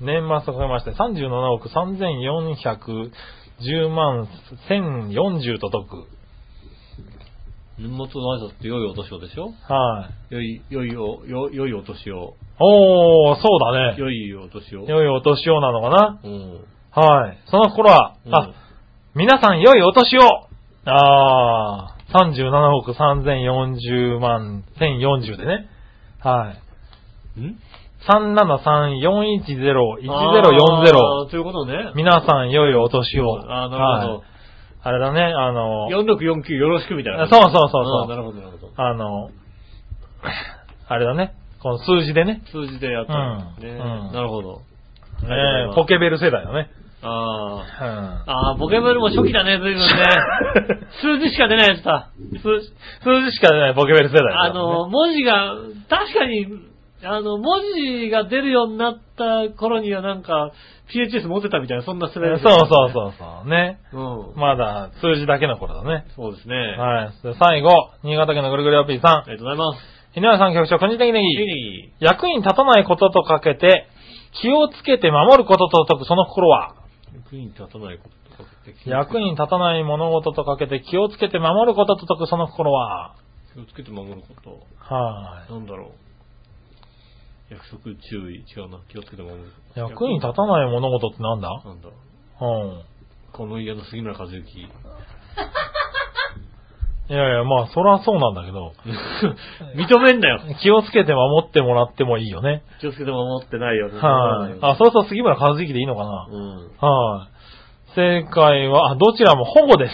S3: 年末とかけまして、37億3410万1040と解
S2: 年末の挨拶って良いお年をでしょ
S3: く。はい。
S2: 良い、良いお、良良いお年を。
S3: おー、そうだね。
S2: 良いお年を。
S3: 良いお年をなのかな
S2: うん。
S3: はい。その心は、
S2: うん
S3: あ、皆さん良いお年をああ、37億3040万1040でね。はい。
S2: んあー
S3: 37341101040。
S2: ということね。
S3: 皆さん良いお年を。
S2: あーなるほ
S3: はい。あれだね、あの、
S2: ど。4649よろしくみたいな。
S3: そうそうそうそう
S2: あーなるほど、なるほど。
S3: あの、あれだね、この数字でね。
S2: 数字でやったんですね。
S3: うんうん
S2: なるほど。
S3: ね
S2: ありがとうございます
S3: ポケベル世代だね。
S2: あ
S3: う
S2: ー
S3: ん。
S2: あー、ポケベルも初期だね、随分 ね。数字しか出ないやつだ。数
S3: 数字しか出ないポケベル世代だ、ね。
S2: あの、文字が、確かに、あの、文字が出るようになった頃にはなんか、PHS 持ってたみたいな、そんな世代で
S3: そう
S2: すよね
S3: そうそうそう。ね。
S2: うん。
S3: まだ数字だけの頃だね。
S2: そうですね。
S3: はい。そして最後、新潟県のぐるぐるおっぴーさ
S2: あ
S3: ん。
S2: りがとうございます。
S3: ひなやさん局長、こんにちは、ネギ
S2: ネギネギ
S3: 役に立たないこととかけて、気をつけて守ることと解くその心は、
S2: 役に立たないことかけて。
S3: 役に立たない物事とかけて気をつけて守ることと解くその心は、
S2: 気をつけて守るこ
S3: は
S2: と。なんだろう。約束、注意、違うな。気をつけて守るこ
S3: い。
S2: と。
S3: 役に立たない物事ってなんだ
S2: なんだろう。
S3: うん。
S2: この家の杉村和幸。
S3: いやいや、まあ、そらそうなんだけど、
S2: 認めんなよ。
S3: 気をつけて守ってもらってもいいよね。
S2: 気をつけて守ってないよ。
S3: はい。あ、
S2: あ、
S3: そろそろ杉村和之でいいのかな
S2: うん。
S3: はい。正解は、あどちらも保護です。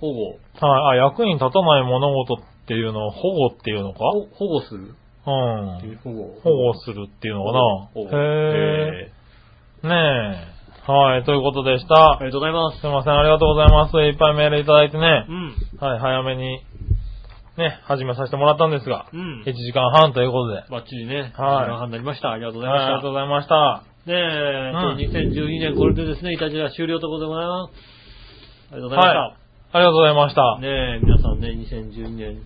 S2: 保護。
S3: はい。あ、役に立たない物事っていうのを保護っていうのか
S2: ほ保護する。
S3: うん。
S2: 保護。
S3: 保護するっていうの
S2: 保護
S3: かなへ
S2: へー
S3: え。ねえ。はい、ということでし
S2: あ
S3: た
S2: り。がとうございます。
S3: すいません、ありがとうございます。いっぱいメールいただいてね
S2: う。ん。
S3: はい、早めに、ね、始めさせてもらったんですが、
S2: うん
S3: 1。時間半ということで。はい、
S2: バッチリね。
S3: はい
S2: 時間半になりました。ありがとうございまし
S3: あ
S2: た。
S3: りがとうございました。
S2: ねえ、
S3: うん
S2: えっと2012年これでですね、イタジラ終了ということでございます。ありがとうございました。
S3: はい、ありがとうございました。ね
S2: ねえ、皆さんね、2012年、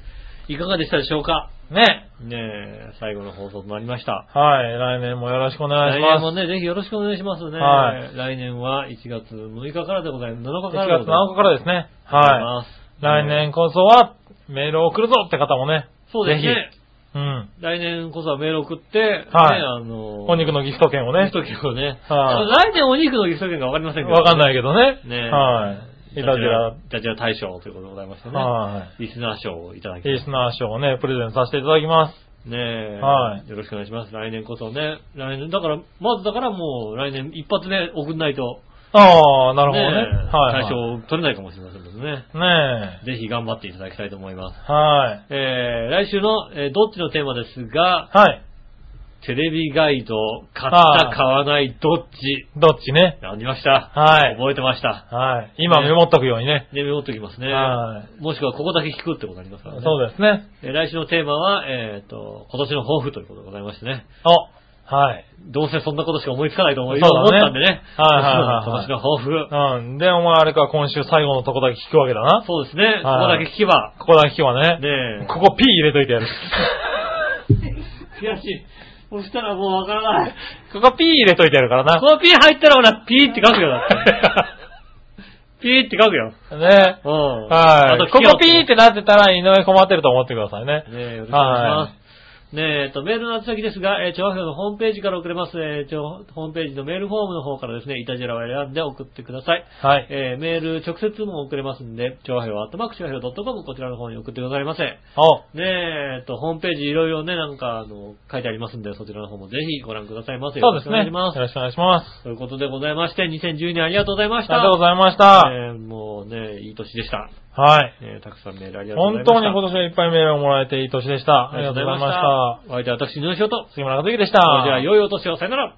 S2: いかがでしたでしょうかねえ、最後の放送となりました。
S3: はい、来年もよろしくお願い
S2: 来
S3: し
S2: 年
S3: ま
S2: も
S3: す。
S2: ね、ぜひよろしくお願いしますね。
S3: はい
S2: 来年は1月6日からでございます。7日から
S3: 1
S2: でございます。
S3: 月7日からですね。は
S2: はい
S3: い。来年こそは、メールを送るぞって方もね。
S2: そうですね
S3: ぜ。ひ。うん。
S2: 来年こそはメール送って、
S3: はい
S2: ね、あの、
S3: お肉のギフト券をね
S2: ギフ。ト券をね、
S3: は
S2: 来年お肉のギフト券がわかりませんけど、
S3: わかんないいけどね。
S2: ね
S3: はい。いたじら
S2: イタジラ大賞ということでございましてね。
S3: は
S2: リスナー賞をいただき
S3: い。リスナー賞をね、プレゼントさせていただきます。
S2: ねえ、
S3: はい
S2: よろしくお願いします。来年こそね。来年、だから、まずだからもう来年一発で送んないと、
S3: ああ、なるほどね。
S2: え
S3: はい、はい。
S2: 対象取れないかもしれませんのでね。
S3: ね
S2: ぜひ頑張っていただきたいと思います。
S3: え。はい。
S2: えー、来週の、えーどっちのテーマですが、
S3: はい。
S2: テレビガイド、買った、買わない、どっち
S3: どっちね。
S2: ありました。
S3: はい。
S2: 覚えてました。
S3: はい。今メモっとくようにね。
S2: でメモっときますね。
S3: は
S2: もしくはここだけ聞くってことになりますからね。
S3: そうですね。
S2: えー来週のテーマは、えっ、と、今年の抱負ということでございましてね。
S3: お。はい。
S2: どうせそんなことしか思いつかないと思い
S3: そうだね
S2: 思ったんでね。
S3: はいはいはいはい
S2: 今年の抱負。
S3: うん。で、お前あれか、今週最後のとこだけ聞くわけだな。
S2: そうですね。ここだけ聞けば。
S3: ここだけ聞けばね。
S2: ねえ。
S3: ここ P 入れといてやる。
S2: 悔しい。そしたらもうわからない。
S3: ここ P 入れといてやるから
S2: このピー入ったらほら、ピーって書くよ。だっ てピーって書くよ。
S3: な。 ね
S2: う
S3: え。
S2: ん。
S3: は
S2: あ
S3: い。
S2: と聞
S3: こ
S2: けよ
S3: こ P ってなってたら井上困ってると思ってくださいね。
S2: ねえ、よろしくお願いします。ねえ、えっと、メールの宛先ですが、えー、調和表のホームページから送れます。えー、調ホームページのメールフォームの方からですね、イタジェラを選んで送ってください。
S3: はい。
S2: えー、メール直接も送れますんで、調和表、アットマーク調和表 .com こちらの方に送ってくださいませ。
S3: お。
S2: ねえ、えっと、ホームページいろいろね、なんか、あの、書いてありますんで、そちらの方もぜひご覧くださいませ。
S3: そうです
S2: よ
S3: ね。よ
S2: ろしくお願いしま
S3: ろしくお願いします。
S2: す。ということでございまして、2012年ありがとうございま
S3: あ
S2: し
S3: り
S2: た。
S3: がとうございました。
S2: ねえもうね、いい年でした。
S3: はい。
S2: ねえたくさんメールありがとうござい
S3: 本
S2: ました。
S3: 当に今年はいっぱいメールをもらえていい年でした。あ
S2: あ
S3: り
S2: りが
S3: がと
S2: と
S3: う
S2: う
S3: ご
S2: ご
S3: ざ
S2: ざ
S3: い
S2: い
S3: ま
S2: ま
S3: し。
S2: したた。お相手は私、ヌーショと。
S3: 杉村和之でした。
S2: それでは、良いお年を、さよなら。